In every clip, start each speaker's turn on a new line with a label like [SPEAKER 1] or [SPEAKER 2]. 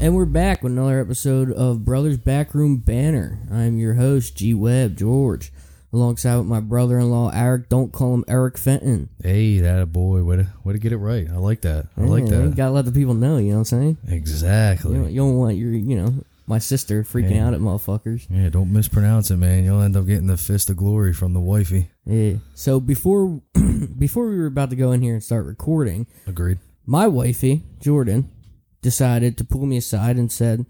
[SPEAKER 1] And we're back with another episode of Brothers Backroom Banner. I'm your host, G Webb George, alongside with my brother in law, Eric. Don't call him Eric Fenton.
[SPEAKER 2] Hey, that a boy. Way to, way to get it right. I like that. I like
[SPEAKER 1] Yeah, You
[SPEAKER 2] that.
[SPEAKER 1] gotta let the people know, you know what I'm saying?
[SPEAKER 2] Exactly.
[SPEAKER 1] You don't, you don't want your, you know, my sister freaking
[SPEAKER 2] Yeah.
[SPEAKER 1] out at motherfuckers.
[SPEAKER 2] yeah, don't mispronounce it, man. You'll end up getting the fist of glory from the wifey.
[SPEAKER 1] Yeah. So before before we were about to go in here and start recording,
[SPEAKER 2] Agreed.
[SPEAKER 1] my wifey, Jordan, decided to pull me aside and said,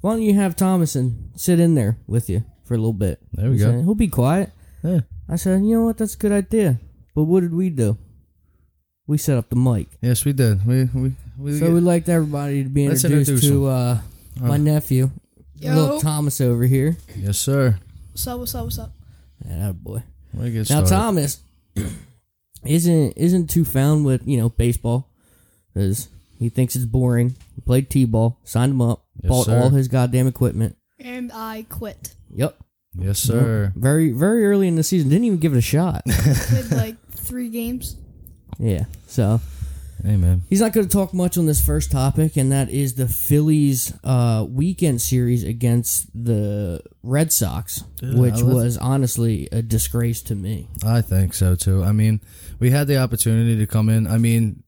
[SPEAKER 1] Why don't you have Thomason sit in there with you for a little bit?
[SPEAKER 2] There
[SPEAKER 1] He
[SPEAKER 2] we go.
[SPEAKER 1] said, He'll be quiet.
[SPEAKER 2] Yeah.
[SPEAKER 1] I said, You know what? That's a good idea. But what did we do? We set up the mic.
[SPEAKER 2] Yes, we did. We we, we
[SPEAKER 1] So we'd like everybody to be
[SPEAKER 2] Let's
[SPEAKER 1] introduced
[SPEAKER 2] introduce
[SPEAKER 1] to uh, my nephew, little Thomas over here.
[SPEAKER 2] yes, sir.
[SPEAKER 3] What's up? What's up? What's up?
[SPEAKER 1] Yeah, boy.
[SPEAKER 2] We get
[SPEAKER 1] Now
[SPEAKER 2] started.
[SPEAKER 1] Thomas isn't isn't too found with you know baseball because he thinks it's boring. He played t-ball, signed him up,
[SPEAKER 2] Yes,
[SPEAKER 1] bought
[SPEAKER 2] sir.
[SPEAKER 1] all his goddamn equipment.
[SPEAKER 3] And I quit.
[SPEAKER 1] Yep,
[SPEAKER 2] yes, sir.
[SPEAKER 1] very very early in the season, didn't even give it a shot.
[SPEAKER 3] Played like three games.
[SPEAKER 1] yeah, so
[SPEAKER 2] Hey, man.
[SPEAKER 1] he's not going to talk much on this first topic, and that is the Phillies' uh, weekend series against the Red Sox, which
[SPEAKER 2] I was-
[SPEAKER 1] was honestly a disgrace to me.
[SPEAKER 2] I think so too. I mean, we had the opportunity to come in. I mean,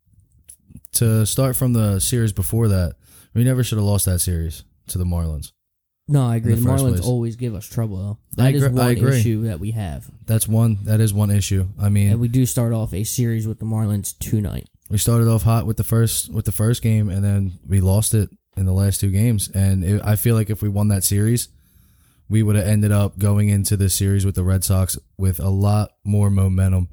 [SPEAKER 2] to start from the series before that, we never should have lost that series to the Marlins.
[SPEAKER 1] No, I agree.
[SPEAKER 2] the
[SPEAKER 1] The,
[SPEAKER 2] first
[SPEAKER 1] Marlins
[SPEAKER 2] place.
[SPEAKER 1] always give us trouble. though.
[SPEAKER 2] I
[SPEAKER 1] That is
[SPEAKER 2] agree- I
[SPEAKER 1] one
[SPEAKER 2] agree.
[SPEAKER 1] issue that we have.
[SPEAKER 2] That's one. That is one issue. I mean,
[SPEAKER 1] And we do start off a series with the Marlins tonight.
[SPEAKER 2] we started off hot with the first with the first game and then we lost it in the last two games and it, i feel like if we won that series we would have ended up going into this series with the red sox with a lot more momentum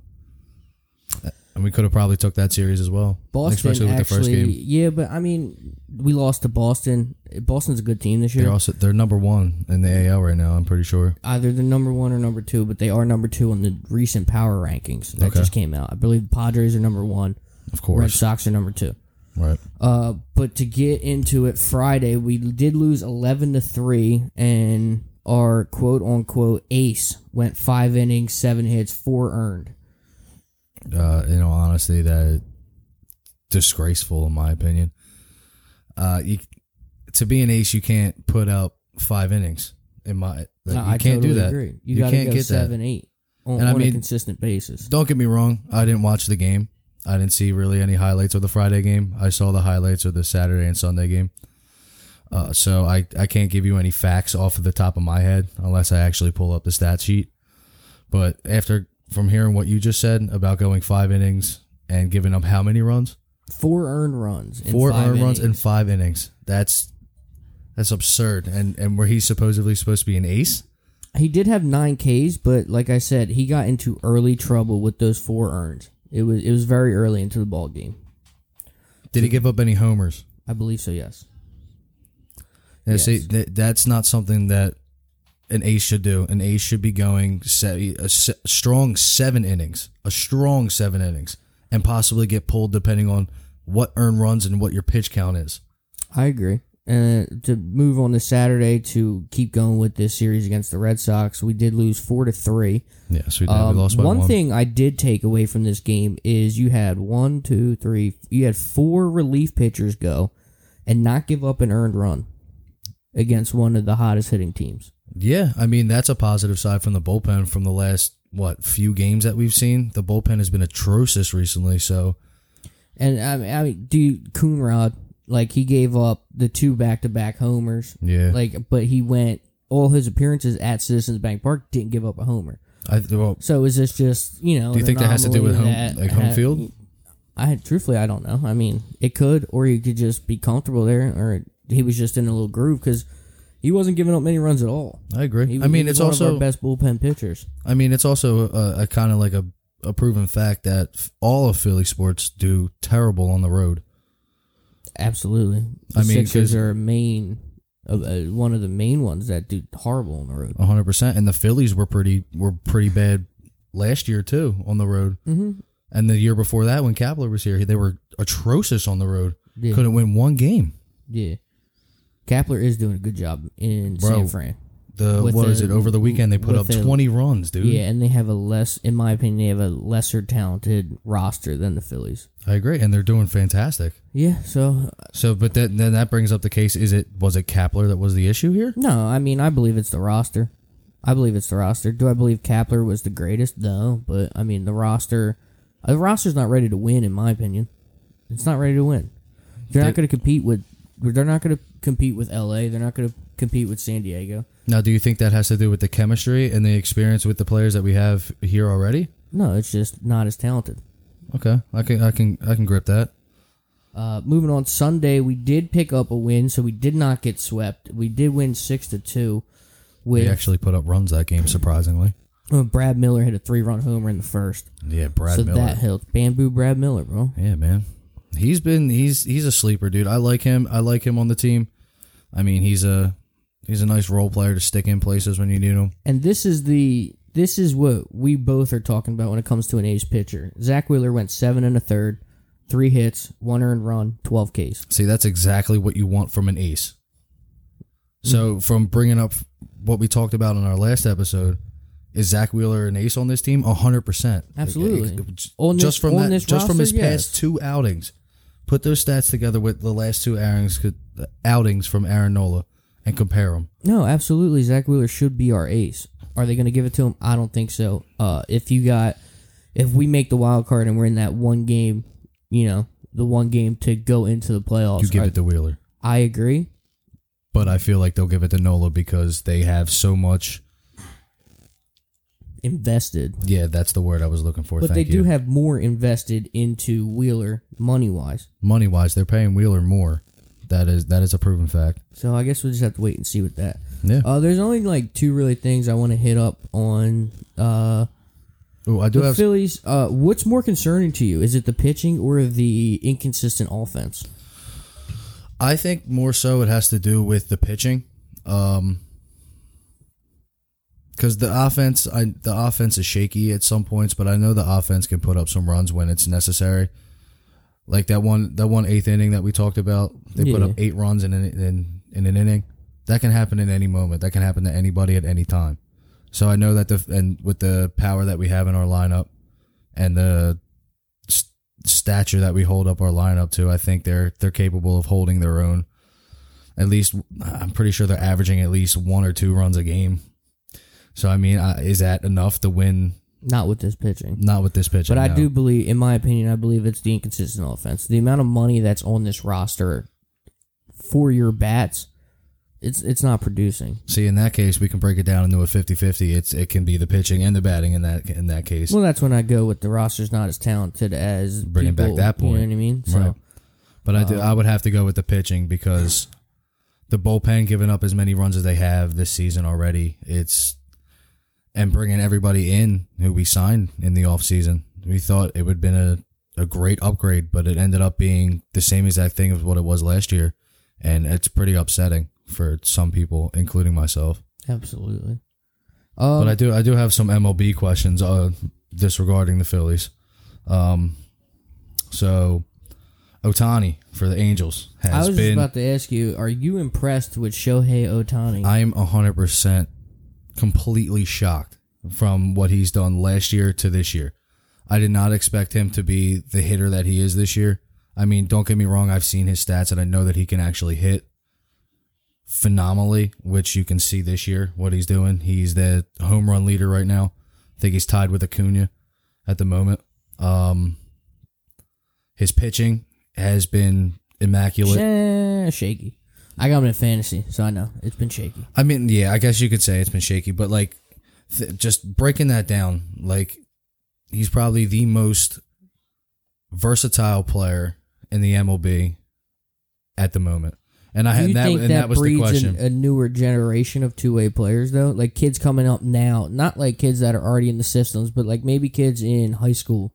[SPEAKER 2] and we could have probably took that series as well
[SPEAKER 1] Boston
[SPEAKER 2] especially with
[SPEAKER 1] actually,
[SPEAKER 2] the first game
[SPEAKER 1] yeah, but I mean, we lost to Boston. Boston's a good team this year.
[SPEAKER 2] they're also they're number one in the al right now i'm pretty sure
[SPEAKER 1] Either they're number one or number two, but they are number two on the recent power rankings that
[SPEAKER 2] Okay.
[SPEAKER 1] just came out. I believe the Padres are number one,
[SPEAKER 2] of
[SPEAKER 1] Red
[SPEAKER 2] course
[SPEAKER 1] Sox are number two.
[SPEAKER 2] right
[SPEAKER 1] Uh, but to get into it, Friday we did lose eleven to three, and our quote unquote ace went five innings, seven hits, four earned.
[SPEAKER 2] uh, in all honesty, that disgraceful in my opinion. Uh, you to be an ace, you can't put up five innings. In my, like,
[SPEAKER 1] No,
[SPEAKER 2] you can't do that.
[SPEAKER 1] Agree. You,
[SPEAKER 2] You
[SPEAKER 1] gotta
[SPEAKER 2] can't
[SPEAKER 1] go
[SPEAKER 2] get that.
[SPEAKER 1] seven, eight on,
[SPEAKER 2] And I
[SPEAKER 1] on a
[SPEAKER 2] mean-
[SPEAKER 1] consistent basis.
[SPEAKER 2] Don't get me wrong. I didn't watch the game. I didn't see really any highlights of the Friday game. I saw the highlights of the Saturday and Sunday game. Uh, so I, I can't give you any facts off of the top of my head unless I actually pull up the stat sheet. But after from hearing what you just said about going five innings and giving up how many runs?
[SPEAKER 1] Four earned runs, in
[SPEAKER 2] four
[SPEAKER 1] five
[SPEAKER 2] earned runs in
[SPEAKER 1] innings.
[SPEAKER 2] five innings. That's that's absurd. And and where he's supposedly supposed to be an ace.
[SPEAKER 1] he did have nine Ks, but like I said, he got into early trouble with those four earned. It was it was very early into the ball game.
[SPEAKER 2] Did he give up any homers?
[SPEAKER 1] I believe so. Yes.
[SPEAKER 2] Yeah, See,
[SPEAKER 1] Yes.
[SPEAKER 2] that, that's not something that an ace should do. An ace should be going se- a se- strong seven innings, a strong seven innings, and possibly get pulled depending on what earned runs and what your pitch count is.
[SPEAKER 1] I agree. And uh, to move on to Saturday to keep going with this series against the Red Sox, we did lose four to three.
[SPEAKER 2] Yes, we did.
[SPEAKER 1] Um,
[SPEAKER 2] we lost by
[SPEAKER 1] one,
[SPEAKER 2] one.
[SPEAKER 1] thing I did take away from this game is you had one, two, three, you had four relief pitchers go and not give up an earned run against one of the hottest hitting teams.
[SPEAKER 2] Yeah, I mean that's a positive side from the bullpen from the last what few games that we've seen. The bullpen has been atrocious recently, so
[SPEAKER 1] And I mean, I mean dude, Coonrod, like he gave up the two back to back homers,
[SPEAKER 2] yeah.
[SPEAKER 1] like, but he went all his appearances at Citizens Bank Park didn't give up a homer.
[SPEAKER 2] I well,
[SPEAKER 1] So is this just you know?
[SPEAKER 2] do you
[SPEAKER 1] an
[SPEAKER 2] think that has to do with home,
[SPEAKER 1] anomaly that
[SPEAKER 2] like home
[SPEAKER 1] had-
[SPEAKER 2] field?
[SPEAKER 1] I truthfully, I don't know. I mean, it could, or you could just be comfortable there, or he was just in a little groove because he wasn't giving up many runs at all.
[SPEAKER 2] I agree.
[SPEAKER 1] He,
[SPEAKER 2] I mean,
[SPEAKER 1] he was
[SPEAKER 2] it's
[SPEAKER 1] one of
[SPEAKER 2] also
[SPEAKER 1] our best bullpen pitchers.
[SPEAKER 2] I mean, it's also a, a kind of like a, a proven fact that f- all of Philly sports do terrible on the road.
[SPEAKER 1] Absolutely, the
[SPEAKER 2] I mean, 'cause-
[SPEAKER 1] Sixers are a main, uh, uh, one of the main ones that do horrible on the road.
[SPEAKER 2] 100% and the Phillies were pretty were pretty bad last year too on the road.
[SPEAKER 1] Mm-hmm.
[SPEAKER 2] And the year before that when Kapler was here, they were atrocious on the road.
[SPEAKER 1] Yeah,
[SPEAKER 2] Couldn't win one game.
[SPEAKER 1] yeah. Kapler is doing a good job in
[SPEAKER 2] Bro.
[SPEAKER 1] San Fran.
[SPEAKER 2] the
[SPEAKER 1] With
[SPEAKER 2] what is
[SPEAKER 1] a-
[SPEAKER 2] it over the weekend? They put up
[SPEAKER 1] with a-
[SPEAKER 2] twenty runs, dude.
[SPEAKER 1] Yeah, and they have a less, in my opinion, they have a lesser talented roster than the Phillies.
[SPEAKER 2] I agree, and they're doing fantastic.
[SPEAKER 1] Yeah, so uh,
[SPEAKER 2] So, but then then that brings up the case: is it was it Kapler that was the issue here?
[SPEAKER 1] no, I mean, I believe it's the roster. I believe it's the roster. Do I believe Kapler was the greatest? No, but I mean, the roster, uh, the roster's not ready to win, in my opinion. It's not ready to win. They're not
[SPEAKER 2] They-
[SPEAKER 1] going to compete with. They're not going to compete with L.A. They're not going to compete with San Diego.
[SPEAKER 2] Now, do you think that has to do with the chemistry and the experience with the players that we have here already?
[SPEAKER 1] No, it's just not as talented.
[SPEAKER 2] Okay, I can I can I can grip that.
[SPEAKER 1] Uh, moving on Sunday, we did pick up a win, so we did not get swept. We did win six to two. With
[SPEAKER 2] They actually put up runs that game, surprisingly.
[SPEAKER 1] uh, Brad Miller hit a three-run homer in the first,
[SPEAKER 2] Yeah, Brad
[SPEAKER 1] so
[SPEAKER 2] Miller.
[SPEAKER 1] that helped. Bamboo Brad Miller, bro.
[SPEAKER 2] Yeah, man. He's been he's he's a sleeper, dude. I like him. I like him on the team. I mean, he's a he's a nice role player to stick in places when you need him.
[SPEAKER 1] And this is the this is what we both are talking about when it comes to an A's pitcher. Zach Wheeler went seven and a third, three hits, one earned run, twelve Ks.
[SPEAKER 2] See, that's exactly what you want from an ace.
[SPEAKER 1] Mm-hmm.
[SPEAKER 2] So, from bringing up what we talked about in our last episode, is Zach Wheeler an ace on this team? hundred percent,
[SPEAKER 1] Absolutely. On
[SPEAKER 2] On
[SPEAKER 1] this-
[SPEAKER 2] just from
[SPEAKER 1] on
[SPEAKER 2] that,
[SPEAKER 1] this
[SPEAKER 2] just from his
[SPEAKER 1] roster, yes.
[SPEAKER 2] past two outings, put those stats together with the last two outings, outings from Aaron Nola, and compare them.
[SPEAKER 1] No, absolutely. Zach Wheeler should be our ace. Are they going to give it to him? I don't think so. Uh, if you got, if we make the wild card and we're in that one game, you know, the one game to go into the playoffs,
[SPEAKER 2] You give
[SPEAKER 1] I,
[SPEAKER 2] it to Wheeler.
[SPEAKER 1] I agree.
[SPEAKER 2] but I feel like they'll give it to Nola because they have so much.
[SPEAKER 1] Invested,
[SPEAKER 2] Yeah, that's the word I was looking for.
[SPEAKER 1] but they
[SPEAKER 2] Thank
[SPEAKER 1] do
[SPEAKER 2] you.
[SPEAKER 1] have more invested into Wheeler money wise.
[SPEAKER 2] money wise. They're paying Wheeler more. That is that is a proven fact.
[SPEAKER 1] So I guess we'll just have to wait and see with that.
[SPEAKER 2] Yeah.
[SPEAKER 1] Uh, there's only like two really things I want to hit up on. Uh,
[SPEAKER 2] oh, I do
[SPEAKER 1] the
[SPEAKER 2] have.
[SPEAKER 1] Phillies. Uh, what's more concerning to you? Is it the pitching or the inconsistent offense?
[SPEAKER 2] I think more so it has to do with the pitching, um, because the offense, I the offense is shaky at some points, but I know the offense can put up some runs when it's necessary. Like that one, that one eighth inning that we talked about, they put
[SPEAKER 1] Yeah.
[SPEAKER 2] up eight runs in an, in in an inning. That can happen at any moment. That can happen to anybody at any time. So I know that the and with the power that we have in our lineup and the st- stature that we hold up our lineup to, I think they're they're capable of holding their own. At least I'm pretty sure they're averaging at least one or two runs a game. So I mean, I, is that enough to win?
[SPEAKER 1] Not with this pitching.
[SPEAKER 2] Not with this pitch,
[SPEAKER 1] But I do believe, in my opinion, I believe it's the inconsistent offense. The amount of money that's on this roster for your bats, it's it's not producing.
[SPEAKER 2] See, in that case, we can break it down into a 50-50. It's it can be the pitching and the batting in that in that case.
[SPEAKER 1] Well, that's when I go with the roster's not as talented as
[SPEAKER 2] Bringing back
[SPEAKER 1] people,
[SPEAKER 2] that
[SPEAKER 1] You know
[SPEAKER 2] point.
[SPEAKER 1] what I mean? So
[SPEAKER 2] Right. But I do,
[SPEAKER 1] Um,
[SPEAKER 2] I would have to go with the pitching because the bullpen giving up as many runs as they have this season already. It's and bringing everybody in who we signed in the offseason. We thought it would have been a, a great upgrade, but it ended up being the same exact thing as what it was last year. And it's pretty upsetting for some people, including myself.
[SPEAKER 1] absolutely.
[SPEAKER 2] But
[SPEAKER 1] Um,
[SPEAKER 2] I do I do have some MLB questions uh, disregarding the Phillies. Um, so Otani for the Angels
[SPEAKER 1] I was
[SPEAKER 2] has
[SPEAKER 1] just
[SPEAKER 2] been
[SPEAKER 1] about to ask you: Are you impressed with Shohei Otani?
[SPEAKER 2] I'm 100% completely shocked from what he's done last year to this year. I did not expect him to be the hitter that he is this year. I mean, don't get me wrong, I've seen his stats and I know that he can actually hit phenomenally, which you can see this year what he's doing. He's the home run leader right now. I think he's tied with Acuna at the moment. Um, his pitching has been immaculate.
[SPEAKER 1] Eh, shaky. I got him in fantasy, so I know it's been shaky.
[SPEAKER 2] I mean, yeah, I guess you could say it's been shaky, but like, th- just breaking that down, like, he's probably the most versatile player in the MLB at the moment. And I
[SPEAKER 1] Do
[SPEAKER 2] had
[SPEAKER 1] you
[SPEAKER 2] that,
[SPEAKER 1] think
[SPEAKER 2] and
[SPEAKER 1] that,
[SPEAKER 2] that was the
[SPEAKER 1] breeds an-
[SPEAKER 2] question.
[SPEAKER 1] a newer generation of two way players, though? Like kids coming up now, not like kids that are already in the systems, but like maybe kids in high school,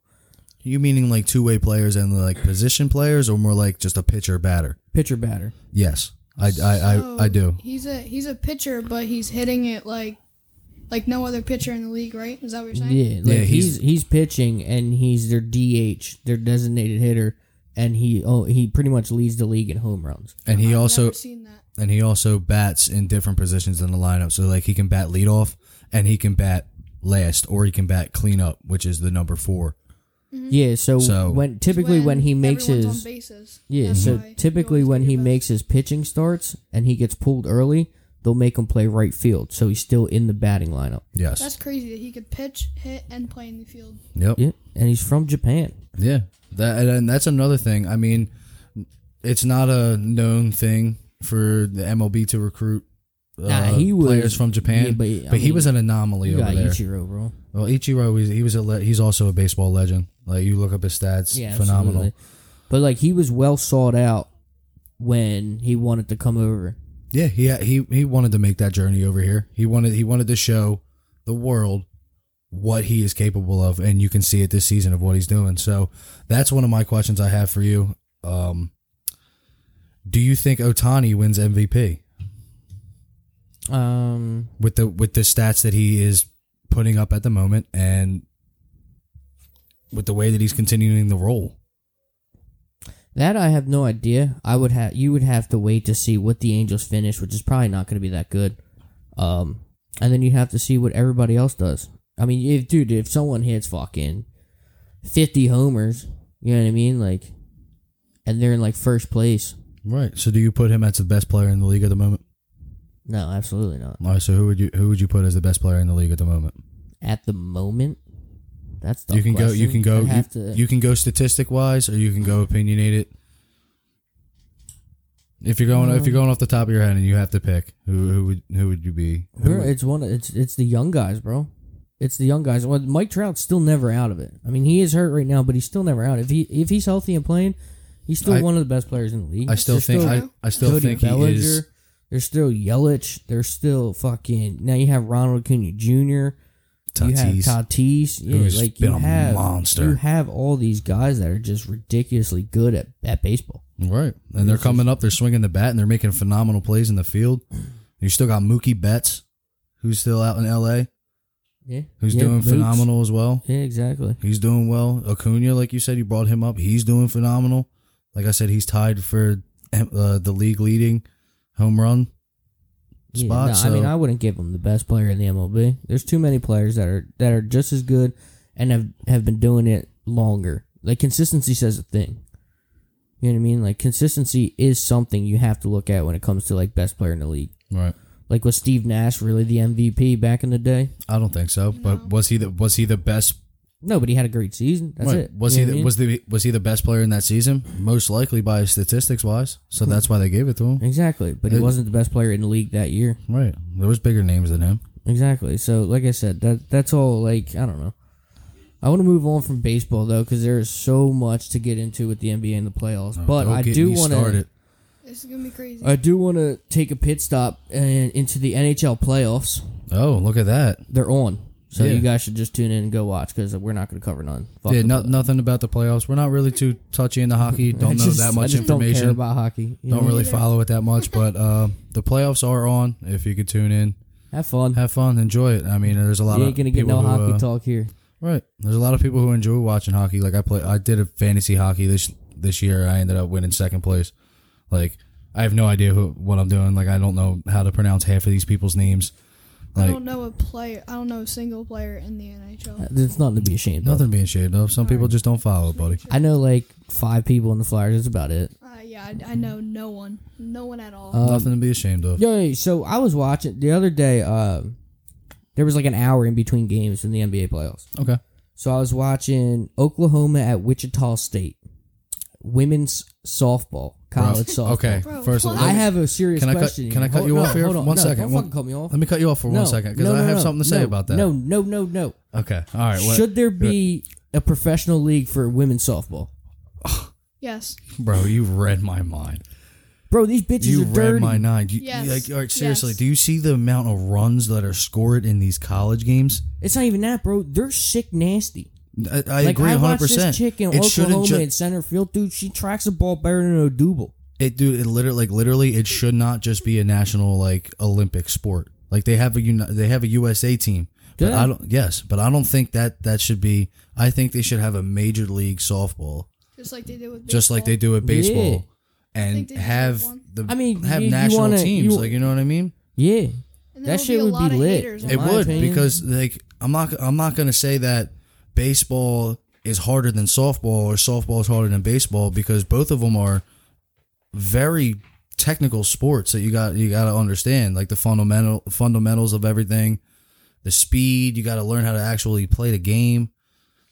[SPEAKER 2] you meaning like two way players and like position players, or more like just a pitcher batter?
[SPEAKER 1] pitcher batter.
[SPEAKER 2] Yes, I, I, I, I do.
[SPEAKER 3] He's a he's a pitcher, but he's hitting it like like no other pitcher in the league, right? Is that what you're saying?
[SPEAKER 1] Yeah, like
[SPEAKER 2] Yeah,
[SPEAKER 1] he's,
[SPEAKER 2] he's-
[SPEAKER 1] he's pitching and he's their DH, their designated hitter, and he oh he pretty much leads the league in home runs.
[SPEAKER 2] And he also
[SPEAKER 3] Never seen that.
[SPEAKER 2] and he also bats in different positions in the lineup. So like he can bat leadoff, and he can bat last, or he can bat cleanup, which is the number four.
[SPEAKER 1] Yeah, so,
[SPEAKER 2] So-
[SPEAKER 1] when typically when, he makes
[SPEAKER 3] Mm-hmm. everyone's
[SPEAKER 1] his
[SPEAKER 3] on bases.
[SPEAKER 1] yeah,
[SPEAKER 3] That's
[SPEAKER 1] so
[SPEAKER 3] why you
[SPEAKER 1] typically
[SPEAKER 3] always
[SPEAKER 1] when
[SPEAKER 3] do
[SPEAKER 1] he
[SPEAKER 3] your best.
[SPEAKER 1] makes his pitching starts and he gets pulled early, they'll make him play right field, so he's still in the batting lineup.
[SPEAKER 2] Yes.
[SPEAKER 3] That's crazy that he could pitch, hit, and play in the field.
[SPEAKER 2] yep.
[SPEAKER 1] Yeah, and he's from Japan.
[SPEAKER 2] Yeah, that and- and that's another thing. I mean, it's not a known thing for the MLB to recruit uh,
[SPEAKER 1] Nah, he was-
[SPEAKER 2] players from Japan,
[SPEAKER 1] yeah,
[SPEAKER 2] but,
[SPEAKER 1] but, I
[SPEAKER 2] he
[SPEAKER 1] mean,
[SPEAKER 2] was an anomaly
[SPEAKER 1] You
[SPEAKER 2] over
[SPEAKER 1] got
[SPEAKER 2] there.
[SPEAKER 1] Ichiro, bro.
[SPEAKER 2] Well, Ichiro, he's, he was a le- he's also a baseball legend. Like you look up his stats,
[SPEAKER 1] Yeah,
[SPEAKER 2] phenomenal.
[SPEAKER 1] absolutely. But like he was well sought out when he wanted to come over.
[SPEAKER 2] Yeah, he he he wanted to make that journey over here. He wanted he wanted to show the world what he is capable of, and you can see it this season of what he's doing. So that's one of my questions I have for you. Um, do you think Otani wins MVP
[SPEAKER 1] Um,
[SPEAKER 2] with the with the stats that he is putting up at the moment, and with the way that he's continuing the role?
[SPEAKER 1] that I have no idea. I would have you would have to wait to see what the Angels finish, which is probably not going to be that good. Um, and then you have to see what everybody else does. I mean, if dude, if someone hits fucking fifty homers, you know what I mean, like, and they're in like first place.
[SPEAKER 2] Right. So do you put him as the best player in the league at the moment?
[SPEAKER 1] No, absolutely not.
[SPEAKER 2] All right. So who would you who would you put as the best player in the league at the moment?
[SPEAKER 1] At the moment, that's the
[SPEAKER 2] you can go you can go
[SPEAKER 1] i
[SPEAKER 2] you,
[SPEAKER 1] have to, Mm-hmm.
[SPEAKER 2] you can go statistic wise or you can go opinionated if you're going if
[SPEAKER 1] Mm-hmm.
[SPEAKER 2] you're going off the top of your head and you have to pick who who would who would you be Who
[SPEAKER 1] Bro,
[SPEAKER 2] would-
[SPEAKER 1] it's one. of- It's it's the young guys, bro. It's the young guys. Well, Mike Trout's still never out of it. I mean, he is hurt right now, but he's still never out. If he if he's healthy and playing, he's still
[SPEAKER 2] I-
[SPEAKER 1] one of the best players in the league.
[SPEAKER 2] I still
[SPEAKER 1] There's
[SPEAKER 2] think I, I still
[SPEAKER 1] Cody
[SPEAKER 2] think
[SPEAKER 1] Bellinger.
[SPEAKER 2] he is
[SPEAKER 1] There's still Yelich. There's still fucking. Now you have Ronald Acuna Jr. You have
[SPEAKER 2] Tatis.
[SPEAKER 1] Tatis. Yeah,
[SPEAKER 2] who's
[SPEAKER 1] like
[SPEAKER 2] been
[SPEAKER 1] you
[SPEAKER 2] a
[SPEAKER 1] have
[SPEAKER 2] monster.
[SPEAKER 1] You have all these guys that are just ridiculously good at, at baseball.
[SPEAKER 2] right and they're coming up they're swinging the bat and they're making phenomenal plays in the field you still got Mookie Betts who's still out in L.A.
[SPEAKER 1] Yeah,
[SPEAKER 2] who's
[SPEAKER 1] Yeah,
[SPEAKER 2] doing
[SPEAKER 1] Moots.
[SPEAKER 2] phenomenal as well
[SPEAKER 1] Yeah, exactly.
[SPEAKER 2] He's doing well. Acuna, like you said, you brought him up. He's doing phenomenal. Like I said, he's tied for uh, the league leading home run
[SPEAKER 1] Yeah,
[SPEAKER 2] spot.
[SPEAKER 1] no,
[SPEAKER 2] so
[SPEAKER 1] I mean, I wouldn't give him the best player in the MLB. There's too many players that are that are just as good and have have been doing it longer. Like consistency says a thing. You know what I mean? Like consistency is something you have to look at when it comes to like best player in the league.
[SPEAKER 2] right.
[SPEAKER 1] Like was Steve Nash really the MVP back in the day?
[SPEAKER 2] I don't think so. But was he the was he the best?
[SPEAKER 1] No, but he had a great season. That's
[SPEAKER 2] right,
[SPEAKER 1] it.
[SPEAKER 2] Was
[SPEAKER 1] You
[SPEAKER 2] he
[SPEAKER 1] know what I
[SPEAKER 2] the,
[SPEAKER 1] mean?
[SPEAKER 2] was the was he the best player in that season? Most likely by statistics wise. So
[SPEAKER 1] Hmm.
[SPEAKER 2] that's why they gave it to him.
[SPEAKER 1] exactly? But he
[SPEAKER 2] It-
[SPEAKER 1] wasn't the best player in the league that year.
[SPEAKER 2] Right. There was bigger names than him.
[SPEAKER 1] Exactly. So, like I said, that that's all. Like I don't know. I want to move on from baseball though, because there is so much to get into with the NBA and the playoffs. but
[SPEAKER 2] Don't
[SPEAKER 1] I
[SPEAKER 2] Oh, get
[SPEAKER 1] do
[SPEAKER 2] me
[SPEAKER 1] want to.
[SPEAKER 2] started.
[SPEAKER 3] This is gonna be crazy.
[SPEAKER 1] I do want to take a pit stop and into the NHL playoffs.
[SPEAKER 2] Oh, look at that.
[SPEAKER 1] They're on, so
[SPEAKER 2] Yeah.
[SPEAKER 1] you guys should just tune in and go watch because we're not going to cover none. Fuck
[SPEAKER 2] Yeah,
[SPEAKER 1] the
[SPEAKER 2] no,
[SPEAKER 1] playoffs.
[SPEAKER 2] nothing about the playoffs. We're not really too touchy into hockey.
[SPEAKER 1] I
[SPEAKER 2] Don't know
[SPEAKER 1] just-
[SPEAKER 2] that
[SPEAKER 1] I
[SPEAKER 2] much
[SPEAKER 1] just
[SPEAKER 2] information.
[SPEAKER 1] Don't care about hockey. you
[SPEAKER 2] Don't
[SPEAKER 1] know?
[SPEAKER 2] really follow it that much, but uh, the playoffs are on. If you could tune in,
[SPEAKER 1] have fun.
[SPEAKER 2] have fun, enjoy it. I mean, there's a lot
[SPEAKER 1] you
[SPEAKER 2] of
[SPEAKER 1] ain't going to get
[SPEAKER 2] people
[SPEAKER 1] no
[SPEAKER 2] who,
[SPEAKER 1] hockey
[SPEAKER 2] uh,
[SPEAKER 1] talk here.
[SPEAKER 2] Right, there's a lot of people who enjoy watching hockey. Like I play, I did a fantasy hockey this this year. I ended up winning second place. Like I have no idea who what I'm doing. Like I don't know how to pronounce half of these people's names.
[SPEAKER 3] I
[SPEAKER 2] Like
[SPEAKER 3] don't know a player. I don't know a single player in the NHL.
[SPEAKER 1] It's nothing to be ashamed of.
[SPEAKER 2] nothing being shaved of. Some people just don't follow it, buddy.
[SPEAKER 1] I know like five people in the Flyers. That's about it.
[SPEAKER 3] Uh, yeah, I, I know no one. No one at
[SPEAKER 1] uh,
[SPEAKER 3] all.
[SPEAKER 2] nothing to be ashamed of.
[SPEAKER 1] Yeah, yeah, so I was watching the other day. Um, there was like an hour in between games in the NBA playoffs.
[SPEAKER 2] Okay.
[SPEAKER 1] So I was watching Oklahoma at Wichita State women's softball, college softball.
[SPEAKER 2] Okay.
[SPEAKER 3] Bro,
[SPEAKER 2] First, of all,
[SPEAKER 3] what?
[SPEAKER 1] Oh, I
[SPEAKER 2] let me-
[SPEAKER 1] have a serious
[SPEAKER 2] Can I cut-
[SPEAKER 1] question.
[SPEAKER 2] can I cut
[SPEAKER 1] Hold-
[SPEAKER 2] you
[SPEAKER 1] no,
[SPEAKER 2] off here
[SPEAKER 1] hold
[SPEAKER 2] for
[SPEAKER 1] on.
[SPEAKER 2] one
[SPEAKER 1] no,
[SPEAKER 2] second?
[SPEAKER 1] Don't
[SPEAKER 2] One-
[SPEAKER 1] fucking cut me off.
[SPEAKER 2] Let me cut you off for
[SPEAKER 1] No,
[SPEAKER 2] one second because
[SPEAKER 1] no,
[SPEAKER 2] I
[SPEAKER 1] no,
[SPEAKER 2] have
[SPEAKER 1] no,
[SPEAKER 2] something to say
[SPEAKER 1] no,
[SPEAKER 2] about that.
[SPEAKER 1] No, no, no, no.
[SPEAKER 2] Okay. All right. What?
[SPEAKER 1] Should there be a professional league for women's softball?
[SPEAKER 3] yes.
[SPEAKER 2] bro? You read my mind.
[SPEAKER 1] Bro, these bitches
[SPEAKER 2] You
[SPEAKER 1] are
[SPEAKER 2] read
[SPEAKER 1] dirty.
[SPEAKER 2] my nine. You,
[SPEAKER 3] Yes.
[SPEAKER 2] Like, all right, seriously,
[SPEAKER 3] Yes.
[SPEAKER 2] do you see the amount of runs that are scored in these college games?
[SPEAKER 1] It's not even that, bro. They're sick nasty.
[SPEAKER 2] I, I
[SPEAKER 1] like
[SPEAKER 2] agree,
[SPEAKER 1] I
[SPEAKER 2] hundred
[SPEAKER 1] watched
[SPEAKER 2] percent.
[SPEAKER 1] this chick in
[SPEAKER 2] it
[SPEAKER 1] Oklahoma
[SPEAKER 2] shouldn't
[SPEAKER 1] in
[SPEAKER 2] just
[SPEAKER 1] center field, dude. She tracks the ball better than Odubel.
[SPEAKER 2] it, dude. It literally, like, literally, it should not just be a national like Olympic sport. Like they have a uni- they have a USA team.
[SPEAKER 1] Do
[SPEAKER 2] But
[SPEAKER 1] they?
[SPEAKER 2] I don't. Yes, but I don't think that that should be. I think they should have a major league softball,
[SPEAKER 3] Just like they did with.
[SPEAKER 2] just like they
[SPEAKER 3] baseball.
[SPEAKER 2] do at baseball,
[SPEAKER 1] Yeah.
[SPEAKER 2] and
[SPEAKER 3] think they should
[SPEAKER 2] have
[SPEAKER 3] have one.
[SPEAKER 2] the
[SPEAKER 1] I mean,
[SPEAKER 2] have
[SPEAKER 1] you- you
[SPEAKER 2] national
[SPEAKER 1] wanna-
[SPEAKER 2] teams.
[SPEAKER 1] you-
[SPEAKER 2] like you know what I mean?
[SPEAKER 1] Yeah,
[SPEAKER 3] And
[SPEAKER 1] That
[SPEAKER 3] there will
[SPEAKER 1] shit
[SPEAKER 3] a
[SPEAKER 1] would be
[SPEAKER 3] lot of
[SPEAKER 1] lit.
[SPEAKER 3] haters
[SPEAKER 1] It
[SPEAKER 3] on
[SPEAKER 2] It
[SPEAKER 1] my
[SPEAKER 2] would
[SPEAKER 1] opinion.
[SPEAKER 2] because like I'm not I'm not gonna say that baseball is harder than softball or softball is harder than baseball because both of them are very technical sports that you got you got to understand like the fundamental fundamentals of everything, the speed you got to learn how to actually play the game.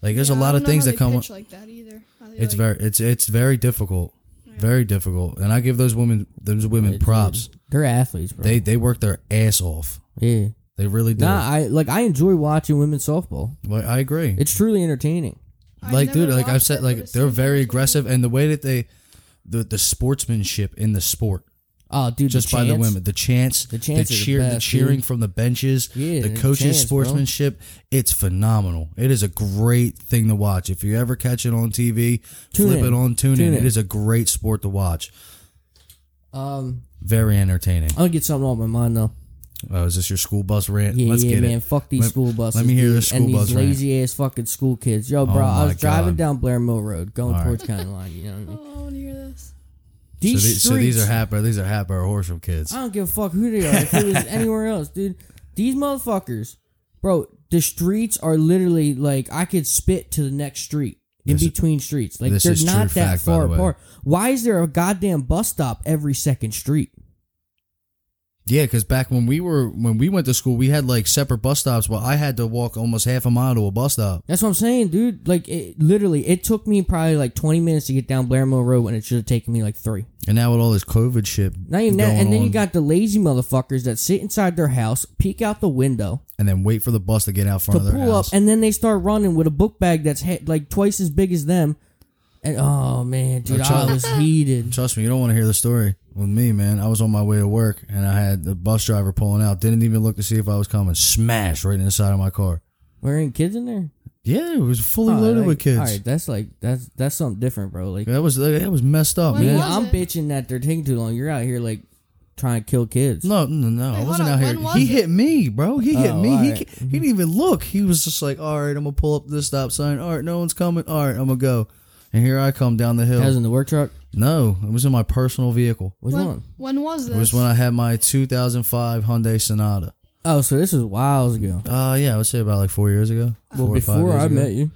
[SPEAKER 2] Like there's
[SPEAKER 3] Yeah,
[SPEAKER 2] a
[SPEAKER 3] I
[SPEAKER 2] lot
[SPEAKER 3] don't
[SPEAKER 2] of
[SPEAKER 3] know
[SPEAKER 2] things
[SPEAKER 3] how
[SPEAKER 2] that
[SPEAKER 3] they
[SPEAKER 2] come.
[SPEAKER 3] pitch like that either. How they,
[SPEAKER 2] It's very
[SPEAKER 3] like-
[SPEAKER 2] it's it's very difficult, very difficult. And I give those women those women props.
[SPEAKER 1] they're athletes, bro.
[SPEAKER 2] They they work their ass off.
[SPEAKER 1] yeah.
[SPEAKER 2] They really do.
[SPEAKER 1] Nah, I like I enjoy watching women's softball.
[SPEAKER 2] Like, I agree.
[SPEAKER 1] It's truly entertaining.
[SPEAKER 3] I've
[SPEAKER 2] like dude
[SPEAKER 3] never
[SPEAKER 2] like i've
[SPEAKER 3] watched
[SPEAKER 2] said
[SPEAKER 3] it, but
[SPEAKER 2] like
[SPEAKER 3] it
[SPEAKER 2] they're
[SPEAKER 3] seems
[SPEAKER 2] very
[SPEAKER 3] like-
[SPEAKER 2] aggressive and the way that they the the sportsmanship in the sport
[SPEAKER 1] Oh, dude,
[SPEAKER 2] just by the
[SPEAKER 1] chants.
[SPEAKER 2] women the chants the
[SPEAKER 1] chants are the
[SPEAKER 2] cheer the
[SPEAKER 1] best,
[SPEAKER 2] cheering
[SPEAKER 1] dude.
[SPEAKER 2] from the benches
[SPEAKER 1] Yeah,
[SPEAKER 2] the
[SPEAKER 1] the
[SPEAKER 2] coaches
[SPEAKER 1] chants, bro.
[SPEAKER 2] sportsmanship it's phenomenal it is a great thing to watch if you ever catch it on tv
[SPEAKER 1] Tune
[SPEAKER 2] flip
[SPEAKER 1] in.
[SPEAKER 2] it on tune,
[SPEAKER 1] Tune
[SPEAKER 2] in. it
[SPEAKER 1] in.
[SPEAKER 2] is a great sport to watch
[SPEAKER 1] Um,
[SPEAKER 2] very entertaining
[SPEAKER 1] I'm gonna get something off my mind though.
[SPEAKER 2] oh is this your school bus rant
[SPEAKER 1] Yeah,
[SPEAKER 2] let's
[SPEAKER 1] yeah,
[SPEAKER 2] get
[SPEAKER 1] man.
[SPEAKER 2] it
[SPEAKER 1] Fuck these
[SPEAKER 2] Let-
[SPEAKER 1] school buses.
[SPEAKER 2] let me hear
[SPEAKER 1] dude,
[SPEAKER 2] the school
[SPEAKER 1] and
[SPEAKER 2] bus
[SPEAKER 1] these
[SPEAKER 2] rant.
[SPEAKER 1] lazy ass fucking school kids. Yo, bro,
[SPEAKER 2] Oh
[SPEAKER 1] I
[SPEAKER 2] my
[SPEAKER 1] was driving
[SPEAKER 2] God.
[SPEAKER 1] down Blair Mill Road going
[SPEAKER 2] All right.
[SPEAKER 1] towards County Line. You know what I mean?
[SPEAKER 3] Oh, I want to hear this.
[SPEAKER 1] These
[SPEAKER 2] so,
[SPEAKER 1] streets.
[SPEAKER 2] these, so these are happy these are happy or horse kids
[SPEAKER 1] I don't give a fuck who they are. If it was anywhere else, dude, these motherfuckers, bro. The streets are literally like I could spit to the next street in
[SPEAKER 2] This-
[SPEAKER 1] between streets. Like
[SPEAKER 2] this
[SPEAKER 1] they're
[SPEAKER 2] is true
[SPEAKER 1] not that
[SPEAKER 2] fact, by
[SPEAKER 1] far
[SPEAKER 2] the way.
[SPEAKER 1] apart. Why is there a goddamn bus stop every second street?
[SPEAKER 2] Yeah, because back when we were when we went to school, we had like separate bus stops. Well, I had to walk almost half a mile to a bus stop.
[SPEAKER 1] That's what I'm saying, dude. Like, it, literally, it took me probably like 20 minutes to get down Blair Mill Road when it should have taken me like three.
[SPEAKER 2] And now with all this COVID shit,
[SPEAKER 1] Not even that.
[SPEAKER 2] going
[SPEAKER 1] And then you
[SPEAKER 2] on,
[SPEAKER 1] got the lazy motherfuckers that sit inside their house, peek out the window
[SPEAKER 2] and then wait for the bus to get out
[SPEAKER 1] to
[SPEAKER 2] front of their
[SPEAKER 1] pull up,
[SPEAKER 2] house.
[SPEAKER 1] and then they start running with a book bag that's he- like twice as big as them. And oh man, dude, I
[SPEAKER 2] child-
[SPEAKER 1] was heated.
[SPEAKER 2] Trust me, you don't want to hear the story with me, man. I was on my way to work, and I had the bus driver pulling out. Didn't even look to see if I was coming. Smash right in the side of my car.
[SPEAKER 1] Were any kids in there?
[SPEAKER 2] Yeah, it was fully
[SPEAKER 1] Oh,
[SPEAKER 2] loaded
[SPEAKER 1] like-
[SPEAKER 2] with kids.
[SPEAKER 1] All right, that's like that's that's something different, bro. Like,
[SPEAKER 2] That was that was messed up,
[SPEAKER 3] When
[SPEAKER 2] man.
[SPEAKER 1] dude,
[SPEAKER 3] was
[SPEAKER 1] I'm
[SPEAKER 3] it?
[SPEAKER 1] bitching that they're taking too long. You're out here like trying to kill kids.
[SPEAKER 2] No, no, no. I
[SPEAKER 3] hold
[SPEAKER 2] wasn't
[SPEAKER 3] on,
[SPEAKER 2] out here.
[SPEAKER 3] when was
[SPEAKER 2] He
[SPEAKER 3] it?
[SPEAKER 2] hit me, bro. He hit
[SPEAKER 1] Oh,
[SPEAKER 2] me. He,
[SPEAKER 1] alright.
[SPEAKER 2] he didn't even look. He was just like, all right, I'm going to pull up this stop sign. All right, no one's coming. All right, I'm going to go. And here I come down the hill.
[SPEAKER 1] That was in the work truck.
[SPEAKER 2] no, it was in my personal vehicle.
[SPEAKER 1] Which
[SPEAKER 3] when,
[SPEAKER 1] one?
[SPEAKER 3] when was this?
[SPEAKER 2] It was when I had my 2005 Hyundai Sonata.
[SPEAKER 1] Oh, so this was whiles ago.
[SPEAKER 2] Uh, yeah, I would say about like four years ago.
[SPEAKER 1] Well,
[SPEAKER 2] Four or five
[SPEAKER 1] before
[SPEAKER 2] years
[SPEAKER 1] I
[SPEAKER 2] ago.
[SPEAKER 1] met you.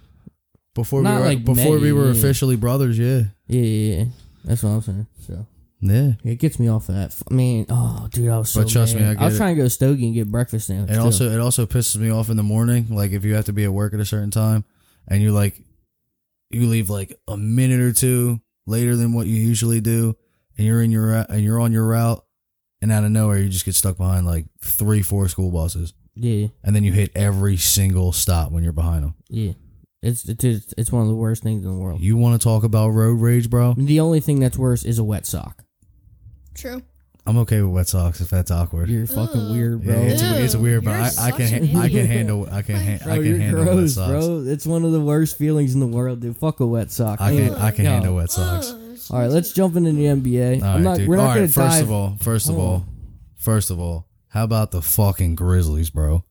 [SPEAKER 2] Before we
[SPEAKER 1] Not
[SPEAKER 2] were,
[SPEAKER 1] like
[SPEAKER 2] before
[SPEAKER 1] met
[SPEAKER 2] we
[SPEAKER 1] you,
[SPEAKER 2] were
[SPEAKER 1] yeah.
[SPEAKER 2] officially brothers, yeah.
[SPEAKER 1] Yeah, yeah, yeah. That's what I'm saying. So
[SPEAKER 2] Yeah.
[SPEAKER 1] it gets me off of that. I mean, oh, dude, I was so.
[SPEAKER 2] But trust me,
[SPEAKER 1] mad.
[SPEAKER 2] I get
[SPEAKER 1] was
[SPEAKER 2] it.
[SPEAKER 1] trying to go to Stogie and get breakfast sandwich.
[SPEAKER 2] It
[SPEAKER 1] too.
[SPEAKER 2] also it also pisses me off in the morning. Like if you have to be at work at a certain time, and you like you leave like a minute or two later than what you usually do, and you're in your rou- and you're on your route, and out of nowhere you just get stuck behind like three, four school buses,
[SPEAKER 1] yeah,
[SPEAKER 2] and then you hit every single stop when you're behind them.
[SPEAKER 1] yeah. It's it's just- it's one of the worst things in the world.
[SPEAKER 2] You want to talk about road rage, bro?
[SPEAKER 1] The only thing that's worse is a wet sock.
[SPEAKER 3] True.
[SPEAKER 2] I'm okay with wet socks if that's awkward.
[SPEAKER 1] You're fucking
[SPEAKER 3] Ugh.
[SPEAKER 1] weird,
[SPEAKER 2] Yeah,
[SPEAKER 1] bro.
[SPEAKER 2] it's,
[SPEAKER 3] Ew,
[SPEAKER 2] it's weird, but
[SPEAKER 3] you're
[SPEAKER 2] I, I
[SPEAKER 3] such
[SPEAKER 2] can
[SPEAKER 3] an
[SPEAKER 2] ha- I can
[SPEAKER 3] idiot.
[SPEAKER 2] handle I can ha-
[SPEAKER 1] Bro,
[SPEAKER 2] I can
[SPEAKER 1] you're
[SPEAKER 2] handle wet
[SPEAKER 1] gross,
[SPEAKER 2] socks.
[SPEAKER 1] bro. It's one of the worst feelings in the world, dude. Fuck a wet sock.
[SPEAKER 2] I
[SPEAKER 1] dude.
[SPEAKER 2] can I can
[SPEAKER 1] Yo.
[SPEAKER 2] handle wet socks.
[SPEAKER 1] All right, let's jump into the NBA.
[SPEAKER 2] All
[SPEAKER 1] I'm not,
[SPEAKER 2] right, dude.
[SPEAKER 1] We're not
[SPEAKER 2] all
[SPEAKER 1] gonna
[SPEAKER 2] right, first
[SPEAKER 1] dive. Oh.
[SPEAKER 2] of all, first of
[SPEAKER 1] Hold
[SPEAKER 2] all, first of all, how about the fucking Grizzlies, bro?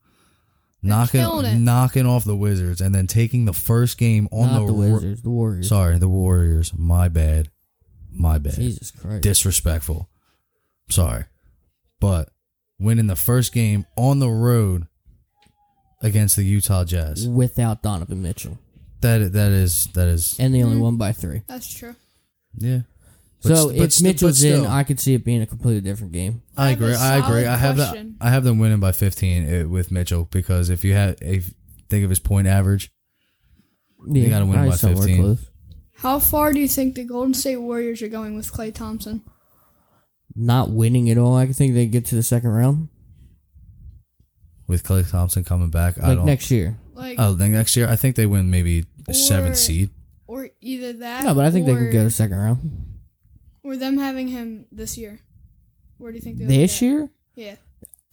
[SPEAKER 3] killing it.
[SPEAKER 2] Knocking knocking off the Wizards and then taking the first game on
[SPEAKER 1] not the,
[SPEAKER 2] the, Ro-
[SPEAKER 1] Wizards, the Warriors.
[SPEAKER 2] Sorry, the Warriors. My bad. My bad.
[SPEAKER 1] Jesus Christ.
[SPEAKER 2] Disrespectful. Sorry. But winning the first game on the road against the Utah Jazz.
[SPEAKER 1] Without Donovan Mitchell,
[SPEAKER 2] That that is that is
[SPEAKER 1] and they only won by three.
[SPEAKER 3] That's true.
[SPEAKER 2] yeah.
[SPEAKER 1] so
[SPEAKER 2] st-
[SPEAKER 1] if
[SPEAKER 2] st-
[SPEAKER 1] Mitchell's in,
[SPEAKER 2] still.
[SPEAKER 1] I could see it being a completely different game.
[SPEAKER 2] I
[SPEAKER 3] I have a
[SPEAKER 2] agree. I agree.
[SPEAKER 3] solid
[SPEAKER 2] I have the,
[SPEAKER 3] question.
[SPEAKER 2] I have them winning by 15 uh, with Mitchell because if you had if think of his point average,
[SPEAKER 1] Yeah,
[SPEAKER 2] gotta win
[SPEAKER 1] probably
[SPEAKER 2] by
[SPEAKER 1] somewhere
[SPEAKER 2] 15.
[SPEAKER 3] How far do you think the Golden State Warriors are going with Clay Thompson?
[SPEAKER 1] Not winning at all, I think they get to the second round,
[SPEAKER 2] with Clay Thompson coming back, I
[SPEAKER 1] like
[SPEAKER 2] don't.
[SPEAKER 1] next year.
[SPEAKER 3] Like,
[SPEAKER 2] oh, then next year I think they win maybe a
[SPEAKER 3] Or-
[SPEAKER 2] seventh seed.
[SPEAKER 3] or either that.
[SPEAKER 1] No, but I think they can
[SPEAKER 3] or-
[SPEAKER 1] go to second round.
[SPEAKER 3] Or them having him this year. Where do you think they'll
[SPEAKER 1] This
[SPEAKER 3] get?
[SPEAKER 1] year,
[SPEAKER 3] Yeah.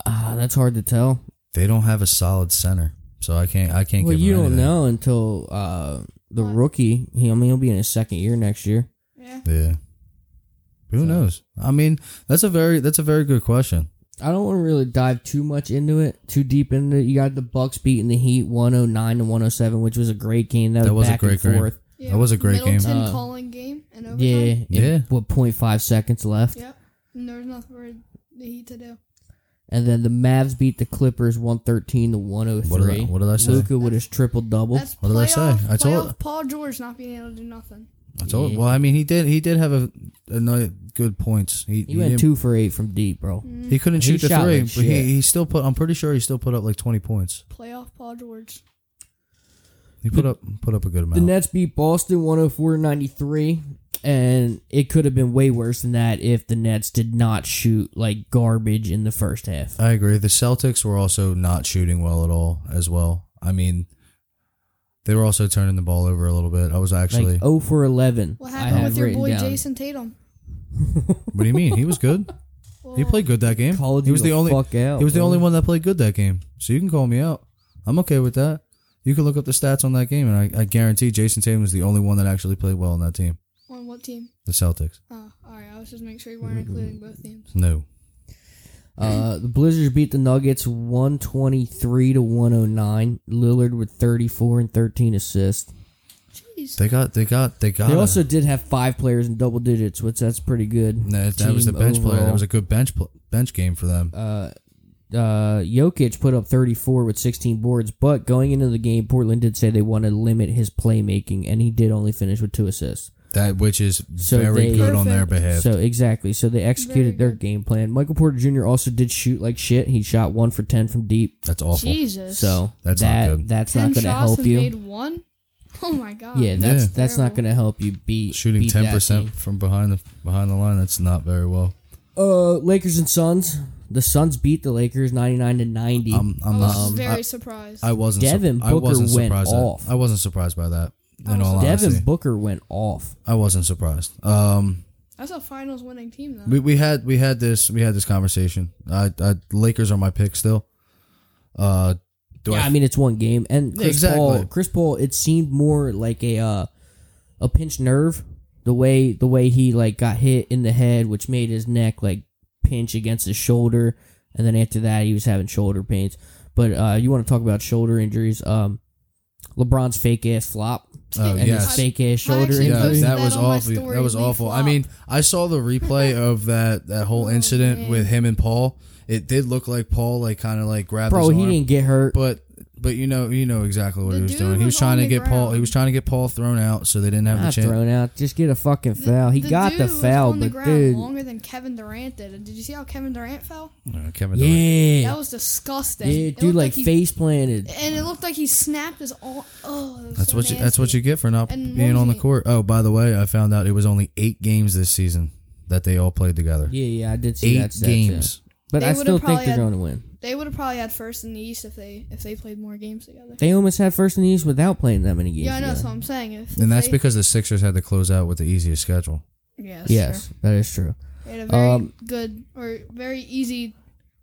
[SPEAKER 1] ah, that's hard to tell.
[SPEAKER 2] They don't have a solid center, so I can't. I can't.
[SPEAKER 1] Well,
[SPEAKER 2] give
[SPEAKER 1] you
[SPEAKER 2] them
[SPEAKER 1] don't
[SPEAKER 2] anything.
[SPEAKER 1] know until uh, the
[SPEAKER 3] What?
[SPEAKER 1] rookie. He, I mean, he'll be in his second year next year.
[SPEAKER 3] Yeah.
[SPEAKER 2] Yeah. Who knows? I mean, that's a very that's a very good question.
[SPEAKER 1] I don't want to really dive too much into it, too deep into it. You got the Bucks beating the Heat one hundred nine to one hundred seven, which was a great game. That,
[SPEAKER 2] That
[SPEAKER 1] was
[SPEAKER 2] was a
[SPEAKER 1] back
[SPEAKER 2] great
[SPEAKER 1] and
[SPEAKER 2] game.
[SPEAKER 1] forth.
[SPEAKER 3] yeah.
[SPEAKER 2] That was a great game.
[SPEAKER 3] Middleton
[SPEAKER 1] Uh,
[SPEAKER 3] calling game and overtime.
[SPEAKER 1] Yeah,
[SPEAKER 2] Yeah.
[SPEAKER 1] With 0.5 seconds left,
[SPEAKER 3] Yep. And there was nothing for the Heat to do.
[SPEAKER 1] And then the Mavs beat the Clippers one thirteen to one hundred
[SPEAKER 2] What did I,
[SPEAKER 1] three.
[SPEAKER 2] what did I say?
[SPEAKER 1] Luca with his triple double.
[SPEAKER 3] That's
[SPEAKER 2] What did I say?
[SPEAKER 3] playoff-
[SPEAKER 2] I told-
[SPEAKER 3] playoff Paul George not being able to do nothing.
[SPEAKER 2] I told. Well, I mean, he did. He did have a, a night- good points. He
[SPEAKER 1] He went
[SPEAKER 2] didn't-
[SPEAKER 1] two for eight from deep, bro.
[SPEAKER 2] He couldn't
[SPEAKER 1] He
[SPEAKER 2] shoot the
[SPEAKER 1] shot
[SPEAKER 2] three,
[SPEAKER 1] like
[SPEAKER 2] but he,
[SPEAKER 1] shit.
[SPEAKER 2] he still put. I'm pretty sure he still put up like 20 points.
[SPEAKER 3] Playoff Paul George.
[SPEAKER 2] He put up put up a good
[SPEAKER 1] The
[SPEAKER 2] amount.
[SPEAKER 1] Nets beat Boston 104 93, and it could have been way worse than that if the Nets did not shoot like garbage in the first half.
[SPEAKER 2] I agree. The Celtics were also not shooting well at all as well. I mean, they were also turning the ball over a little bit. I was actually.
[SPEAKER 1] Like 0 for 11.
[SPEAKER 3] What
[SPEAKER 1] I
[SPEAKER 3] happened
[SPEAKER 1] have
[SPEAKER 3] with your
[SPEAKER 1] written
[SPEAKER 3] boy
[SPEAKER 1] down.
[SPEAKER 3] Jason Tatum?
[SPEAKER 2] What do you mean? He was good. He
[SPEAKER 3] Well,
[SPEAKER 2] played good that game.
[SPEAKER 1] Called
[SPEAKER 2] He
[SPEAKER 1] you
[SPEAKER 2] was the only.
[SPEAKER 1] fuck out.
[SPEAKER 2] He was the
[SPEAKER 1] bro.
[SPEAKER 2] only one that played good that game. So you can call me out. I'm okay with that. You can look up the stats on that game, and I, I guarantee Jason Tatum was the only one that actually played well on that team,
[SPEAKER 3] on what team?
[SPEAKER 2] the Celtics.
[SPEAKER 3] Oh, all right. I was just making sure you weren't
[SPEAKER 1] Mm-hmm.
[SPEAKER 3] including both teams.
[SPEAKER 2] No,
[SPEAKER 1] Uh, the Blizzards beat the Nuggets 123 to 109. Lillard with 34 and 13 assists.
[SPEAKER 3] Jeez.
[SPEAKER 2] they got, they got, they got.
[SPEAKER 1] They
[SPEAKER 2] a-
[SPEAKER 1] also did have five players in double digits, which that's pretty good.
[SPEAKER 2] No, that was the
[SPEAKER 1] Team
[SPEAKER 2] bench player.
[SPEAKER 1] overall.
[SPEAKER 2] That was a good bench pl- bench game for them.
[SPEAKER 1] uh, uh, Jokic put up 34 with 16 boards, but going into the game, Portland did say they want to limit his playmaking, and he did only finish with two assists.
[SPEAKER 2] That which is
[SPEAKER 1] So
[SPEAKER 2] very
[SPEAKER 1] they-
[SPEAKER 2] good on their
[SPEAKER 3] Perfect.
[SPEAKER 2] behalf.
[SPEAKER 1] So exactly, so they executed
[SPEAKER 3] Very
[SPEAKER 1] their
[SPEAKER 3] good.
[SPEAKER 1] game plan. Michael Porter Jr. also did shoot like shit. He shot one for 10 from deep.
[SPEAKER 2] That's awful.
[SPEAKER 3] Jesus.
[SPEAKER 1] So
[SPEAKER 2] That's not
[SPEAKER 1] that
[SPEAKER 2] good.
[SPEAKER 1] that's
[SPEAKER 3] ten
[SPEAKER 1] not going to
[SPEAKER 3] shots
[SPEAKER 1] help
[SPEAKER 3] and
[SPEAKER 1] you.
[SPEAKER 3] made one. Oh my god.
[SPEAKER 1] yeah, that's
[SPEAKER 2] Yeah.
[SPEAKER 1] that's not
[SPEAKER 3] Terrible.
[SPEAKER 1] going to help you beat
[SPEAKER 2] Shooting
[SPEAKER 1] beat that
[SPEAKER 2] ten percent
[SPEAKER 1] team.
[SPEAKER 2] from behind the behind the line. That's not very well.
[SPEAKER 1] Uh, Lakers and Suns. The Suns beat the Lakers 99 to 90.
[SPEAKER 2] I'm,
[SPEAKER 3] I
[SPEAKER 2] I'm
[SPEAKER 3] was
[SPEAKER 2] not.
[SPEAKER 1] um,
[SPEAKER 3] very
[SPEAKER 2] I,
[SPEAKER 3] surprised.
[SPEAKER 2] I wasn't. sur-
[SPEAKER 1] Devin
[SPEAKER 2] I
[SPEAKER 1] Booker
[SPEAKER 2] wasn't
[SPEAKER 1] went
[SPEAKER 2] surprised. at-
[SPEAKER 1] off. Oh,
[SPEAKER 2] I wasn't surprised by that. In all
[SPEAKER 1] Devin
[SPEAKER 2] honesty,
[SPEAKER 1] Booker went off.
[SPEAKER 2] I wasn't surprised. Um,
[SPEAKER 3] That's a finals winning team though.
[SPEAKER 2] We, we had we had this we had this conversation. I, I Lakers are my pick still. Uh, do
[SPEAKER 1] yeah, I,
[SPEAKER 2] I,
[SPEAKER 1] mean it's one game, and Chris
[SPEAKER 2] Exactly.
[SPEAKER 1] Paul. Chris Paul. It seemed more like a uh, a pinched nerve. The way the way he like got hit in the head, which made his neck like pinch against his shoulder, and then after that he was having shoulder pains. But uh, you want to talk about shoulder injuries? Um, LeBron's fake ass flop
[SPEAKER 2] Oh,
[SPEAKER 1] and
[SPEAKER 2] yes.
[SPEAKER 1] his fake ass shoulder
[SPEAKER 3] actually
[SPEAKER 2] yeah,
[SPEAKER 1] injury.
[SPEAKER 2] that,
[SPEAKER 3] posted that
[SPEAKER 2] was
[SPEAKER 3] on my
[SPEAKER 2] awful.
[SPEAKER 3] story,
[SPEAKER 2] That was
[SPEAKER 3] we
[SPEAKER 2] awful. I
[SPEAKER 3] flop.
[SPEAKER 2] mean, I saw the replay of that that whole incident
[SPEAKER 3] Oh, man.
[SPEAKER 2] with him and Paul. It did look like Paul like kind of like grabbed
[SPEAKER 1] Bro,
[SPEAKER 2] his
[SPEAKER 1] he
[SPEAKER 2] arm,
[SPEAKER 1] didn't get hurt.
[SPEAKER 2] but but you know you know exactly what
[SPEAKER 3] The
[SPEAKER 2] he was
[SPEAKER 3] dude
[SPEAKER 2] doing. He was
[SPEAKER 3] was
[SPEAKER 2] trying
[SPEAKER 3] on
[SPEAKER 2] to
[SPEAKER 3] the
[SPEAKER 2] get Paul. He
[SPEAKER 3] ground.
[SPEAKER 2] was trying to get Paul thrown out, so they didn't have the
[SPEAKER 1] Not
[SPEAKER 2] chance.
[SPEAKER 1] thrown out. Just get a fucking foul. He got
[SPEAKER 3] dude
[SPEAKER 1] the
[SPEAKER 3] was
[SPEAKER 1] foul,
[SPEAKER 3] on the
[SPEAKER 1] but
[SPEAKER 3] ground
[SPEAKER 1] dude,
[SPEAKER 3] longer than Kevin Durant did. And Did you see how Kevin Durant fell?
[SPEAKER 2] Uh, Kevin Durant.
[SPEAKER 1] yeah,
[SPEAKER 3] That was disgusting.
[SPEAKER 1] yeah,
[SPEAKER 3] It
[SPEAKER 1] dude,
[SPEAKER 3] looked
[SPEAKER 1] like
[SPEAKER 3] he-
[SPEAKER 1] face planted.
[SPEAKER 3] And it looked like he snapped his all. Oh, that was
[SPEAKER 2] That's
[SPEAKER 3] so
[SPEAKER 2] what you, that's what
[SPEAKER 3] nasty.
[SPEAKER 2] you get for not
[SPEAKER 3] And
[SPEAKER 2] being
[SPEAKER 3] what
[SPEAKER 2] on the
[SPEAKER 3] was it?
[SPEAKER 2] court. Oh, by the way, I found out it was only eight games this season that they all played together.
[SPEAKER 1] Yeah, yeah, I did see
[SPEAKER 2] eight
[SPEAKER 1] that. stat, yeah.
[SPEAKER 2] games.
[SPEAKER 1] But
[SPEAKER 3] They
[SPEAKER 1] I
[SPEAKER 3] would've
[SPEAKER 1] still think
[SPEAKER 3] probably
[SPEAKER 1] they're
[SPEAKER 3] had-
[SPEAKER 1] going to win.
[SPEAKER 3] They would have probably had first in the East if they if they played more games together.
[SPEAKER 1] They almost had first in the East without playing that many games.
[SPEAKER 3] yeah, I know.
[SPEAKER 1] together.
[SPEAKER 3] So I'm saying if
[SPEAKER 2] And that's
[SPEAKER 3] they-
[SPEAKER 2] because the Sixers had to close out with the easiest schedule.
[SPEAKER 3] yeah, that's
[SPEAKER 1] Yes, that is true.
[SPEAKER 3] true. They had a very
[SPEAKER 1] Um,
[SPEAKER 3] good or very easy.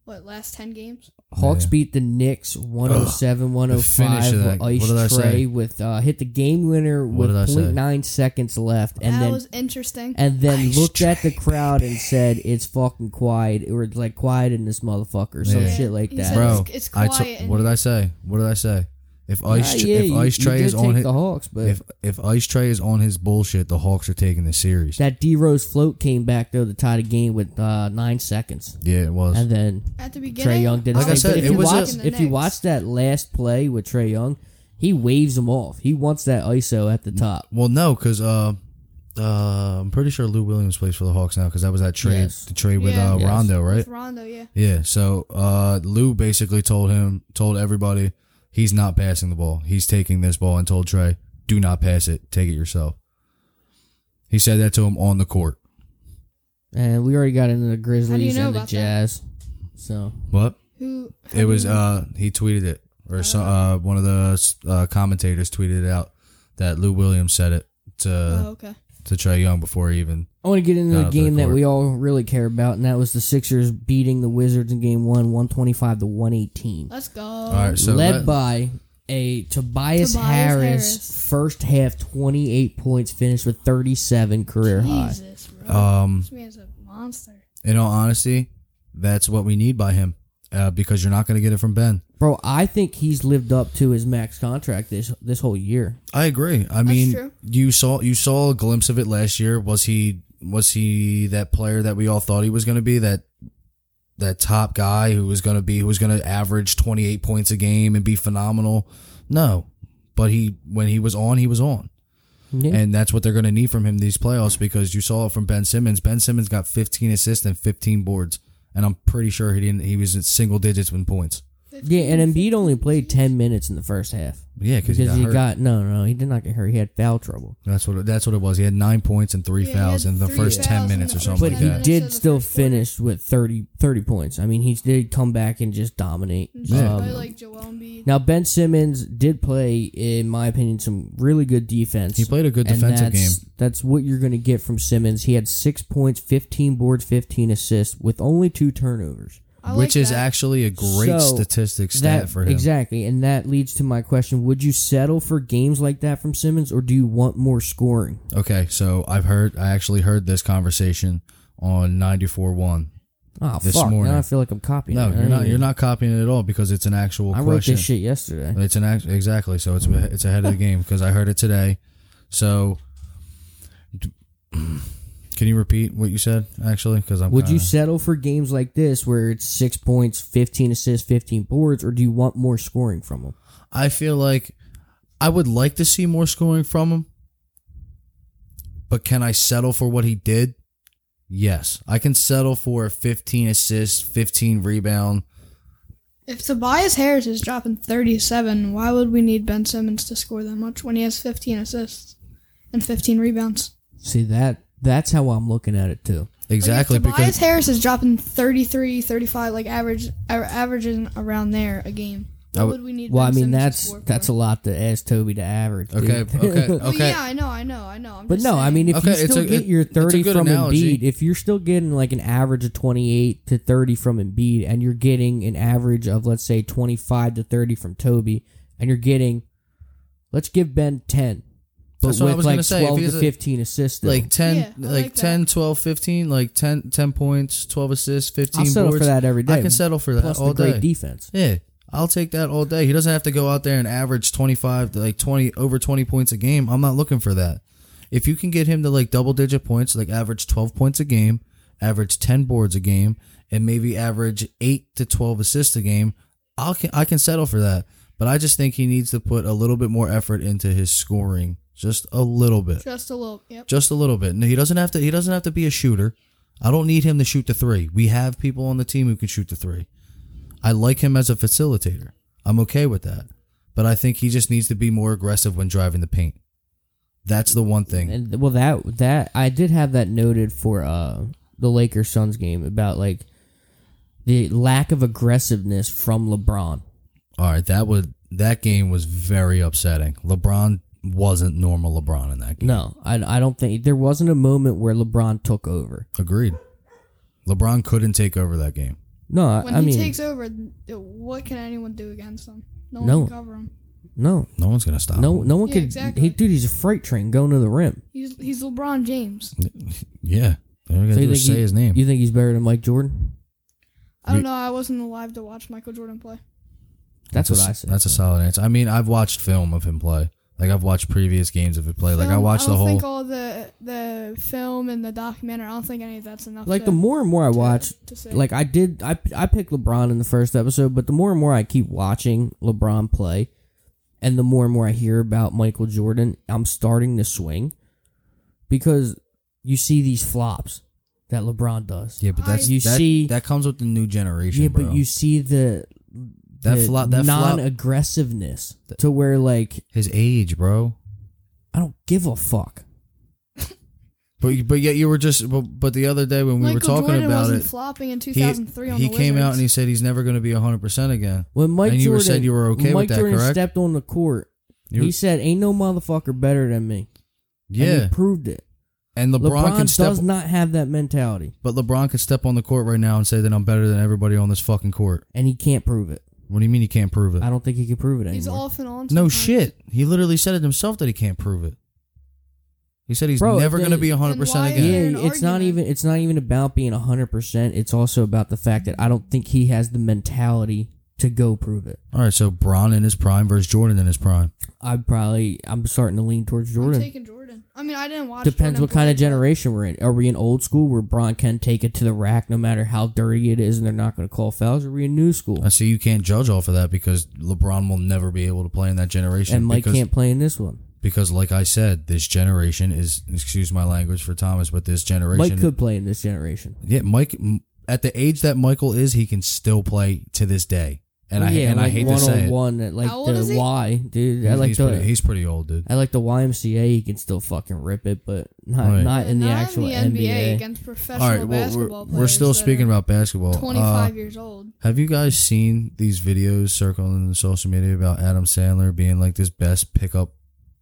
[SPEAKER 3] What last ten games?
[SPEAKER 1] Hawks beat the Knicks 107
[SPEAKER 2] finish of
[SPEAKER 1] 105
[SPEAKER 2] that-
[SPEAKER 1] with Ice
[SPEAKER 2] what did I say?
[SPEAKER 1] Trey with uh, hit the game winner with
[SPEAKER 2] What did I say?
[SPEAKER 1] 0.9 seconds left and
[SPEAKER 3] that
[SPEAKER 1] then
[SPEAKER 3] was interesting.
[SPEAKER 1] and then looked at the crowd and said it's fucking quiet or like quiet in this motherfucker some
[SPEAKER 2] Yeah.
[SPEAKER 1] shit like
[SPEAKER 3] He
[SPEAKER 1] that.
[SPEAKER 3] said
[SPEAKER 2] Bro,
[SPEAKER 3] it's- it's
[SPEAKER 2] I
[SPEAKER 3] quiet
[SPEAKER 2] t-
[SPEAKER 3] in
[SPEAKER 2] what did
[SPEAKER 3] here.
[SPEAKER 2] I say? What did I say? If ice,
[SPEAKER 1] Ah,
[SPEAKER 2] Tr-
[SPEAKER 1] yeah,
[SPEAKER 2] if
[SPEAKER 1] you-
[SPEAKER 2] ice
[SPEAKER 1] you
[SPEAKER 2] tray
[SPEAKER 1] did
[SPEAKER 2] is on
[SPEAKER 1] take
[SPEAKER 2] his,
[SPEAKER 1] the Hawks, but
[SPEAKER 2] if if ice tray is on his bullshit, the Hawks are taking the series.
[SPEAKER 1] that D Rose float came back though to tie the game with uh, nine seconds,
[SPEAKER 2] yeah, it was.
[SPEAKER 1] and then
[SPEAKER 3] At the beginning,
[SPEAKER 1] Trey Young did.
[SPEAKER 2] Like I
[SPEAKER 1] Like
[SPEAKER 2] said,
[SPEAKER 1] but if
[SPEAKER 2] it
[SPEAKER 1] you
[SPEAKER 2] was a-
[SPEAKER 1] watch, if you watch that last play with Trey Young, he waves him off. He wants that ISO at the top.
[SPEAKER 2] well, no, because uh, uh, I'm pretty sure Lou Williams plays for the Hawks now because that was that trade
[SPEAKER 1] Yes.
[SPEAKER 2] the trade with
[SPEAKER 3] Yeah.
[SPEAKER 2] uh,
[SPEAKER 1] Yes.
[SPEAKER 2] Rondo, right?
[SPEAKER 3] with Rondo, yeah,
[SPEAKER 2] Yeah. So uh, Lou basically told him, told everybody, he's not passing the ball. He's taking this ball and told Trey, do not pass it. Take it yourself. He said that to him on the court.
[SPEAKER 1] And we already got into the
[SPEAKER 3] How do you
[SPEAKER 1] Grizzlies
[SPEAKER 3] know
[SPEAKER 1] and the
[SPEAKER 3] about that?
[SPEAKER 1] Jazz. So
[SPEAKER 2] What?
[SPEAKER 3] who
[SPEAKER 2] It was uh, he tweeted it or so,
[SPEAKER 1] Uh-huh.
[SPEAKER 2] uh, one of the uh, commentators tweeted it out that Lou Williams said it to
[SPEAKER 3] Oh,
[SPEAKER 1] Uh-huh.
[SPEAKER 3] okay.
[SPEAKER 2] to Trey Young before he even.
[SPEAKER 1] I want to get into
[SPEAKER 2] Not
[SPEAKER 1] the
[SPEAKER 2] up to the
[SPEAKER 1] game that
[SPEAKER 2] court.
[SPEAKER 1] we all really care about, and that was the Sixers beating the Wizards in Game One, one twenty five to one eighteen.
[SPEAKER 3] Let's go.
[SPEAKER 2] All right. So
[SPEAKER 1] Uh, led
[SPEAKER 2] let-
[SPEAKER 1] by a Tobias,
[SPEAKER 3] Tobias
[SPEAKER 1] Harris,
[SPEAKER 3] Harris.
[SPEAKER 1] first half 28 points, finished with 37 career high.
[SPEAKER 3] Jesus, bro.
[SPEAKER 1] Uh,
[SPEAKER 2] um,
[SPEAKER 3] this man's a monster.
[SPEAKER 2] in all honesty, that's what we need by him uh, because you're not going to get it from Ben.
[SPEAKER 1] Bro, I think he's lived up to his max contract this this whole year.
[SPEAKER 2] I agree. I mean,
[SPEAKER 3] true.
[SPEAKER 2] you saw you saw a glimpse of it last year. Was he was he that player that we all thought he was going to be that that top guy who was going to be who was going to average 28 points a game and be phenomenal no but he when he was on he was on
[SPEAKER 1] Yeah.
[SPEAKER 2] and that's what they're going to need from him these playoffs because you saw it from Ben Simmons Ben Simmons got 15 assists and 15 boards and I'm pretty sure he didn't he was in single digits in points
[SPEAKER 1] yeah, and Embiid only played ten minutes in the first half
[SPEAKER 2] yeah
[SPEAKER 1] because
[SPEAKER 2] cuz he got,
[SPEAKER 1] he
[SPEAKER 2] hurt.
[SPEAKER 1] got no, no, he did not get hurt. He had foul trouble.
[SPEAKER 2] that's what it- that's what it was he had 9 points and 3
[SPEAKER 3] Yeah, he
[SPEAKER 2] fouls
[SPEAKER 3] had
[SPEAKER 2] in the
[SPEAKER 3] three
[SPEAKER 2] first
[SPEAKER 3] fouls
[SPEAKER 2] 10
[SPEAKER 3] in
[SPEAKER 2] minutes
[SPEAKER 3] the
[SPEAKER 2] or
[SPEAKER 3] first
[SPEAKER 2] something
[SPEAKER 1] But
[SPEAKER 2] like
[SPEAKER 1] he
[SPEAKER 3] Yeah.
[SPEAKER 2] that
[SPEAKER 1] did
[SPEAKER 3] So the
[SPEAKER 1] still
[SPEAKER 3] first quarter-
[SPEAKER 1] finish with 30, 30 points. I mean, he did come back and just dominate.
[SPEAKER 2] Yeah.
[SPEAKER 1] Um,
[SPEAKER 3] Probably like Joel Embiid.
[SPEAKER 1] now Ben Simmons did play, in my opinion, some really good defense.
[SPEAKER 2] he played a good defensive game
[SPEAKER 1] that's, That's what you're going to get from Simmons. He had six points, 15 boards, 15 assists, with only two turnovers.
[SPEAKER 3] I
[SPEAKER 2] which
[SPEAKER 3] like
[SPEAKER 2] is
[SPEAKER 3] that.
[SPEAKER 2] actually a great
[SPEAKER 1] So,
[SPEAKER 2] statistic stat
[SPEAKER 1] That-
[SPEAKER 2] for him.
[SPEAKER 1] Exactly. And that leads to my question Would you settle for games like that from Simmons, or do you want more scoring?
[SPEAKER 2] Okay, so I've heard, I actually heard this conversation on 94.1.
[SPEAKER 1] Oh,
[SPEAKER 2] This
[SPEAKER 1] fuck.
[SPEAKER 2] morning.
[SPEAKER 1] Now I feel like I'm copying. it. I
[SPEAKER 2] No, you're
[SPEAKER 1] don't
[SPEAKER 2] not.
[SPEAKER 1] even-
[SPEAKER 2] You're not copying it at all because it's an actual
[SPEAKER 1] I wrote
[SPEAKER 2] question.
[SPEAKER 1] this shit yesterday.
[SPEAKER 2] It's an act exactly. So it's it's ahead of the game because I heard it today. So, d- can you repeat what you said actually? Because I'm.
[SPEAKER 1] Would you
[SPEAKER 2] kinda-
[SPEAKER 1] settle for games like this where it's six points, 15 assists, 15 boards, or do you want more scoring from him?
[SPEAKER 2] I feel like I would like to see more scoring from him, but can I settle for what he did? Yes, I can settle for 15 assists, 15 rebound.
[SPEAKER 3] Oh, If Tobias Harris is dropping 37, why would we need Ben Simmons to score that much when he has 15 assists and 15 rebounds?
[SPEAKER 1] See, that that's how I'm looking at it, too.
[SPEAKER 2] Exactly
[SPEAKER 3] Like if Tobias
[SPEAKER 2] because
[SPEAKER 3] Harris is dropping 33, 35, like average, our averages around there a game. Why
[SPEAKER 2] I would-
[SPEAKER 3] would we need?
[SPEAKER 1] Well, I
[SPEAKER 3] ben
[SPEAKER 1] mean,
[SPEAKER 3] Simmons to
[SPEAKER 1] that's
[SPEAKER 3] score for?
[SPEAKER 1] that's a lot to ask Toby to average. dude.
[SPEAKER 2] okay, okay,
[SPEAKER 3] Well,
[SPEAKER 2] okay.
[SPEAKER 3] Oh, yeah, I know, I know, I know. I'm
[SPEAKER 1] But
[SPEAKER 3] just
[SPEAKER 1] no, I
[SPEAKER 3] saying.
[SPEAKER 1] mean, if you
[SPEAKER 2] Okay, it's
[SPEAKER 1] still
[SPEAKER 2] a-
[SPEAKER 1] get
[SPEAKER 2] it-
[SPEAKER 1] your
[SPEAKER 2] it's a
[SPEAKER 1] 30
[SPEAKER 2] good
[SPEAKER 1] from
[SPEAKER 2] analogy.
[SPEAKER 1] Embiid, if you're still getting like an average of 28 to 30 from Embiid, and you're getting an average of, let's say, 25 to 30 from Toby, and you're getting, let's give Ben 10, but
[SPEAKER 2] That's what I
[SPEAKER 1] with
[SPEAKER 2] was
[SPEAKER 1] like
[SPEAKER 2] gonna say. If
[SPEAKER 1] 12
[SPEAKER 2] he
[SPEAKER 1] to
[SPEAKER 2] doesn't-
[SPEAKER 1] 15 assists. though.
[SPEAKER 2] Like 10
[SPEAKER 3] Yeah, I
[SPEAKER 2] like,
[SPEAKER 3] like that.
[SPEAKER 2] 10 12 15 like 10 10 points, 12 assists, 15
[SPEAKER 1] I'll settle
[SPEAKER 2] boards.
[SPEAKER 1] for that every day.
[SPEAKER 2] I can settle for that
[SPEAKER 1] plus
[SPEAKER 2] uh, all
[SPEAKER 1] the great
[SPEAKER 2] day.
[SPEAKER 1] defense.
[SPEAKER 2] Yeah, I'll take that all day. He doesn't have to go out there and average 25, like 20, over 20 points a game. I'm not looking for that. If you can get him to like double digit points, like average 12 points a game, average 10 boards a game, and maybe average 8 to 12 assists a game, I'll can, I can settle for that. But I just think he needs to put a little bit more effort into his scoring, just a little bit.
[SPEAKER 3] just a little. Yep.
[SPEAKER 2] Just a little bit. No, he doesn't have to. He doesn't have to be a shooter. I don't need him to shoot the three. We have people on the team who can shoot the three. I like him as a facilitator. I'm okay with that. But I think he just needs to be more aggressive when driving the paint. That's the one thing.
[SPEAKER 1] And well, that that I did have that noted for uh the Lakers Suns game about like the lack of aggressiveness from LeBron.
[SPEAKER 2] All right, that was that game was very upsetting. LeBron wasn't normal LeBron in that game.
[SPEAKER 1] No, I, I don't think there wasn't a moment where LeBron took over.
[SPEAKER 2] Agreed. LeBron couldn't take over that game.
[SPEAKER 1] No,
[SPEAKER 3] When
[SPEAKER 1] I, I
[SPEAKER 3] he
[SPEAKER 1] mean
[SPEAKER 3] takes over, th- what can anyone do against him? No one
[SPEAKER 1] No.
[SPEAKER 3] can cover him.
[SPEAKER 1] no,
[SPEAKER 2] No one's gonna stop.
[SPEAKER 1] no,
[SPEAKER 2] No.
[SPEAKER 1] no one
[SPEAKER 3] Yeah,
[SPEAKER 1] could.
[SPEAKER 3] exactly.
[SPEAKER 1] He, dude, he's a freight train going to the rim.
[SPEAKER 3] He's he's LeBron James.
[SPEAKER 2] Yeah. All you gotta
[SPEAKER 1] So you
[SPEAKER 2] do is
[SPEAKER 1] think
[SPEAKER 2] say
[SPEAKER 1] he-
[SPEAKER 2] his name.
[SPEAKER 1] You think he's better than Mike Jordan?
[SPEAKER 3] I don't know. I wasn't alive to watch Michael Jordan play.
[SPEAKER 1] That's,
[SPEAKER 2] a-
[SPEAKER 1] what I said.
[SPEAKER 2] That's a solid answer. I mean, I've watched film of him play. Like I've watched previous games of him play. Like I
[SPEAKER 3] Film,
[SPEAKER 2] watched
[SPEAKER 3] don't
[SPEAKER 2] the whole.
[SPEAKER 3] think all the the film and the documentary. I don't think any of that's enough.
[SPEAKER 1] like
[SPEAKER 3] to,
[SPEAKER 1] the more and more I watch,
[SPEAKER 3] to say.
[SPEAKER 1] like I did, I I picked LeBron in the first episode, but the more and more I keep watching LeBron play, and the more and more I hear about Michael Jordan, I'm starting to swing, because you see these flops that LeBron does.
[SPEAKER 2] yeah, but that's
[SPEAKER 1] You
[SPEAKER 2] that,
[SPEAKER 1] see-
[SPEAKER 2] that comes with the new generation,
[SPEAKER 1] yeah,
[SPEAKER 2] bro.
[SPEAKER 1] but you see the
[SPEAKER 2] that
[SPEAKER 1] the
[SPEAKER 2] flop, that flop,
[SPEAKER 1] non-aggressiveness to where like
[SPEAKER 2] his age, bro.
[SPEAKER 1] I don't give a fuck.
[SPEAKER 2] But but yet you were just. But, but the other day when we
[SPEAKER 3] Michael
[SPEAKER 2] were talking
[SPEAKER 3] Jordan
[SPEAKER 2] about
[SPEAKER 3] wasn't
[SPEAKER 2] it,
[SPEAKER 3] flopping in
[SPEAKER 2] he
[SPEAKER 3] 2003 on
[SPEAKER 2] he
[SPEAKER 3] the
[SPEAKER 2] came out and he
[SPEAKER 3] Wizards.
[SPEAKER 2] said he's never going to be hundred percent again.
[SPEAKER 1] When Mike
[SPEAKER 2] And you
[SPEAKER 1] Jordan
[SPEAKER 2] were- said you were okay with
[SPEAKER 1] Mike
[SPEAKER 2] that,
[SPEAKER 1] Jordan
[SPEAKER 2] correct?
[SPEAKER 1] stepped on the court.
[SPEAKER 2] You-
[SPEAKER 1] he said, "Ain't no motherfucker better than me." And
[SPEAKER 2] Yeah,
[SPEAKER 1] he proved it.
[SPEAKER 2] and LeBron,
[SPEAKER 1] LeBron,
[SPEAKER 2] can step,
[SPEAKER 1] does not have that mentality,
[SPEAKER 2] but LeBron could step on the court right now and say that I'm better than everybody on this fucking court.
[SPEAKER 1] and he can't prove it.
[SPEAKER 2] What do you mean he can't prove it?
[SPEAKER 1] I don't think he can prove it anymore.
[SPEAKER 3] he's off and on.
[SPEAKER 2] No
[SPEAKER 3] sometimes.
[SPEAKER 2] shit. He literally said it himself that he can't prove it. He said he's
[SPEAKER 1] Bro,
[SPEAKER 2] never
[SPEAKER 1] then-
[SPEAKER 2] going to be 100%
[SPEAKER 3] Then why-
[SPEAKER 2] again.
[SPEAKER 1] yeah,
[SPEAKER 3] an
[SPEAKER 1] it's not
[SPEAKER 3] argument.
[SPEAKER 1] even it's not even about being hundred percent. It's also about the fact that I don't think he has the mentality to go prove it.
[SPEAKER 2] All right, so Braun in his prime versus Jordan in his prime.
[SPEAKER 1] I probably I'm starting to lean towards
[SPEAKER 3] I'm
[SPEAKER 1] Jordan.
[SPEAKER 3] taking Jordan. I mean, mean, I didn't watch.
[SPEAKER 1] Depends
[SPEAKER 3] Jordan
[SPEAKER 1] what kind
[SPEAKER 3] play.
[SPEAKER 1] of generation we're in. Are we in old school where Braun can take it to the rack no matter how dirty it is and they're not going to call fouls? Are we in new school?
[SPEAKER 2] I see you can't judge off of that because LeBron will never be able to play in that generation.
[SPEAKER 1] And Mike
[SPEAKER 2] because,
[SPEAKER 1] can't play in this one.
[SPEAKER 2] because, like I said, this generation is excuse my language for Thomas, but this generation,
[SPEAKER 1] Mike could play in this generation.
[SPEAKER 2] yeah, Mike m- at the age that Michael is, he can still play to this day. And I
[SPEAKER 1] yeah,
[SPEAKER 2] and I
[SPEAKER 1] like
[SPEAKER 2] hate
[SPEAKER 1] one
[SPEAKER 2] to say
[SPEAKER 1] on
[SPEAKER 2] it,
[SPEAKER 1] one at like
[SPEAKER 3] How old is
[SPEAKER 1] the
[SPEAKER 3] he?
[SPEAKER 1] Y, dude. I like
[SPEAKER 2] he's,
[SPEAKER 1] the
[SPEAKER 2] pretty, he's pretty old, dude.
[SPEAKER 1] I like the YMCA. He can still fucking rip it, but not
[SPEAKER 2] Right.
[SPEAKER 1] not in the
[SPEAKER 3] Not
[SPEAKER 1] actual
[SPEAKER 3] NBA,
[SPEAKER 1] NBA.
[SPEAKER 3] against professional
[SPEAKER 2] All right, well, we're,
[SPEAKER 3] basketball players.
[SPEAKER 2] we're still speaking about basketball.
[SPEAKER 3] twenty five
[SPEAKER 2] Uh,
[SPEAKER 3] years old.
[SPEAKER 2] have you guys seen these videos circling on social media about Adam Sandler being like this best pickup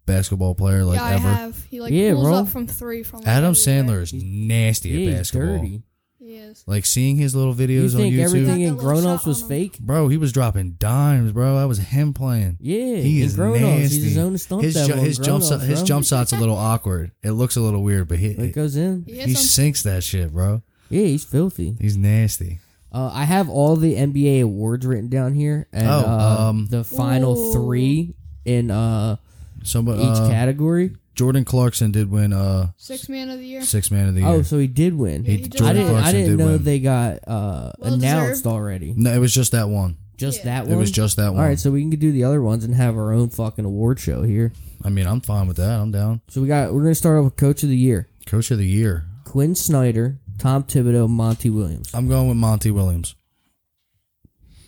[SPEAKER 2] basketball player like
[SPEAKER 3] yeah,
[SPEAKER 2] ever?
[SPEAKER 3] I have. He like
[SPEAKER 1] Yeah,
[SPEAKER 3] pulls
[SPEAKER 1] bro.
[SPEAKER 3] up from three from like,
[SPEAKER 2] Adam
[SPEAKER 3] everywhere.
[SPEAKER 2] Sandler is nasty
[SPEAKER 1] Yeah,
[SPEAKER 2] at
[SPEAKER 1] he's
[SPEAKER 2] basketball.
[SPEAKER 1] dirty.
[SPEAKER 3] He is.
[SPEAKER 2] Like seeing his little
[SPEAKER 1] You
[SPEAKER 2] videos on
[SPEAKER 1] think
[SPEAKER 2] YouTube.
[SPEAKER 1] everything
[SPEAKER 3] Got
[SPEAKER 1] in
[SPEAKER 3] that
[SPEAKER 1] Grown
[SPEAKER 3] little
[SPEAKER 1] Ups
[SPEAKER 3] shot
[SPEAKER 1] was
[SPEAKER 3] on him.
[SPEAKER 1] fake?
[SPEAKER 2] Bro, he was dropping dimes, bro. That was him playing.
[SPEAKER 1] Yeah,
[SPEAKER 2] He
[SPEAKER 1] in
[SPEAKER 2] is
[SPEAKER 1] Grown
[SPEAKER 2] nasty.
[SPEAKER 1] Ups, he's his own stunt
[SPEAKER 2] his,
[SPEAKER 1] double. in
[SPEAKER 2] his jump
[SPEAKER 1] Grown
[SPEAKER 2] shot,
[SPEAKER 1] Ups,
[SPEAKER 2] his
[SPEAKER 1] bro. uh,
[SPEAKER 2] jump shot's a little awkward. It looks a little weird, but he,
[SPEAKER 1] It goes in.
[SPEAKER 3] He
[SPEAKER 2] he
[SPEAKER 3] hits some.
[SPEAKER 2] sinks that shit, bro.
[SPEAKER 1] Yeah, he's filthy.
[SPEAKER 2] He's nasty.
[SPEAKER 1] Uh, I have all the NBA awards written down here, and
[SPEAKER 2] Oh,
[SPEAKER 1] uh,
[SPEAKER 2] um,
[SPEAKER 1] the final
[SPEAKER 3] Ooh.
[SPEAKER 1] three in uh, each
[SPEAKER 2] Somebody, uh,
[SPEAKER 1] category.
[SPEAKER 2] Jordan Clarkson did win uh
[SPEAKER 3] Six man of the year.
[SPEAKER 2] six man of the year.
[SPEAKER 1] Oh, so he did win.
[SPEAKER 3] He-
[SPEAKER 2] He-
[SPEAKER 3] just-
[SPEAKER 1] I
[SPEAKER 2] Jordan
[SPEAKER 1] didn't. I
[SPEAKER 2] Clarkson
[SPEAKER 1] didn't
[SPEAKER 2] did
[SPEAKER 1] know
[SPEAKER 2] win.
[SPEAKER 1] they got uh,
[SPEAKER 3] Well
[SPEAKER 1] announced
[SPEAKER 3] deserved.
[SPEAKER 1] already.
[SPEAKER 2] No, it was just that one.
[SPEAKER 1] Just
[SPEAKER 3] Yeah.
[SPEAKER 1] that
[SPEAKER 2] It
[SPEAKER 1] one.
[SPEAKER 2] was just that
[SPEAKER 1] all
[SPEAKER 2] one.
[SPEAKER 1] right, so we can do the other ones and have our own fucking award show here.
[SPEAKER 2] I mean, I'm fine with that. I'm down.
[SPEAKER 1] So we got. We're gonna start off with Coach of the Year:
[SPEAKER 2] Coach of the year.
[SPEAKER 1] Quinn Snyder, Tom Thibodeau, Monty Williams.
[SPEAKER 2] I'm going with Monty Williams.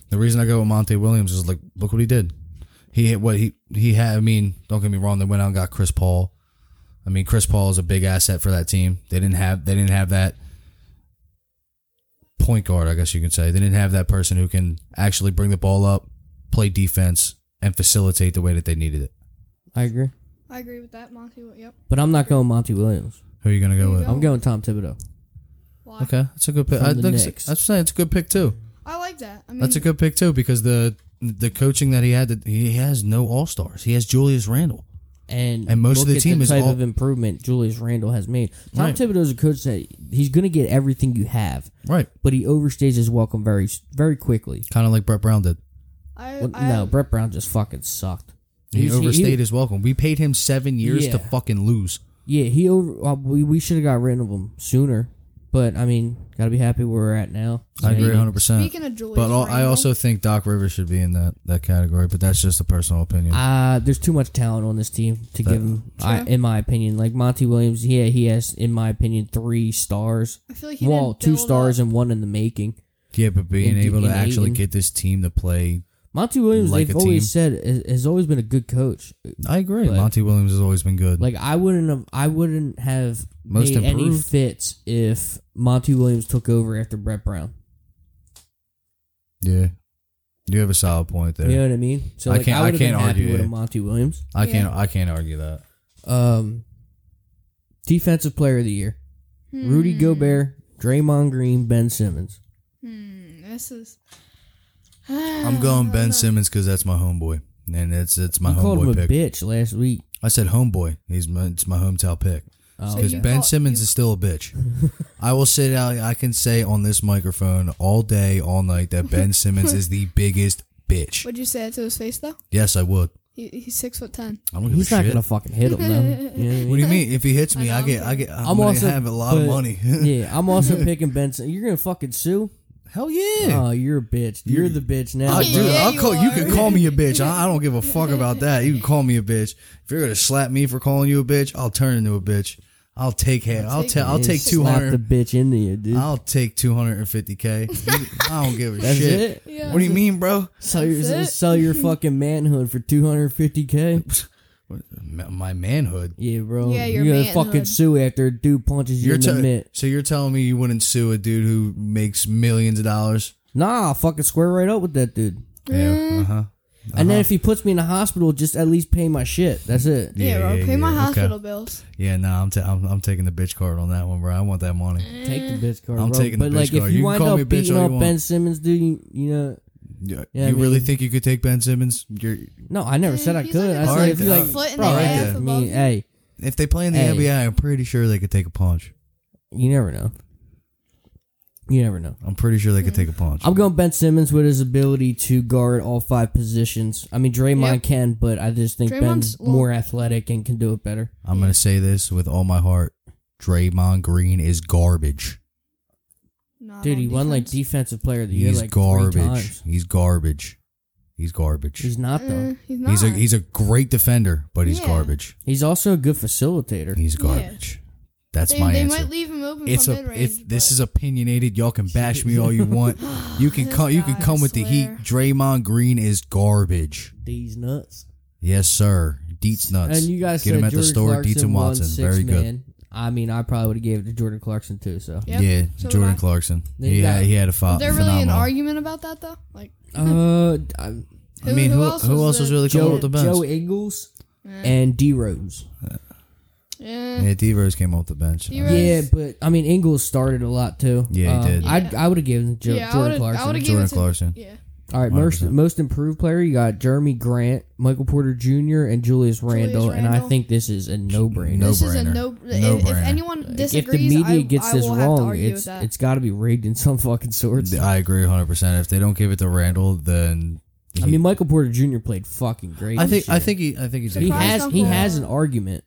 [SPEAKER 2] The reason I go with Monty Williams is like, look what he did. He hit what he he had. I mean, don't get me wrong. They went out and got Chris Paul. I mean, Chris Paul is a big asset for that team. They didn't have they didn't have that point guard. I guess you could say they didn't have that person who can actually bring the ball up, play defense, and facilitate the way that they needed it.
[SPEAKER 1] I agree,
[SPEAKER 3] I agree with that, Monty. Yep.
[SPEAKER 1] but I'm not going Monty Williams.
[SPEAKER 2] Who are you gonna go with?
[SPEAKER 1] I'm going Tom Thibodeau.
[SPEAKER 3] Why?
[SPEAKER 2] Okay, that's a good pick.
[SPEAKER 1] From
[SPEAKER 2] I
[SPEAKER 1] the
[SPEAKER 2] think
[SPEAKER 1] Knicks.
[SPEAKER 2] it's, I'm saying it's a good pick too.
[SPEAKER 3] I like that. I mean,
[SPEAKER 2] That's a good pick too because the the coaching that he had, that he has no all stars. He has Julius Randle.
[SPEAKER 1] And,
[SPEAKER 2] And most of
[SPEAKER 1] look
[SPEAKER 2] the
[SPEAKER 1] at
[SPEAKER 2] team is
[SPEAKER 1] type
[SPEAKER 2] all-
[SPEAKER 1] of improvement Julius Randle has made. Tom
[SPEAKER 2] Right.
[SPEAKER 1] Thibodeau is a coach that he's going to get everything you have,
[SPEAKER 2] Right,
[SPEAKER 1] but he overstays his welcome very very quickly.
[SPEAKER 2] kind of like Brett Brown did.
[SPEAKER 3] I,
[SPEAKER 1] Well,
[SPEAKER 3] I,
[SPEAKER 1] no, Brett Brown just fucking sucked.
[SPEAKER 2] He
[SPEAKER 1] He's- he-
[SPEAKER 2] overstayed his welcome. We paid him seven years to
[SPEAKER 1] Yeah.
[SPEAKER 2] fucking lose.
[SPEAKER 1] Yeah, he over. Uh, we we should have got rid of him sooner, but I mean, gotta be happy where we're at now.
[SPEAKER 2] I agree, hundred percent.
[SPEAKER 3] Speaking of Julius,
[SPEAKER 2] But all, I
[SPEAKER 3] Randle,
[SPEAKER 2] also think Doc Rivers should be in that that category. But that's just a personal opinion.
[SPEAKER 1] Uh, there's too much talent on this team to give him, I, in my opinion. Like Monty Williams, yeah, he has, in my opinion, three stars.
[SPEAKER 3] I feel like he
[SPEAKER 1] Well,
[SPEAKER 3] didn't
[SPEAKER 1] two
[SPEAKER 3] build
[SPEAKER 1] stars
[SPEAKER 3] Up.
[SPEAKER 1] and one in the making.
[SPEAKER 2] yeah, but being
[SPEAKER 1] Indeed,
[SPEAKER 2] able to
[SPEAKER 1] in
[SPEAKER 2] actually
[SPEAKER 1] Aiden.
[SPEAKER 2] get this team to play,
[SPEAKER 1] Monty Williams,
[SPEAKER 2] Like
[SPEAKER 1] they've
[SPEAKER 2] a
[SPEAKER 1] always said, has, has always been a good coach.
[SPEAKER 2] I agree.
[SPEAKER 1] But-
[SPEAKER 2] Monty Williams has always been good.
[SPEAKER 1] Like I wouldn't have, I wouldn't have
[SPEAKER 2] Most
[SPEAKER 1] made any
[SPEAKER 2] improved.
[SPEAKER 1] fits if Monty Williams took over after Brett Brown.
[SPEAKER 2] yeah, you have a solid point there.
[SPEAKER 1] You know what I mean? So
[SPEAKER 2] I
[SPEAKER 1] like, I,
[SPEAKER 2] can't- I
[SPEAKER 1] would have been
[SPEAKER 2] can't
[SPEAKER 1] happy
[SPEAKER 2] argue
[SPEAKER 1] with a
[SPEAKER 2] it.
[SPEAKER 1] Monty Williams.
[SPEAKER 2] I can't. I can't argue that.
[SPEAKER 1] Um, defensive player of the year: Rudy Gobert, Draymond Green, Ben Simmons.
[SPEAKER 3] Hmm, this is.
[SPEAKER 2] I'm going Ben Simmons because that's my homeboy, and it's it's my
[SPEAKER 1] you called him
[SPEAKER 2] homeboy
[SPEAKER 1] a
[SPEAKER 2] pick.
[SPEAKER 1] bitch last week.
[SPEAKER 2] I said homeboy. He's my, it's my hometown pick
[SPEAKER 1] Oh,
[SPEAKER 3] So
[SPEAKER 2] because
[SPEAKER 3] you
[SPEAKER 2] Ben
[SPEAKER 3] call-
[SPEAKER 2] Simmons
[SPEAKER 3] you-
[SPEAKER 2] is still a bitch. I will sit out. I can say on this microphone all day, all night that Ben Simmons is the biggest bitch.
[SPEAKER 3] Would you say it to his face though?
[SPEAKER 2] Yes, I would.
[SPEAKER 3] He, he's six foot ten.
[SPEAKER 2] I don't give
[SPEAKER 1] he's
[SPEAKER 2] a
[SPEAKER 1] not
[SPEAKER 2] shit.
[SPEAKER 1] gonna fucking hit him though. You know what I mean?
[SPEAKER 2] what do you mean? If he hits me,
[SPEAKER 3] I
[SPEAKER 2] I,
[SPEAKER 3] know,
[SPEAKER 2] get.
[SPEAKER 3] I'm
[SPEAKER 2] I get. I'm,
[SPEAKER 1] I'm
[SPEAKER 2] gonna
[SPEAKER 1] also-
[SPEAKER 2] have a lot
[SPEAKER 1] but-
[SPEAKER 2] of money.
[SPEAKER 1] yeah, I'm also picking Ben. Simmons. You're gonna fucking sue?
[SPEAKER 2] Hell yeah.
[SPEAKER 1] Oh, you're a bitch. You're the bitch now.
[SPEAKER 2] I
[SPEAKER 1] bro.
[SPEAKER 2] do.
[SPEAKER 3] Yeah,
[SPEAKER 2] I'll
[SPEAKER 3] you
[SPEAKER 2] call you
[SPEAKER 3] are.
[SPEAKER 2] can call me a bitch. I, I don't give a fuck about that. You can call me a bitch. If you're gonna slap me for calling you a bitch, I'll turn into a bitch. I'll take half. I'll
[SPEAKER 3] take
[SPEAKER 2] take. I'll
[SPEAKER 1] Yeah,
[SPEAKER 2] take
[SPEAKER 1] slap
[SPEAKER 2] two hundred.
[SPEAKER 1] the bitch into you, dude.
[SPEAKER 2] I'll take 250k. I don't give a
[SPEAKER 1] That's
[SPEAKER 2] shit.
[SPEAKER 1] it.
[SPEAKER 3] Yeah.
[SPEAKER 2] What do you mean, bro?
[SPEAKER 1] Sell your
[SPEAKER 3] That's it.
[SPEAKER 1] sell your fucking manhood for 250k.
[SPEAKER 2] M- My manhood.
[SPEAKER 1] Yeah, bro.
[SPEAKER 3] Yeah,
[SPEAKER 1] you're
[SPEAKER 3] your
[SPEAKER 1] gonna
[SPEAKER 3] manhood.
[SPEAKER 1] fucking sue after a dude punches you
[SPEAKER 2] You're
[SPEAKER 1] in the
[SPEAKER 2] te-
[SPEAKER 1] mitt.
[SPEAKER 2] so you're telling me you wouldn't sue a dude who makes millions of dollars?
[SPEAKER 1] Nah, I'll fucking square right up with that dude.
[SPEAKER 2] Yeah.
[SPEAKER 1] Mm.
[SPEAKER 2] Uh huh.
[SPEAKER 1] And then if he puts me in the hospital, just at least pay my shit. That's it.
[SPEAKER 3] Yeah, bro. pay my
[SPEAKER 2] okay.
[SPEAKER 3] hospital bills.
[SPEAKER 2] Yeah, no, I'm, ta- I'm I'm taking the bitch card on that one, bro. I want that
[SPEAKER 3] Eh.
[SPEAKER 2] money.
[SPEAKER 1] Take the bitch card.
[SPEAKER 2] I'm
[SPEAKER 1] bro.
[SPEAKER 2] taking the
[SPEAKER 1] but
[SPEAKER 2] bitch
[SPEAKER 1] like,
[SPEAKER 2] card.
[SPEAKER 1] if you,
[SPEAKER 2] You can
[SPEAKER 1] wind
[SPEAKER 2] call
[SPEAKER 1] up
[SPEAKER 2] me a bitch
[SPEAKER 1] beating
[SPEAKER 2] all you
[SPEAKER 1] up Ben
[SPEAKER 2] want.
[SPEAKER 1] Simmons, dude, you, you know.
[SPEAKER 2] You,
[SPEAKER 1] Yeah, I
[SPEAKER 2] you really
[SPEAKER 1] mean-
[SPEAKER 2] think you could take Ben Simmons? You're,
[SPEAKER 1] No, I never said I
[SPEAKER 3] He's
[SPEAKER 1] could.
[SPEAKER 3] like
[SPEAKER 1] I
[SPEAKER 3] a
[SPEAKER 1] said
[SPEAKER 2] Alright,
[SPEAKER 1] if you
[SPEAKER 2] then.
[SPEAKER 1] like,
[SPEAKER 3] Foot in
[SPEAKER 1] bro,
[SPEAKER 2] the
[SPEAKER 1] I
[SPEAKER 2] ass
[SPEAKER 1] mean,
[SPEAKER 3] above you.
[SPEAKER 1] hey,
[SPEAKER 2] if they play in the
[SPEAKER 1] Hey.
[SPEAKER 2] NBA, I'm pretty sure they could take a punch.
[SPEAKER 1] you never know. You never know.
[SPEAKER 2] I'm pretty sure they could take a punch.
[SPEAKER 1] I'm going Ben Simmons with his ability to guard all five positions. I mean, Draymond
[SPEAKER 3] Yep.
[SPEAKER 1] can, but I just think
[SPEAKER 3] Draymond's
[SPEAKER 1] Ben's
[SPEAKER 3] a little-
[SPEAKER 1] more athletic and can do it better.
[SPEAKER 2] I'm gonna say this with all my heart. Draymond Green is garbage.
[SPEAKER 3] Not
[SPEAKER 1] Dude,
[SPEAKER 3] on
[SPEAKER 1] he won like
[SPEAKER 3] defense.
[SPEAKER 1] defensive player of the year
[SPEAKER 2] He's
[SPEAKER 1] like three
[SPEAKER 2] garbage.
[SPEAKER 1] times.
[SPEAKER 2] He's garbage. He's garbage.
[SPEAKER 1] He's not though.
[SPEAKER 3] Uh, he's not.
[SPEAKER 2] He's a he's a great defender, but he's
[SPEAKER 3] Yeah.
[SPEAKER 2] garbage.
[SPEAKER 1] He's also a good facilitator.
[SPEAKER 2] He's
[SPEAKER 3] Yeah.
[SPEAKER 2] garbage. That's
[SPEAKER 3] they,
[SPEAKER 2] my
[SPEAKER 3] they
[SPEAKER 2] answer.
[SPEAKER 3] might leave him open
[SPEAKER 2] It's
[SPEAKER 3] from
[SPEAKER 2] a
[SPEAKER 3] mid-range.
[SPEAKER 2] it's this is opinionated. Y'all can bash me all you want. You can
[SPEAKER 3] This
[SPEAKER 2] come you can
[SPEAKER 3] guy, I
[SPEAKER 2] come with the heat.
[SPEAKER 3] swear.
[SPEAKER 2] Draymond Green is garbage.
[SPEAKER 1] These nuts.
[SPEAKER 2] Yes, sir. Deets nuts.
[SPEAKER 1] And you guys
[SPEAKER 2] get
[SPEAKER 1] said
[SPEAKER 2] him at
[SPEAKER 1] Jordan
[SPEAKER 2] the store.
[SPEAKER 1] Clarkson
[SPEAKER 2] Deets and
[SPEAKER 1] won
[SPEAKER 2] Watson,
[SPEAKER 1] six
[SPEAKER 2] very good.
[SPEAKER 1] man. I mean, I probably would have gave it to Jordan Clarkson too. So
[SPEAKER 3] Yep,
[SPEAKER 2] Yeah,
[SPEAKER 3] so would
[SPEAKER 2] Jordan
[SPEAKER 3] I.
[SPEAKER 2] Clarkson.
[SPEAKER 1] They
[SPEAKER 2] Yeah,
[SPEAKER 1] got-
[SPEAKER 2] he had a fo-
[SPEAKER 3] Is there really an
[SPEAKER 2] phenomenal.
[SPEAKER 3] argument about that though? Like
[SPEAKER 1] Uh, I-
[SPEAKER 3] who, who else was the-
[SPEAKER 1] Joe,
[SPEAKER 2] up with bench?
[SPEAKER 1] Joe Ingles
[SPEAKER 3] Mm.
[SPEAKER 1] and D Rose.
[SPEAKER 3] Yeah.
[SPEAKER 2] Yeah, Devers came off the bench.
[SPEAKER 3] D-Rose. Rose.
[SPEAKER 1] Yeah, but I mean Ingles started a lot too.
[SPEAKER 2] Yeah, he
[SPEAKER 1] Uh,
[SPEAKER 2] did.
[SPEAKER 1] I'd, I would have given Joe,
[SPEAKER 3] Yeah, I
[SPEAKER 1] Jordan
[SPEAKER 3] would've- I
[SPEAKER 1] Clarkson.
[SPEAKER 3] would've
[SPEAKER 2] Jordan
[SPEAKER 3] Give it to-
[SPEAKER 2] Clarkson.
[SPEAKER 3] Yeah.
[SPEAKER 1] All right, most, most improved player you got Jeremy Grant, Michael Porter Jr., and Julius Randle, and I
[SPEAKER 3] Randle.
[SPEAKER 1] think this is a no brainer.
[SPEAKER 2] No
[SPEAKER 3] this is a
[SPEAKER 2] brainer.
[SPEAKER 3] no.
[SPEAKER 2] No
[SPEAKER 3] if, if
[SPEAKER 2] brainer.
[SPEAKER 3] anyone
[SPEAKER 1] If the
[SPEAKER 3] disagrees,
[SPEAKER 1] media
[SPEAKER 3] I,
[SPEAKER 1] gets
[SPEAKER 3] I
[SPEAKER 1] this
[SPEAKER 3] will have to
[SPEAKER 1] wrong,
[SPEAKER 3] argue
[SPEAKER 1] it's
[SPEAKER 3] with that.
[SPEAKER 1] it's got to be rigged in some fucking sorts.
[SPEAKER 2] I agree 100. percent If they don't give it to Randall, then
[SPEAKER 1] I mean, Michael Porter Jr. played fucking great.
[SPEAKER 2] I think
[SPEAKER 1] this year.
[SPEAKER 2] I think he I think he's.
[SPEAKER 1] he
[SPEAKER 3] Surprise
[SPEAKER 1] has he
[SPEAKER 3] Uncle.
[SPEAKER 1] has an argument.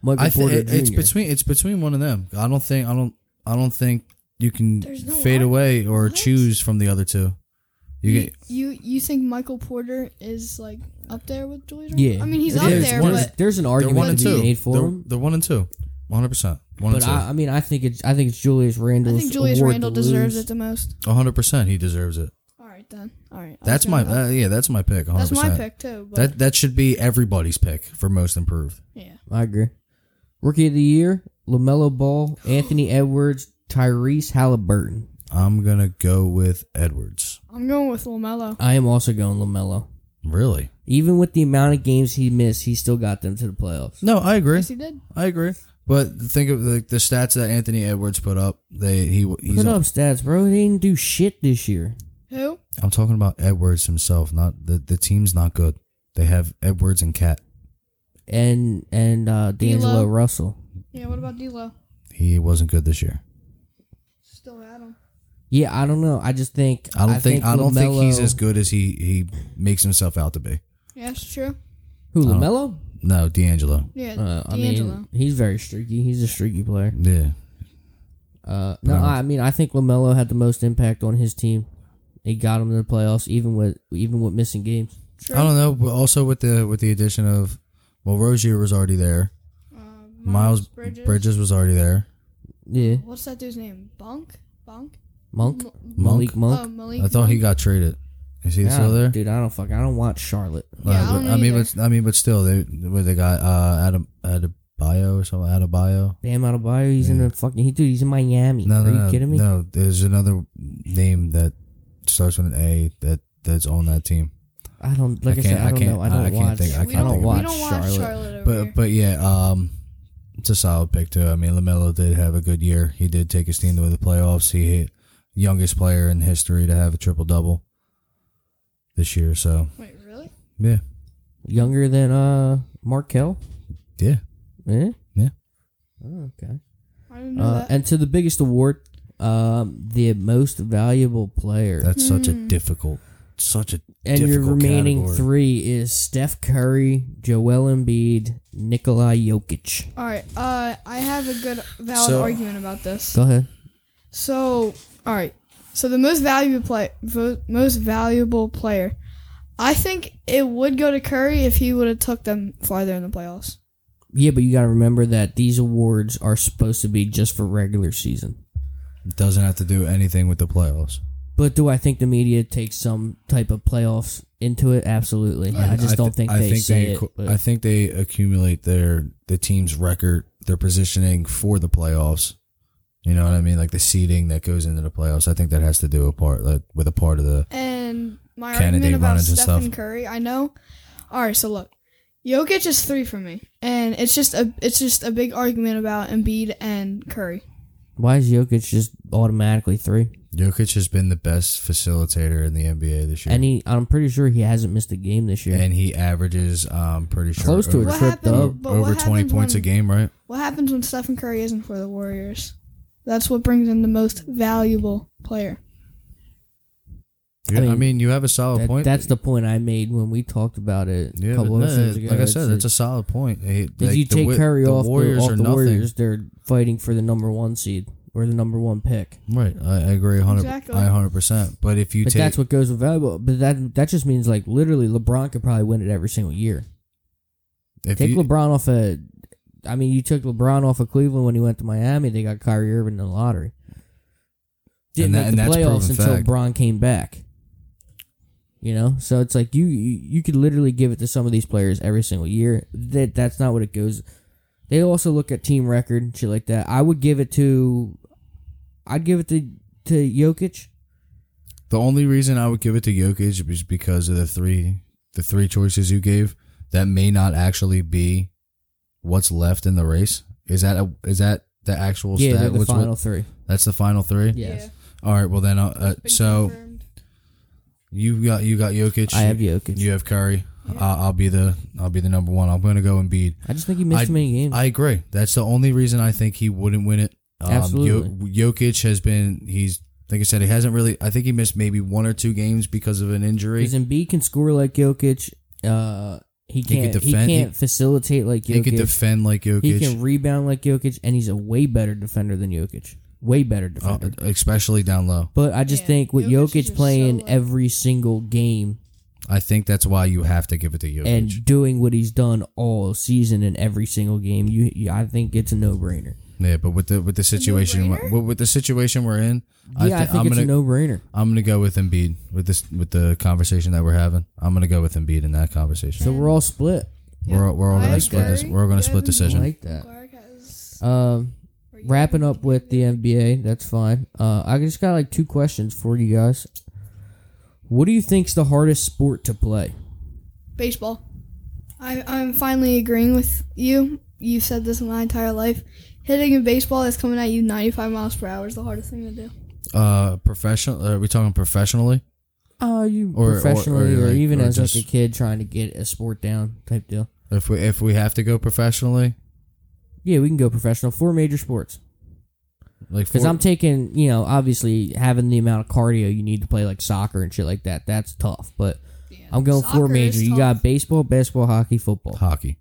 [SPEAKER 1] Michael
[SPEAKER 2] I think
[SPEAKER 1] Porter
[SPEAKER 2] it, it's
[SPEAKER 1] Jr.
[SPEAKER 2] between it's between one of them. I don't think I don't I don't think you can
[SPEAKER 3] There's no
[SPEAKER 2] fade
[SPEAKER 3] arg-
[SPEAKER 2] away or
[SPEAKER 3] What?
[SPEAKER 2] choose from the other two. You
[SPEAKER 3] you,
[SPEAKER 2] get
[SPEAKER 3] you you think Michael Porter is like up there with Julius? Randle?
[SPEAKER 1] yeah,
[SPEAKER 3] I mean he's
[SPEAKER 2] It
[SPEAKER 3] up
[SPEAKER 2] is.
[SPEAKER 3] there,
[SPEAKER 2] One
[SPEAKER 1] There's,
[SPEAKER 2] is-
[SPEAKER 3] but
[SPEAKER 1] there's an
[SPEAKER 2] they're one
[SPEAKER 1] argument
[SPEAKER 2] and
[SPEAKER 1] to be
[SPEAKER 2] two.
[SPEAKER 1] made for
[SPEAKER 2] They're,
[SPEAKER 1] him.
[SPEAKER 2] they're one and two. 100 percent. One and
[SPEAKER 1] But I,
[SPEAKER 2] two.
[SPEAKER 1] I mean, I think it's I think it's Julius
[SPEAKER 3] I
[SPEAKER 1] Randle.
[SPEAKER 3] think Julius Randle deserves it the most.
[SPEAKER 2] 100 percent. He deserves it.
[SPEAKER 3] All right then. All right. I was
[SPEAKER 2] That's my
[SPEAKER 3] gonna-
[SPEAKER 2] uh, yeah. That's my pick. 100%.
[SPEAKER 3] that's my pick too. But
[SPEAKER 2] That that should be everybody's pick for most improved.
[SPEAKER 3] yeah,
[SPEAKER 1] I agree. Rookie of the year: Lamelo Ball, Anthony Edwards, Tyrese Halliburton.
[SPEAKER 2] I'm gonna go with Edwards.
[SPEAKER 3] I'm going with Lamelo.
[SPEAKER 1] I am also going Lamelo.
[SPEAKER 2] Really?
[SPEAKER 1] Even with the amount of games he missed, he still got them to the playoffs.
[SPEAKER 2] No, I agree.
[SPEAKER 3] Yes, he did.
[SPEAKER 2] I agree. But think of like the stats that Anthony Edwards put up. They he he's.
[SPEAKER 1] Put up stats, bro. They didn't do shit this year.
[SPEAKER 3] Who?
[SPEAKER 2] I'm talking about Edwards himself. Not the the team's not good. They have Edwards and Cat.
[SPEAKER 1] And and uh, D'Angelo
[SPEAKER 3] D'Lo.
[SPEAKER 1] Russell.
[SPEAKER 3] Yeah. What about D'Lo?
[SPEAKER 2] He wasn't good this year.
[SPEAKER 3] Still at him.
[SPEAKER 1] Yeah, I don't know. I just think
[SPEAKER 2] I don't think, I don't think he's
[SPEAKER 1] LaMelo-
[SPEAKER 2] as good as he he makes himself out to be.
[SPEAKER 3] Yeah, that's true.
[SPEAKER 1] Who
[SPEAKER 2] I don't-
[SPEAKER 1] Lamelo?
[SPEAKER 2] No, D'Angelo.
[SPEAKER 3] Yeah,
[SPEAKER 1] Uh, I
[SPEAKER 3] D'Angelo.
[SPEAKER 1] mean, he's very streaky. He's a streaky player.
[SPEAKER 2] Yeah.
[SPEAKER 1] Uh, no, I mean, I think Lamelo had the most impact on his team. He got him to the playoffs, even with even with missing games.
[SPEAKER 3] True.
[SPEAKER 2] I don't know. But also with the with the addition of well, Rozier was already there. Miles
[SPEAKER 3] Uh, Bridges.
[SPEAKER 2] Bridges. was already there.
[SPEAKER 1] Yeah,
[SPEAKER 3] What's that dude's name? Bunk? Bunk?
[SPEAKER 1] Monk,
[SPEAKER 3] Monk?
[SPEAKER 1] Malik Monk.
[SPEAKER 3] Oh, Malik.
[SPEAKER 2] I thought he got traded. Is he
[SPEAKER 1] Nah,
[SPEAKER 2] Oh, still there?
[SPEAKER 1] dude. I don't fuck. I don't watch Charlotte.
[SPEAKER 3] Yeah, I
[SPEAKER 2] Uh,
[SPEAKER 3] don't know
[SPEAKER 2] mean,
[SPEAKER 3] either.
[SPEAKER 2] but I mean, but still, they where they got uh, Adam Adebayo or something. Adebayo.
[SPEAKER 1] Bam Adebayo, he's in the fucking. He dude, he's in Miami.
[SPEAKER 2] No,
[SPEAKER 1] Are
[SPEAKER 2] no,
[SPEAKER 1] you
[SPEAKER 2] no,
[SPEAKER 1] kidding me?
[SPEAKER 2] No, there's another name that starts with an A that that's on that team.
[SPEAKER 1] I don't. Like I, said,
[SPEAKER 2] I can't-
[SPEAKER 1] I
[SPEAKER 2] I
[SPEAKER 1] don't
[SPEAKER 2] can't-
[SPEAKER 1] know. I
[SPEAKER 2] I
[SPEAKER 1] don't
[SPEAKER 2] can't
[SPEAKER 1] watch.
[SPEAKER 2] think- I
[SPEAKER 1] I,
[SPEAKER 2] can't
[SPEAKER 1] don't
[SPEAKER 2] think of
[SPEAKER 1] watch
[SPEAKER 3] we don't watch
[SPEAKER 1] Charlotte.
[SPEAKER 3] Charlotte, over here.
[SPEAKER 2] But but yeah, um, it's a solid pick too. I mean, Lamelo did have a good year. He did take his team to the playoffs. He hit youngest player in history to have a triple double this year. So
[SPEAKER 3] Wait, really?
[SPEAKER 2] yeah,
[SPEAKER 1] Younger than uh Markel.
[SPEAKER 2] yeah,
[SPEAKER 1] Eh?
[SPEAKER 2] Yeah.
[SPEAKER 1] Oh, okay.
[SPEAKER 3] I didn't know
[SPEAKER 1] Uh,
[SPEAKER 3] that.
[SPEAKER 1] and to the biggest award, um, the most valuable player.
[SPEAKER 2] that's such
[SPEAKER 3] Hmm.
[SPEAKER 2] a difficult, such a
[SPEAKER 1] and your
[SPEAKER 2] difficult
[SPEAKER 1] remaining
[SPEAKER 2] category.
[SPEAKER 1] three is Steph Curry, Joel Embiid, Nikolai Jokic.
[SPEAKER 3] All right. Uh, I have a good valid
[SPEAKER 2] So-
[SPEAKER 3] argument about this.
[SPEAKER 1] Go ahead.
[SPEAKER 3] So, all right. So the most valuable play, vo- most valuable player, I think it would go to Curry if he would have took them farther in the playoffs.
[SPEAKER 1] Yeah, but you got to remember that these awards are supposed to be just for regular season.
[SPEAKER 2] doesn't have to do anything with the playoffs.
[SPEAKER 1] But do I think the media takes some type of playoffs into it? Absolutely. I just
[SPEAKER 2] th-
[SPEAKER 1] don't think
[SPEAKER 2] I
[SPEAKER 1] they say it.
[SPEAKER 2] accu-
[SPEAKER 1] but-
[SPEAKER 2] I think they accumulate their the team's record, their positioning for the playoffs. You know what I mean? Like the seeding that goes into the playoffs. I think that has to do a part like, with a part of the.
[SPEAKER 3] And my
[SPEAKER 2] Candidate
[SPEAKER 3] argument about
[SPEAKER 2] runners and
[SPEAKER 3] Stephen
[SPEAKER 2] stuff.
[SPEAKER 3] Curry, I know. All right, so look, Jokic is three for me, and it's just a it's just a big argument about Embiid and Curry.
[SPEAKER 1] Why is Jokic just automatically three?
[SPEAKER 2] Jokic has been the best facilitator in the NBA this year,
[SPEAKER 1] And he, I'm pretty sure he hasn't missed a game this year.
[SPEAKER 2] and he averages, um, pretty sure
[SPEAKER 1] Close to
[SPEAKER 2] over,
[SPEAKER 1] it.
[SPEAKER 3] What
[SPEAKER 1] tripped
[SPEAKER 3] happened?
[SPEAKER 1] up
[SPEAKER 3] But
[SPEAKER 2] over
[SPEAKER 3] what
[SPEAKER 2] twenty
[SPEAKER 3] happens
[SPEAKER 2] points
[SPEAKER 3] when,
[SPEAKER 2] a game, right?
[SPEAKER 3] What happens when Stephen Curry isn't for the Warriors? That's what brings in the most valuable player.
[SPEAKER 2] Yeah, I, mean,
[SPEAKER 1] mean,
[SPEAKER 2] you have a solid
[SPEAKER 1] That-
[SPEAKER 2] point.
[SPEAKER 1] That's the point I made when we talked about it
[SPEAKER 2] yeah,
[SPEAKER 1] a couple
[SPEAKER 2] but
[SPEAKER 1] of
[SPEAKER 2] no,
[SPEAKER 1] episodes ago.
[SPEAKER 2] like I
[SPEAKER 1] It's
[SPEAKER 2] said,
[SPEAKER 1] like,
[SPEAKER 2] that's a solid point. They-
[SPEAKER 1] if
[SPEAKER 2] like,
[SPEAKER 1] you
[SPEAKER 2] the
[SPEAKER 1] take
[SPEAKER 2] Wi-
[SPEAKER 1] Curry
[SPEAKER 2] the
[SPEAKER 1] off
[SPEAKER 2] Warriors
[SPEAKER 1] the, off
[SPEAKER 2] are
[SPEAKER 1] the
[SPEAKER 2] nothing.
[SPEAKER 1] Warriors, they're fighting for the number one seed or the number one pick.
[SPEAKER 2] Right, I, I agree, hundred,
[SPEAKER 3] Exactly.
[SPEAKER 2] I hundred percent. But if you
[SPEAKER 1] But
[SPEAKER 2] take
[SPEAKER 1] that's what goes with valuable. But that that just means like literally LeBron could probably win it every single year.
[SPEAKER 2] if
[SPEAKER 1] Take
[SPEAKER 2] you,
[SPEAKER 1] LeBron off a. I mean, you took LeBron off of Cleveland when he went to Miami. They got Kyrie Irving in the lottery. Didn't
[SPEAKER 2] And that- and
[SPEAKER 1] make
[SPEAKER 2] that's
[SPEAKER 1] the playoffs
[SPEAKER 2] proven
[SPEAKER 1] until
[SPEAKER 2] fact.
[SPEAKER 1] Bron came back. You know, so it's like you, you you could literally give it to some of these players every single year. That that's not what it goes. They also look at team record and shit like that. I would give it to, I'd give it to to Jokic.
[SPEAKER 2] the only reason I would give it to Jokic is because of the three the three choices you gave that may not actually be what's left in the race. Is that a, is that the actual
[SPEAKER 1] yeah,
[SPEAKER 2] stat?
[SPEAKER 1] they're the
[SPEAKER 2] What's what-
[SPEAKER 1] final three.
[SPEAKER 2] that's the final three.
[SPEAKER 1] Yes,
[SPEAKER 2] All right. Well then, uh, uh, so you got you got Jokic.
[SPEAKER 1] I have Jokic.
[SPEAKER 2] You have Curry. I'll, I'll be the I'll be the number one. I'm going to go Embiid.
[SPEAKER 1] I just think he missed
[SPEAKER 2] I-
[SPEAKER 1] too many games.
[SPEAKER 2] I agree. That's the only reason I think he wouldn't win it. Um,
[SPEAKER 1] Absolutely.
[SPEAKER 2] Jo- Jokic has been. He's like I said. He hasn't really. I think he missed maybe one or two games because of an injury.
[SPEAKER 1] Because Embiid can score like Jokic. Uh, he
[SPEAKER 2] could
[SPEAKER 1] can't. He,
[SPEAKER 2] defend- he-
[SPEAKER 1] can't facilitate like Jokic.
[SPEAKER 2] He can defend like Jokic,
[SPEAKER 1] He can rebound like Jokic, and he's a way better defender than Jokic. Way better
[SPEAKER 2] uh,
[SPEAKER 1] defender.
[SPEAKER 2] especially down low.
[SPEAKER 1] but I just
[SPEAKER 3] Yeah,
[SPEAKER 1] think with
[SPEAKER 3] Jokic is
[SPEAKER 1] Jokic,
[SPEAKER 3] just
[SPEAKER 1] playing
[SPEAKER 3] so, like-
[SPEAKER 1] every single game
[SPEAKER 2] I think that's why you have to give it to Jokic.
[SPEAKER 1] and doing what he's done all season in every single game, you, you I think it's a no brainer.
[SPEAKER 2] yeah, but with the with the situation with, with the situation we're in,
[SPEAKER 1] Yeah, I, think
[SPEAKER 2] am
[SPEAKER 1] it's
[SPEAKER 2] gonna
[SPEAKER 1] a no brainer.
[SPEAKER 2] I'm gonna go with Embiid with this with the conversation that we're having. I'm gonna go with Embiid in that conversation.
[SPEAKER 1] So we're all split.
[SPEAKER 2] we're we're all
[SPEAKER 3] I
[SPEAKER 2] gonna
[SPEAKER 3] like
[SPEAKER 2] split this.
[SPEAKER 3] Curry.
[SPEAKER 2] We're all gonna
[SPEAKER 3] Yeah,
[SPEAKER 2] split
[SPEAKER 1] I
[SPEAKER 3] Embiid.
[SPEAKER 2] decision.
[SPEAKER 1] like that. Um, wrapping up with the NBA, that's fine. Uh, I just got like two questions for you guys. What do you think's the hardest sport to play?
[SPEAKER 3] baseball. I, I'm finally agreeing with you. You've said this my entire life. Hitting a baseball that's coming at you 95 miles per hour is the hardest thing to do.
[SPEAKER 2] Uh, professional? Are we talking professionally?
[SPEAKER 1] Uh, you
[SPEAKER 2] Or- or-
[SPEAKER 1] professionally,
[SPEAKER 2] or,
[SPEAKER 1] or,
[SPEAKER 2] like,
[SPEAKER 1] even
[SPEAKER 2] or
[SPEAKER 1] as
[SPEAKER 2] just-
[SPEAKER 1] like a kid trying to get a sport down type deal.
[SPEAKER 2] If we if we have to go professionally,
[SPEAKER 1] Yeah, we can go professional. Four major sports.
[SPEAKER 2] like
[SPEAKER 1] Because
[SPEAKER 2] for-
[SPEAKER 1] I'm taking, you know, obviously having the amount of cardio you need to play like soccer and shit like that, that's tough. But I'm going four
[SPEAKER 3] Soccer is
[SPEAKER 1] major. You got baseball, basketball, hockey, football.
[SPEAKER 2] hockey.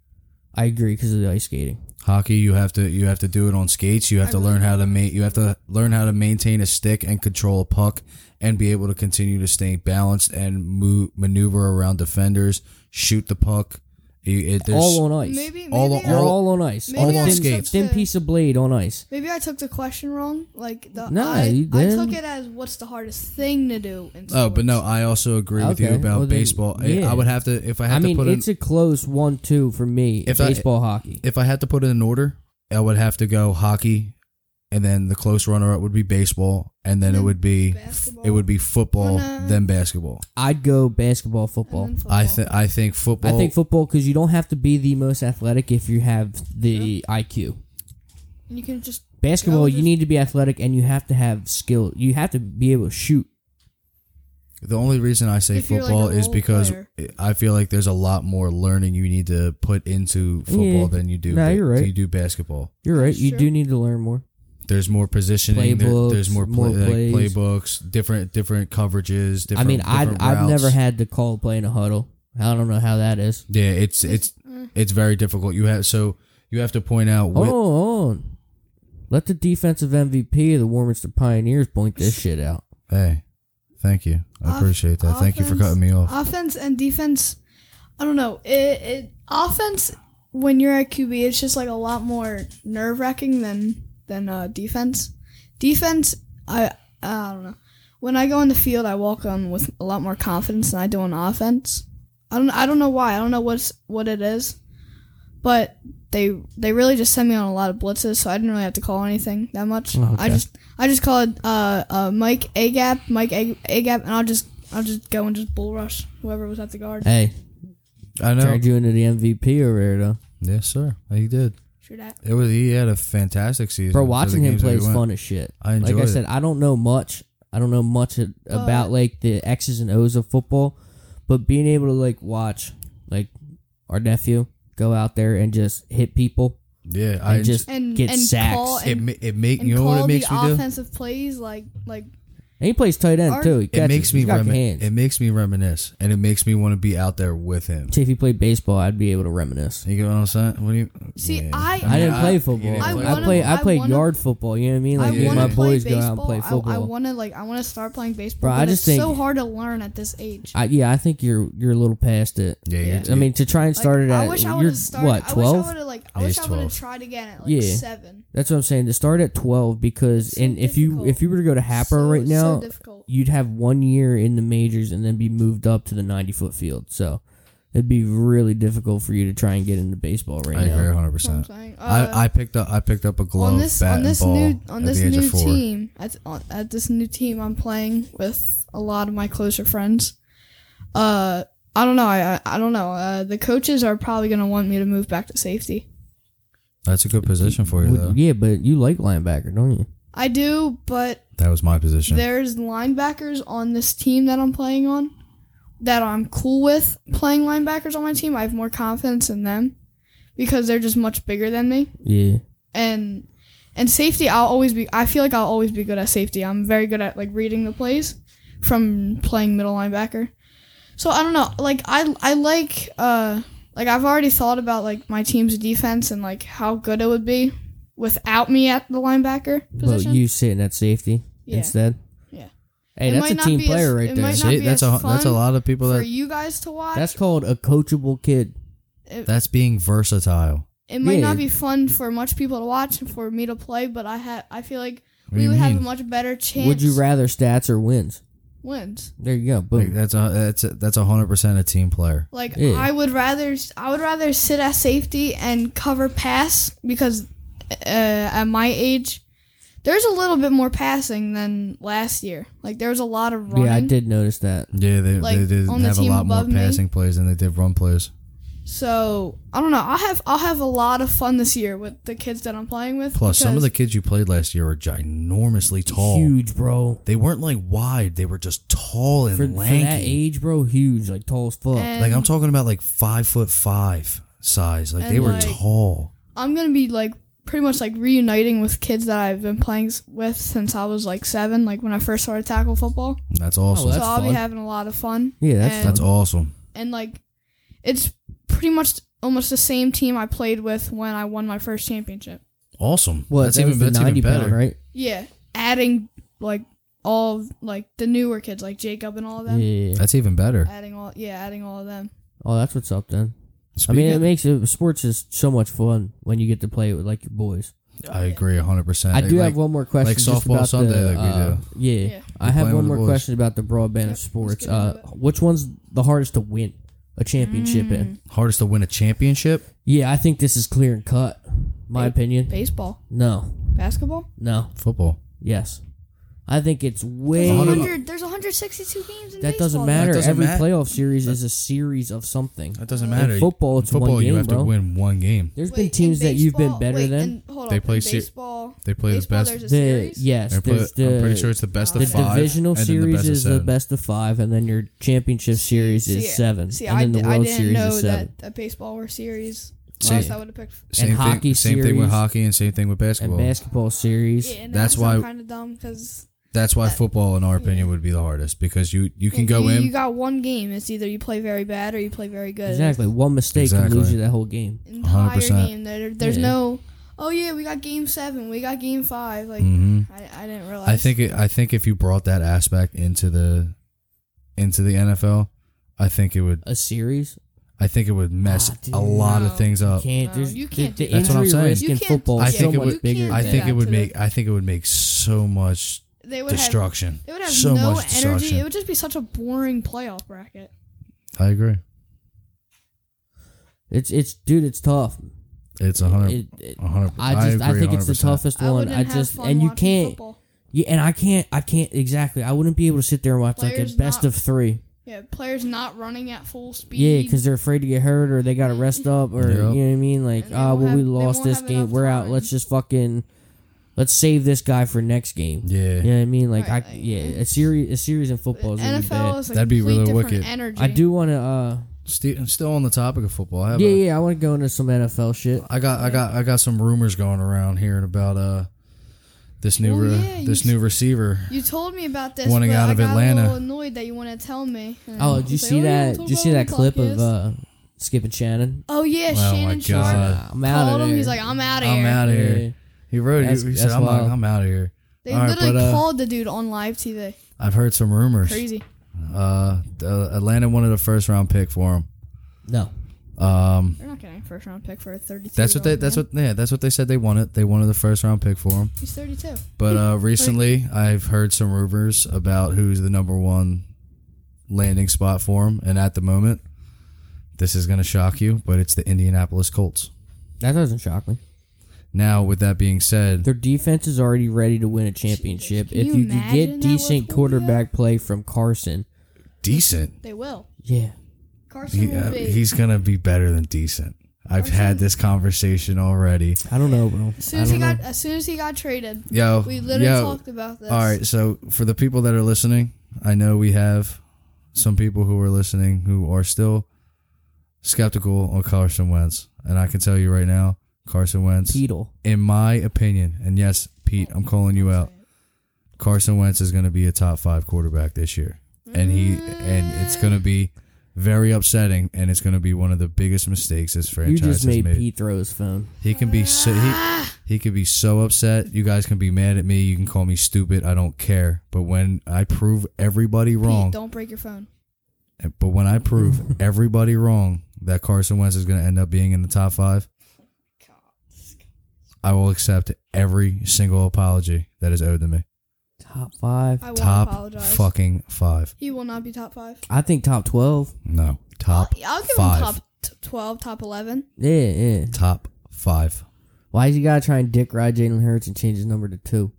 [SPEAKER 1] I agree because of the ice skating.
[SPEAKER 2] Hockey, you have to you have to do it on skates. You have to learn how to ma- you have to learn how to maintain a stick and control a puck and be able to continue to stay balanced and move maneuver around defenders, shoot the puck. You, it, there's,
[SPEAKER 1] all on ice.
[SPEAKER 3] Maybe, maybe,
[SPEAKER 2] all-
[SPEAKER 3] I,
[SPEAKER 1] You're all on ice.
[SPEAKER 3] Maybe
[SPEAKER 1] All
[SPEAKER 2] I
[SPEAKER 1] on
[SPEAKER 2] took
[SPEAKER 1] skates.
[SPEAKER 3] the-
[SPEAKER 1] Thin piece of blade on ice.
[SPEAKER 3] maybe I took the question wrong. Like the
[SPEAKER 1] Nah,
[SPEAKER 3] I,
[SPEAKER 1] you
[SPEAKER 3] I
[SPEAKER 1] didn't.
[SPEAKER 3] took it as what's the hardest thing to do. In
[SPEAKER 2] oh, but no,
[SPEAKER 3] sports.
[SPEAKER 2] I also agree with you
[SPEAKER 1] Okay,
[SPEAKER 2] about
[SPEAKER 1] well then,
[SPEAKER 2] baseball. I-
[SPEAKER 1] yeah.
[SPEAKER 2] I would have to if I had
[SPEAKER 1] I
[SPEAKER 2] to
[SPEAKER 1] mean,
[SPEAKER 2] put in
[SPEAKER 1] it's a close one-two for me.
[SPEAKER 2] If I-
[SPEAKER 1] baseball, hockey.
[SPEAKER 2] if I had to put in an order, I would have to go hockey, and then the close runner up would be baseball, and then it would be
[SPEAKER 3] Basketball.
[SPEAKER 2] it would be football,
[SPEAKER 3] Wanna-
[SPEAKER 2] then basketball.
[SPEAKER 1] I'd go basketball,
[SPEAKER 3] And
[SPEAKER 1] football.
[SPEAKER 3] then
[SPEAKER 2] I
[SPEAKER 3] football.
[SPEAKER 2] think I think football.
[SPEAKER 1] I think football because you don't have to be the most athletic if you have the IQ.
[SPEAKER 3] And you can just
[SPEAKER 1] Basketball,
[SPEAKER 3] Yeah,
[SPEAKER 1] you need to be athletic and you have to have skill. You have to be able to shoot.
[SPEAKER 2] the only reason I say
[SPEAKER 3] If you're, like,
[SPEAKER 2] football
[SPEAKER 3] a
[SPEAKER 2] is
[SPEAKER 3] role
[SPEAKER 2] because
[SPEAKER 3] player.
[SPEAKER 2] I feel like there's a lot more learning you need to put into football
[SPEAKER 1] Yeah.
[SPEAKER 2] than you do.
[SPEAKER 1] Nah, you're right.
[SPEAKER 2] You do basketball.
[SPEAKER 1] You're right. You
[SPEAKER 3] Sure.
[SPEAKER 1] do need to learn more.
[SPEAKER 2] There's more positioning. there-
[SPEAKER 1] Playbooks,
[SPEAKER 2] there's more,
[SPEAKER 1] more
[SPEAKER 2] play, like,
[SPEAKER 1] plays.
[SPEAKER 2] playbooks, different different coverages. Different,
[SPEAKER 1] I mean, I've,
[SPEAKER 2] different
[SPEAKER 1] I've
[SPEAKER 2] routes.
[SPEAKER 1] never had to call play in a huddle. I don't know how that is.
[SPEAKER 2] Yeah, it's it's
[SPEAKER 3] Mm.
[SPEAKER 2] it's very difficult. You have so you have to point out.
[SPEAKER 1] Hold
[SPEAKER 2] What,
[SPEAKER 1] on, hold on. Let the defensive MVP of the Warminster Pioneers point this shit out.
[SPEAKER 2] Hey, thank you. I
[SPEAKER 3] Off-
[SPEAKER 2] appreciate that. Thank you for
[SPEAKER 3] offense-
[SPEAKER 2] cutting me off.
[SPEAKER 3] Offense and defense. I don't know. It, it offense when you're at QB, it's just like a lot more nerve wracking than than uh, defense. Defense, I I don't know. When I go on the field, I walk on with a lot more confidence than I do on offense. I don't I don't know why. I don't know what's what it is, but they they really just sent me on a lot of blitzes, so I didn't really have to call anything that much. I
[SPEAKER 1] Okay.
[SPEAKER 3] just I just called uh, uh Mike A gap, Mike A gap, and I'll just I'll just go and just bull rush whoever was at the guard.
[SPEAKER 1] Hey,
[SPEAKER 2] I know.
[SPEAKER 1] turned you into the MVP over there, though.
[SPEAKER 2] Yes, sir. He did.
[SPEAKER 3] Sure that.
[SPEAKER 2] It was. He had a fantastic season.
[SPEAKER 1] Bro,
[SPEAKER 2] for the
[SPEAKER 1] watching him
[SPEAKER 2] games that
[SPEAKER 1] play
[SPEAKER 2] he
[SPEAKER 1] is
[SPEAKER 2] went.
[SPEAKER 1] fun as shit.
[SPEAKER 2] I
[SPEAKER 1] like I
[SPEAKER 2] enjoyed it.
[SPEAKER 1] said, I don't know much. I don't know much a- about like the X's and O's of football, but being able to like watch like our nephew go out there and just hit people
[SPEAKER 2] Yeah,
[SPEAKER 1] and
[SPEAKER 2] I
[SPEAKER 1] just
[SPEAKER 3] And-
[SPEAKER 1] get
[SPEAKER 3] and
[SPEAKER 1] sacks.
[SPEAKER 3] call
[SPEAKER 1] and
[SPEAKER 2] it ma- it make
[SPEAKER 3] and
[SPEAKER 2] you know
[SPEAKER 3] call
[SPEAKER 2] what it makes
[SPEAKER 3] the
[SPEAKER 2] me do.
[SPEAKER 3] offensive plays like like
[SPEAKER 1] he plays tight end
[SPEAKER 3] Or-
[SPEAKER 1] too. He
[SPEAKER 2] It
[SPEAKER 1] catches.
[SPEAKER 2] makes
[SPEAKER 1] He's
[SPEAKER 2] me
[SPEAKER 1] got
[SPEAKER 2] remin-
[SPEAKER 1] hands.
[SPEAKER 2] it makes me reminisce, and it makes me want to be out there with him.
[SPEAKER 1] See, if he played baseball, I'd be able to reminisce.
[SPEAKER 2] You get what I'm saying? What do you
[SPEAKER 3] See,
[SPEAKER 2] Yeah.
[SPEAKER 3] I-
[SPEAKER 1] I didn't
[SPEAKER 2] mean,
[SPEAKER 1] play
[SPEAKER 2] you
[SPEAKER 1] football.
[SPEAKER 2] didn't
[SPEAKER 1] I,
[SPEAKER 3] I
[SPEAKER 2] play
[SPEAKER 3] wanna-
[SPEAKER 1] played. I
[SPEAKER 3] I
[SPEAKER 1] played
[SPEAKER 3] wanna-
[SPEAKER 1] yard football. You know what I mean? Like me
[SPEAKER 3] I
[SPEAKER 1] and
[SPEAKER 3] want
[SPEAKER 1] my
[SPEAKER 3] to play
[SPEAKER 1] boys
[SPEAKER 3] baseball.
[SPEAKER 1] go out and play football.
[SPEAKER 3] I, want to like I want to start playing baseball.
[SPEAKER 1] Bro, I
[SPEAKER 3] but
[SPEAKER 1] just
[SPEAKER 3] it's
[SPEAKER 1] think-
[SPEAKER 3] so hard to learn at this age.
[SPEAKER 1] I, yeah, I think you're you're a little past it.
[SPEAKER 2] Yeah, you're-
[SPEAKER 1] I mean, to try and
[SPEAKER 3] Like,
[SPEAKER 1] start it at
[SPEAKER 3] I wish I would
[SPEAKER 1] you're
[SPEAKER 3] have started.
[SPEAKER 1] what
[SPEAKER 3] I wish I
[SPEAKER 1] twelve.
[SPEAKER 3] would have like. I
[SPEAKER 2] Yeah,
[SPEAKER 3] wish
[SPEAKER 2] he's
[SPEAKER 3] I would
[SPEAKER 2] 12.
[SPEAKER 3] have tried again at like
[SPEAKER 1] Yeah.
[SPEAKER 3] seven.
[SPEAKER 1] That's what I'm saying. To start at twelve because
[SPEAKER 3] So
[SPEAKER 1] and if you
[SPEAKER 3] difficult.
[SPEAKER 1] if you were to go to Happer
[SPEAKER 3] So-
[SPEAKER 1] right now,
[SPEAKER 3] so difficult.
[SPEAKER 1] you'd have one year in the majors and then be moved up to the ninety foot field. So it'd be really difficult for you to try and get into baseball right
[SPEAKER 2] I
[SPEAKER 1] now.
[SPEAKER 2] agree 100.
[SPEAKER 3] That's what I'm
[SPEAKER 2] percent
[SPEAKER 3] saying. Uh,
[SPEAKER 2] I I picked up I picked up a glove,
[SPEAKER 3] on this
[SPEAKER 2] bat,
[SPEAKER 3] on this
[SPEAKER 2] and ball
[SPEAKER 3] new on
[SPEAKER 2] at
[SPEAKER 3] this
[SPEAKER 2] the age
[SPEAKER 3] new
[SPEAKER 2] of four.
[SPEAKER 3] team at, on, at this new team I'm playing with a lot of my closer friends. Uh, I don't know. I I, I don't know. Uh, the coaches are probably gonna want me to move back to safety.
[SPEAKER 2] That's a good position for you
[SPEAKER 1] Would-
[SPEAKER 2] though.
[SPEAKER 1] yeah, but you like linebacker, don't you?
[SPEAKER 3] I do, but
[SPEAKER 2] That was my position.
[SPEAKER 3] there's linebackers on this team that I'm playing on that I'm cool with playing linebackers on my team. I have more confidence in them because they're just much bigger than me.
[SPEAKER 1] Yeah.
[SPEAKER 3] And and safety, I'll always be. I feel like I'll always be good at safety. I'm very good at like reading the plays from playing middle linebacker. So I don't know. Like I I like uh like I've already thought about like my team's defense and like how good it would be without me at the linebacker
[SPEAKER 1] Well,
[SPEAKER 3] position.
[SPEAKER 1] you sitting at safety
[SPEAKER 3] Yeah.
[SPEAKER 1] instead.
[SPEAKER 3] Yeah.
[SPEAKER 1] Hey,
[SPEAKER 3] It
[SPEAKER 1] that's
[SPEAKER 3] might
[SPEAKER 1] a
[SPEAKER 3] not
[SPEAKER 1] team
[SPEAKER 3] be as-
[SPEAKER 1] player right
[SPEAKER 3] it
[SPEAKER 1] there.
[SPEAKER 3] might not
[SPEAKER 2] See,
[SPEAKER 3] be
[SPEAKER 2] that's
[SPEAKER 3] as
[SPEAKER 2] a that's a
[SPEAKER 3] fun
[SPEAKER 2] lot of people
[SPEAKER 3] for
[SPEAKER 2] that
[SPEAKER 3] you guys to watch.
[SPEAKER 1] That's called a coachable kid.
[SPEAKER 2] that's being versatile.
[SPEAKER 3] it might
[SPEAKER 1] Yeah.
[SPEAKER 3] not be fun for much people to watch and for me to play, but I ha- I feel like
[SPEAKER 2] What do
[SPEAKER 3] we
[SPEAKER 2] you
[SPEAKER 3] would have a
[SPEAKER 2] mean?
[SPEAKER 3] much better chance.
[SPEAKER 1] Would you rather stats or wins?
[SPEAKER 3] wins?
[SPEAKER 1] There you go.
[SPEAKER 2] Like,
[SPEAKER 1] Boom.
[SPEAKER 2] that's a that's a, that's a hundred percent a team player.
[SPEAKER 3] Like
[SPEAKER 1] Yeah.
[SPEAKER 3] I would rather I would rather sit at safety and cover pass because uh, at my age there's a little bit more passing than last year. Like there was a lot of running.
[SPEAKER 1] Yeah, I did notice that.
[SPEAKER 2] Yeah, they
[SPEAKER 3] Like,
[SPEAKER 2] they did
[SPEAKER 3] on the
[SPEAKER 2] have a
[SPEAKER 3] team
[SPEAKER 2] lot more
[SPEAKER 3] above me?
[SPEAKER 2] passing plays than they did run plays.
[SPEAKER 3] So I don't know. I'll have I'll have a lot of fun this year with the kids that I'm playing with.
[SPEAKER 2] Plus, some of
[SPEAKER 3] because-
[SPEAKER 2] the kids you played last year were ginormously tall.
[SPEAKER 1] Huge, bro.
[SPEAKER 2] They weren't like wide; they were just tall and
[SPEAKER 1] For, for
[SPEAKER 2] lanky.
[SPEAKER 1] that age, bro, huge, like tall as fuck.
[SPEAKER 3] and-
[SPEAKER 2] Like I'm talking about like five foot five size. Like they
[SPEAKER 3] And,
[SPEAKER 2] were
[SPEAKER 3] like-
[SPEAKER 2] tall.
[SPEAKER 3] I'm gonna be like pretty much like reuniting with kids that I've been playing s- with since I was like seven, like when I first started tackle football.
[SPEAKER 2] Oh, That's awesome.
[SPEAKER 1] that's-
[SPEAKER 3] so I'll be
[SPEAKER 1] fun.
[SPEAKER 3] having a lot of fun.
[SPEAKER 1] yeah, that's
[SPEAKER 3] and-
[SPEAKER 1] fun.
[SPEAKER 2] that's awesome.
[SPEAKER 3] And like, it's pretty much almost the same team I played with when I won my first championship.
[SPEAKER 2] Awesome.
[SPEAKER 1] Well,
[SPEAKER 2] that's
[SPEAKER 1] that
[SPEAKER 2] even
[SPEAKER 1] was the
[SPEAKER 2] that's even
[SPEAKER 1] ninety pound,
[SPEAKER 2] better.
[SPEAKER 1] right?
[SPEAKER 3] Yeah, adding like all of, like the newer kids like Jacob and all of them.
[SPEAKER 1] Yeah.
[SPEAKER 2] That's even better.
[SPEAKER 3] Adding all, yeah, adding all of them.
[SPEAKER 1] Oh, that's what's up then. I
[SPEAKER 2] Speaking-
[SPEAKER 1] mean, it makes it, sports is so much fun when you get to play it with like your boys.
[SPEAKER 2] I agree hundred percent.
[SPEAKER 1] I do have one more question.
[SPEAKER 2] like
[SPEAKER 1] just
[SPEAKER 2] softball
[SPEAKER 1] about
[SPEAKER 2] Sunday,
[SPEAKER 1] the,
[SPEAKER 2] like we
[SPEAKER 1] uh,
[SPEAKER 2] do.
[SPEAKER 1] Yeah,
[SPEAKER 3] Yeah.
[SPEAKER 1] I have one
[SPEAKER 2] playing with the
[SPEAKER 1] more
[SPEAKER 2] boys.
[SPEAKER 1] question about the broadband of
[SPEAKER 3] let's
[SPEAKER 1] sports.
[SPEAKER 3] get into
[SPEAKER 1] Uh, which one's the hardest to win a championship
[SPEAKER 3] Mm.
[SPEAKER 1] in?
[SPEAKER 2] Hardest to win a championship.
[SPEAKER 1] Yeah, I think this is clear and cut. My opinion.
[SPEAKER 3] Baseball,
[SPEAKER 1] No,
[SPEAKER 3] basketball.
[SPEAKER 1] no,
[SPEAKER 2] Football.
[SPEAKER 1] yes. I think it's
[SPEAKER 3] There's
[SPEAKER 1] way.
[SPEAKER 2] a hundred-
[SPEAKER 3] 100, there's 162 games in
[SPEAKER 1] That
[SPEAKER 3] baseball.
[SPEAKER 1] doesn't matter.
[SPEAKER 2] doesn't
[SPEAKER 1] Every
[SPEAKER 2] matter.
[SPEAKER 1] playoff series is a series of something.
[SPEAKER 2] That doesn't
[SPEAKER 1] In football, it's
[SPEAKER 2] football,
[SPEAKER 1] one game,
[SPEAKER 2] you have
[SPEAKER 1] bro.
[SPEAKER 2] to win one game.
[SPEAKER 1] There's
[SPEAKER 3] Wait,
[SPEAKER 1] been
[SPEAKER 3] in
[SPEAKER 1] teams that you've been
[SPEAKER 3] baseball-
[SPEAKER 1] better
[SPEAKER 3] wait,
[SPEAKER 1] than.
[SPEAKER 3] in- hold
[SPEAKER 2] They
[SPEAKER 3] on,
[SPEAKER 2] play
[SPEAKER 3] in
[SPEAKER 2] se-
[SPEAKER 3] baseball.
[SPEAKER 2] They play the
[SPEAKER 3] baseball,
[SPEAKER 2] best-
[SPEAKER 3] There's a
[SPEAKER 1] The,
[SPEAKER 3] series?
[SPEAKER 1] yes,
[SPEAKER 2] They play-
[SPEAKER 1] there's the,
[SPEAKER 2] I'm pretty sure it's the best
[SPEAKER 1] the
[SPEAKER 2] of five.
[SPEAKER 1] divisional
[SPEAKER 2] and then the
[SPEAKER 1] series
[SPEAKER 2] best of
[SPEAKER 1] is the
[SPEAKER 2] seven.
[SPEAKER 1] best of five, and then your championship series is
[SPEAKER 3] See,
[SPEAKER 1] seven,
[SPEAKER 3] See,
[SPEAKER 1] and
[SPEAKER 3] I,
[SPEAKER 1] then the
[SPEAKER 3] di- I
[SPEAKER 1] World
[SPEAKER 3] didn't
[SPEAKER 1] Series
[SPEAKER 3] know
[SPEAKER 1] is seven.
[SPEAKER 3] that a baseball were series.
[SPEAKER 2] See.
[SPEAKER 3] Last I would have picked.
[SPEAKER 2] Same
[SPEAKER 1] and
[SPEAKER 2] thing,
[SPEAKER 1] hockey
[SPEAKER 2] same thing
[SPEAKER 1] series.
[SPEAKER 2] with hockey, and same thing with
[SPEAKER 1] And
[SPEAKER 2] basketball.
[SPEAKER 1] basketball series,
[SPEAKER 3] Yeah,
[SPEAKER 2] That's why-
[SPEAKER 3] kind of dumb because
[SPEAKER 2] That's why football, in our opinion, would be the hardest because you you can go
[SPEAKER 3] Uh, you,
[SPEAKER 2] in.
[SPEAKER 3] You got one game. It's either you play very bad or you play very good.
[SPEAKER 1] exactly. One mistake can lose
[SPEAKER 2] Exactly.
[SPEAKER 1] you that whole game.
[SPEAKER 3] Entire
[SPEAKER 2] 100%.
[SPEAKER 3] game. There, there's
[SPEAKER 1] Yeah.
[SPEAKER 3] no. Oh yeah, we got game seven. We got game five. Like
[SPEAKER 2] Mhm.
[SPEAKER 3] I, I didn't realize.
[SPEAKER 2] I think it, I think if you brought that aspect into the into the NFL, I think it would
[SPEAKER 1] A series
[SPEAKER 2] I think it would mess
[SPEAKER 1] Ah, dude,
[SPEAKER 2] a lot
[SPEAKER 3] no.
[SPEAKER 2] of things up.
[SPEAKER 1] can't.
[SPEAKER 3] No,
[SPEAKER 1] there's,
[SPEAKER 3] Oh, you
[SPEAKER 1] the-
[SPEAKER 3] can't
[SPEAKER 1] The,
[SPEAKER 3] do that.
[SPEAKER 2] Oh. That's what I'm
[SPEAKER 1] injury
[SPEAKER 2] saying.
[SPEAKER 1] risk
[SPEAKER 3] You
[SPEAKER 1] in
[SPEAKER 3] can't-
[SPEAKER 1] football
[SPEAKER 2] I
[SPEAKER 1] is so
[SPEAKER 2] think it
[SPEAKER 1] much
[SPEAKER 2] would-
[SPEAKER 1] bigger.
[SPEAKER 3] You
[SPEAKER 2] I
[SPEAKER 1] than-
[SPEAKER 2] think
[SPEAKER 3] Yeah.
[SPEAKER 2] it would
[SPEAKER 3] To the-
[SPEAKER 2] make I think it would make so much
[SPEAKER 3] they would have.
[SPEAKER 2] destruction.
[SPEAKER 3] They would have
[SPEAKER 2] so
[SPEAKER 3] no
[SPEAKER 2] much
[SPEAKER 3] energy.
[SPEAKER 2] destruction.
[SPEAKER 3] It would just be such a boring playoff bracket.
[SPEAKER 2] I agree.
[SPEAKER 1] it's it's dude. It's tough.
[SPEAKER 2] It's a hundred.
[SPEAKER 1] It- it-
[SPEAKER 2] a hundred.
[SPEAKER 1] I just I,
[SPEAKER 2] agree
[SPEAKER 1] think it's the
[SPEAKER 2] 100%.
[SPEAKER 1] toughest
[SPEAKER 3] I
[SPEAKER 1] one.
[SPEAKER 3] wouldn't
[SPEAKER 1] I
[SPEAKER 3] have
[SPEAKER 1] just
[SPEAKER 3] fun
[SPEAKER 1] and you
[SPEAKER 3] watching
[SPEAKER 1] can't.
[SPEAKER 3] Football.
[SPEAKER 1] Yeah, and I can't. I can't exactly. I wouldn't be able to sit there and watch like
[SPEAKER 3] Players
[SPEAKER 1] a best
[SPEAKER 3] not-
[SPEAKER 1] of three.
[SPEAKER 3] Yeah, players not running at full speed.
[SPEAKER 1] Yeah, because they're afraid to get hurt or they got to rest up or
[SPEAKER 2] Yep.
[SPEAKER 1] you know what I mean. Like,
[SPEAKER 3] And they
[SPEAKER 1] ah,
[SPEAKER 3] won't
[SPEAKER 1] well, we
[SPEAKER 3] have- they
[SPEAKER 1] lost
[SPEAKER 3] won't
[SPEAKER 1] this
[SPEAKER 3] have
[SPEAKER 1] game.
[SPEAKER 3] enough
[SPEAKER 1] We're out.
[SPEAKER 3] time.
[SPEAKER 1] Let's just fucking let's save this guy for next game.
[SPEAKER 2] Yeah.
[SPEAKER 1] You know what I mean? Like,
[SPEAKER 3] Right,
[SPEAKER 1] I
[SPEAKER 3] like-
[SPEAKER 1] yeah, a series a series in football is gonna be
[SPEAKER 3] NFL
[SPEAKER 1] bad.
[SPEAKER 3] is a
[SPEAKER 2] That'd be
[SPEAKER 3] complete
[SPEAKER 2] really
[SPEAKER 3] different
[SPEAKER 2] wicked.
[SPEAKER 3] Energy.
[SPEAKER 1] I do want to uh
[SPEAKER 2] Ste still on the topic of football. I have
[SPEAKER 1] Yeah,
[SPEAKER 2] a-
[SPEAKER 1] yeah. I want to go into some NFL shit.
[SPEAKER 2] I got I got I got some rumors going around hearing about uh this new
[SPEAKER 3] Oh,
[SPEAKER 2] re-
[SPEAKER 3] yeah, you
[SPEAKER 2] this
[SPEAKER 3] s-
[SPEAKER 2] new receiver.
[SPEAKER 3] You told me about this.
[SPEAKER 2] Wanting
[SPEAKER 3] but
[SPEAKER 2] out
[SPEAKER 3] I
[SPEAKER 2] of
[SPEAKER 3] got
[SPEAKER 2] Atlanta.
[SPEAKER 3] A little annoyed that you want to tell me. And
[SPEAKER 1] Oh, did you
[SPEAKER 3] I was like,
[SPEAKER 1] see
[SPEAKER 3] "Oh, yeah,
[SPEAKER 1] that?
[SPEAKER 3] talk
[SPEAKER 1] Did you see
[SPEAKER 3] about
[SPEAKER 1] that
[SPEAKER 3] it on
[SPEAKER 1] clip
[SPEAKER 3] podcast."
[SPEAKER 1] of uh, Skip and Shannon?
[SPEAKER 3] oh yeah,
[SPEAKER 2] my
[SPEAKER 3] Shannon Sharp
[SPEAKER 2] God. Uh,
[SPEAKER 1] I'm out
[SPEAKER 3] called
[SPEAKER 1] of
[SPEAKER 3] him.
[SPEAKER 1] there.
[SPEAKER 3] He's like, I'm out of
[SPEAKER 2] I'm
[SPEAKER 3] here.
[SPEAKER 2] out of here. He wrote. He,
[SPEAKER 1] That's-
[SPEAKER 2] he said,
[SPEAKER 1] that's
[SPEAKER 2] "I'm like,
[SPEAKER 1] wild.
[SPEAKER 2] I'm out of here."
[SPEAKER 3] They
[SPEAKER 2] All right,
[SPEAKER 3] literally
[SPEAKER 2] but, uh,
[SPEAKER 3] called the dude on live TV.
[SPEAKER 2] I've heard some rumors.
[SPEAKER 3] Crazy.
[SPEAKER 2] Uh, the- Atlanta wanted a first round pick for him.
[SPEAKER 1] No.
[SPEAKER 2] Um,
[SPEAKER 3] They're not getting a first round pick for a 32.
[SPEAKER 2] that's what they. That's what. Yeah, that's what they said they wanted. They wanted the first round pick for him.
[SPEAKER 3] He's 32.
[SPEAKER 2] But uh, recently, I've heard some rumors about who's the number one landing spot for him, and at the moment, this is going to shock you, but it's the Indianapolis Colts.
[SPEAKER 1] That doesn't shock me.
[SPEAKER 2] Now, with that being said,
[SPEAKER 1] Their defense is already ready to win a championship.
[SPEAKER 3] Can
[SPEAKER 1] if
[SPEAKER 3] you
[SPEAKER 1] you, could
[SPEAKER 3] imagine that
[SPEAKER 1] get
[SPEAKER 3] with
[SPEAKER 1] decent
[SPEAKER 3] Julio?
[SPEAKER 1] quarterback play from Carson,
[SPEAKER 2] decent.
[SPEAKER 3] They will.
[SPEAKER 1] yeah.
[SPEAKER 3] Carson
[SPEAKER 2] He,
[SPEAKER 3] will
[SPEAKER 2] uh,
[SPEAKER 3] be.
[SPEAKER 2] he's going to be better than decent. I've had this conversation already.
[SPEAKER 1] I don't know, bro.
[SPEAKER 3] as
[SPEAKER 1] I
[SPEAKER 3] soon as he
[SPEAKER 1] don't know.
[SPEAKER 3] got, as soon as he got traded,
[SPEAKER 2] Yo,
[SPEAKER 3] we literally
[SPEAKER 2] yo,
[SPEAKER 3] talked about this.
[SPEAKER 2] All right, so for the people that are listening, I know we have some people who are listening who are still skeptical on Carson Wentz, and I can tell you right now, Carson Wentz,
[SPEAKER 1] Beetle.
[SPEAKER 2] in my opinion, and yes, Pete, I'm calling you out. Carson Wentz is going to be a top five quarterback this year, and he and it's going to be very upsetting, and it's going to be one of the biggest mistakes this
[SPEAKER 1] You
[SPEAKER 2] franchise
[SPEAKER 1] just
[SPEAKER 2] has
[SPEAKER 1] made
[SPEAKER 2] made.
[SPEAKER 1] Pete throw his phone.
[SPEAKER 2] He can be so he,
[SPEAKER 3] Ah!
[SPEAKER 2] he could be so upset. You guys can be mad at me. You can call me stupid. I don't care. But when I prove everybody
[SPEAKER 3] Pete,
[SPEAKER 2] wrong,
[SPEAKER 3] don't break your phone.
[SPEAKER 2] but when I prove everybody wrong that Carson Wentz is going to end up being in the top five, I will accept every single apology that is owed to me.
[SPEAKER 1] Top five.
[SPEAKER 3] I won't
[SPEAKER 2] top
[SPEAKER 3] apologize.
[SPEAKER 2] fucking five.
[SPEAKER 3] He will not be top five.
[SPEAKER 1] I think top twelve.
[SPEAKER 2] No, top
[SPEAKER 3] I'll, I'll give
[SPEAKER 2] five.
[SPEAKER 3] him top t- 12, top 11.
[SPEAKER 1] Yeah, yeah.
[SPEAKER 2] top five.
[SPEAKER 1] Why is he gotta try and dick ride Jalen Hurts and change his number to two?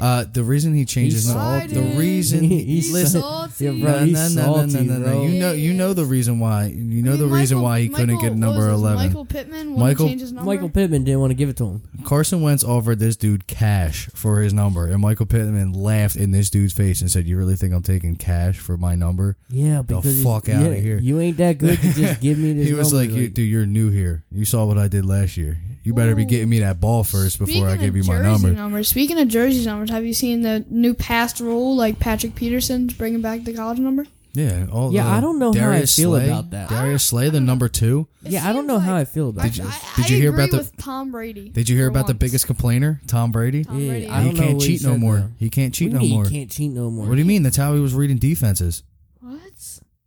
[SPEAKER 2] Uh, the reason he changes
[SPEAKER 1] He's
[SPEAKER 2] no, the
[SPEAKER 3] salty.
[SPEAKER 2] reason
[SPEAKER 1] He-
[SPEAKER 2] he,
[SPEAKER 1] he's
[SPEAKER 2] listen
[SPEAKER 3] salty.
[SPEAKER 1] Yeah, bro, he's salty, bro.
[SPEAKER 2] You know, you know the reason why. You know the reason why he couldn't get number eleven.
[SPEAKER 3] Michael Pittman wanted
[SPEAKER 2] Michael-
[SPEAKER 3] to change his number.
[SPEAKER 1] Michael Pittman didn't want to give it to him.
[SPEAKER 2] Carson Wentz offered this dude cash for his number, and Michael Pittman laughed in this dude's face and said, "You really think I'm taking cash for my number?"
[SPEAKER 1] Yeah, because he's-
[SPEAKER 2] fuck outta
[SPEAKER 1] yeah,
[SPEAKER 2] here.
[SPEAKER 1] You ain't that good. You just give me this.
[SPEAKER 2] He was
[SPEAKER 1] number,
[SPEAKER 2] like, you, "Dude, you're new here. You saw what I did last year. You better be
[SPEAKER 3] Ooh.
[SPEAKER 2] getting me that ball first before I
[SPEAKER 3] Speaking
[SPEAKER 2] give you
[SPEAKER 3] of
[SPEAKER 2] my
[SPEAKER 3] jersey
[SPEAKER 2] number."
[SPEAKER 3] numbers, Speaking of jerseys numbers, have you seen the new past rule like Patrick Peterson's bringing back the college number?
[SPEAKER 2] Yeah, all
[SPEAKER 1] Yeah,
[SPEAKER 2] the-
[SPEAKER 1] I don't know how I
[SPEAKER 2] Darius
[SPEAKER 1] feel
[SPEAKER 2] Slay-
[SPEAKER 1] about that.
[SPEAKER 2] Darius Slay, the number two.
[SPEAKER 3] It
[SPEAKER 1] yeah, I don't
[SPEAKER 3] seems
[SPEAKER 1] know how I
[SPEAKER 3] like-
[SPEAKER 1] feel about.
[SPEAKER 3] I-
[SPEAKER 1] it.
[SPEAKER 2] you-
[SPEAKER 3] I-
[SPEAKER 2] did you
[SPEAKER 3] I
[SPEAKER 2] hear
[SPEAKER 3] agree
[SPEAKER 2] about the-
[SPEAKER 3] with Tom Brady?
[SPEAKER 2] Did you hear
[SPEAKER 3] for
[SPEAKER 2] about the
[SPEAKER 3] once.
[SPEAKER 2] biggest complainer, Tom Brady?
[SPEAKER 3] Tom
[SPEAKER 1] Yeah,
[SPEAKER 3] Brady.
[SPEAKER 1] I
[SPEAKER 2] he
[SPEAKER 1] don't know
[SPEAKER 2] can't
[SPEAKER 1] what
[SPEAKER 2] cheat no
[SPEAKER 1] said,
[SPEAKER 2] more.
[SPEAKER 1] though.
[SPEAKER 2] He can't
[SPEAKER 1] What
[SPEAKER 2] cheat
[SPEAKER 1] do
[SPEAKER 2] no
[SPEAKER 1] you mean
[SPEAKER 2] more.
[SPEAKER 1] He can't cheat no more.
[SPEAKER 2] What do you mean? That's how he was reading defenses.
[SPEAKER 3] What?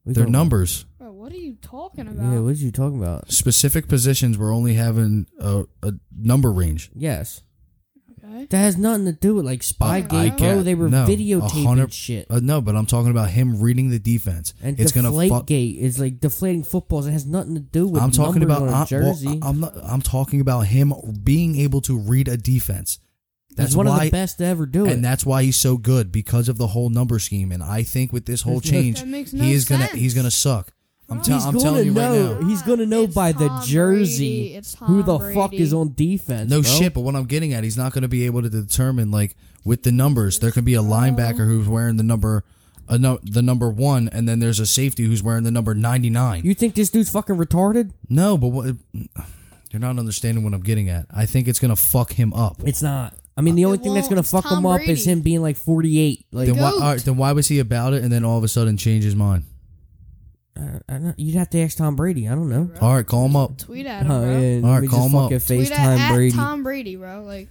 [SPEAKER 1] We
[SPEAKER 2] Their
[SPEAKER 1] don't-
[SPEAKER 2] numbers,
[SPEAKER 3] Bro, what are you talking about?
[SPEAKER 1] Yeah, what are you talking about?
[SPEAKER 2] specific positions, were only having a, a number range.
[SPEAKER 1] Yes,
[SPEAKER 3] okay.
[SPEAKER 1] that has nothing to do with like spy
[SPEAKER 3] I- I
[SPEAKER 1] game, bro.
[SPEAKER 2] can't-
[SPEAKER 1] They were
[SPEAKER 2] no, a
[SPEAKER 1] videotaping
[SPEAKER 2] hundred-
[SPEAKER 1] shit.
[SPEAKER 2] Uh, no, but I'm talking about him reading the defense.
[SPEAKER 1] And
[SPEAKER 2] it's gonna
[SPEAKER 1] deflate
[SPEAKER 2] fuck.
[SPEAKER 1] gate is like deflating footballs. It has nothing to do with.
[SPEAKER 2] I'm talking
[SPEAKER 1] numbers
[SPEAKER 2] about.
[SPEAKER 1] on a
[SPEAKER 2] I'm, well,
[SPEAKER 1] jersey.
[SPEAKER 2] I'm not. I'm talking about him being able to read a defense. That's
[SPEAKER 1] He's one
[SPEAKER 2] why,
[SPEAKER 1] of the best to ever do it.
[SPEAKER 2] and that's why he's so good because of the whole number scheme. And I think with this whole
[SPEAKER 1] There's no-
[SPEAKER 2] change,
[SPEAKER 3] That makes no
[SPEAKER 2] he is gonna
[SPEAKER 3] sense.
[SPEAKER 2] he's gonna suck. I'm, tell,
[SPEAKER 1] he's
[SPEAKER 2] I'm
[SPEAKER 1] gonna
[SPEAKER 2] telling you right
[SPEAKER 1] know.
[SPEAKER 2] now.
[SPEAKER 1] He's gonna know
[SPEAKER 3] It's
[SPEAKER 1] by the
[SPEAKER 3] Tom Brady.
[SPEAKER 1] jersey
[SPEAKER 3] It's
[SPEAKER 1] who
[SPEAKER 3] Tom
[SPEAKER 1] the fuck
[SPEAKER 3] Brady.
[SPEAKER 1] is on defense.
[SPEAKER 2] No
[SPEAKER 1] bro.
[SPEAKER 2] shit, but what I'm getting at, he's not going to be able to determine like with the numbers. There can be a linebacker who's wearing the number, a no, the number one, and then there's a safety who's wearing the number ninety nine.
[SPEAKER 1] You think this dude's fucking retarded?
[SPEAKER 2] No, but what, you're not understanding what I'm getting at. I think it's going to fuck him up.
[SPEAKER 1] It's not. I mean, the only thing that's
[SPEAKER 3] won't.
[SPEAKER 1] gonna
[SPEAKER 3] It's
[SPEAKER 1] fuck
[SPEAKER 3] Tom
[SPEAKER 1] him up
[SPEAKER 3] Brady.
[SPEAKER 1] is him being like 48. Like,
[SPEAKER 2] Then why?
[SPEAKER 3] Goat.
[SPEAKER 2] All right, then why was he about it and then all of a sudden change his mind?
[SPEAKER 1] I- I don't- you'd have to ask Tom Brady. I don't know.
[SPEAKER 2] All right, call him up.
[SPEAKER 3] Tweet at him, bro.
[SPEAKER 1] Oh, yeah, let
[SPEAKER 2] All right,
[SPEAKER 1] me
[SPEAKER 2] call
[SPEAKER 1] just
[SPEAKER 2] him up.
[SPEAKER 1] fucking
[SPEAKER 3] Tweet at,
[SPEAKER 1] FaceTime
[SPEAKER 3] at
[SPEAKER 1] Brady.
[SPEAKER 3] Tom Brady, bro. Like,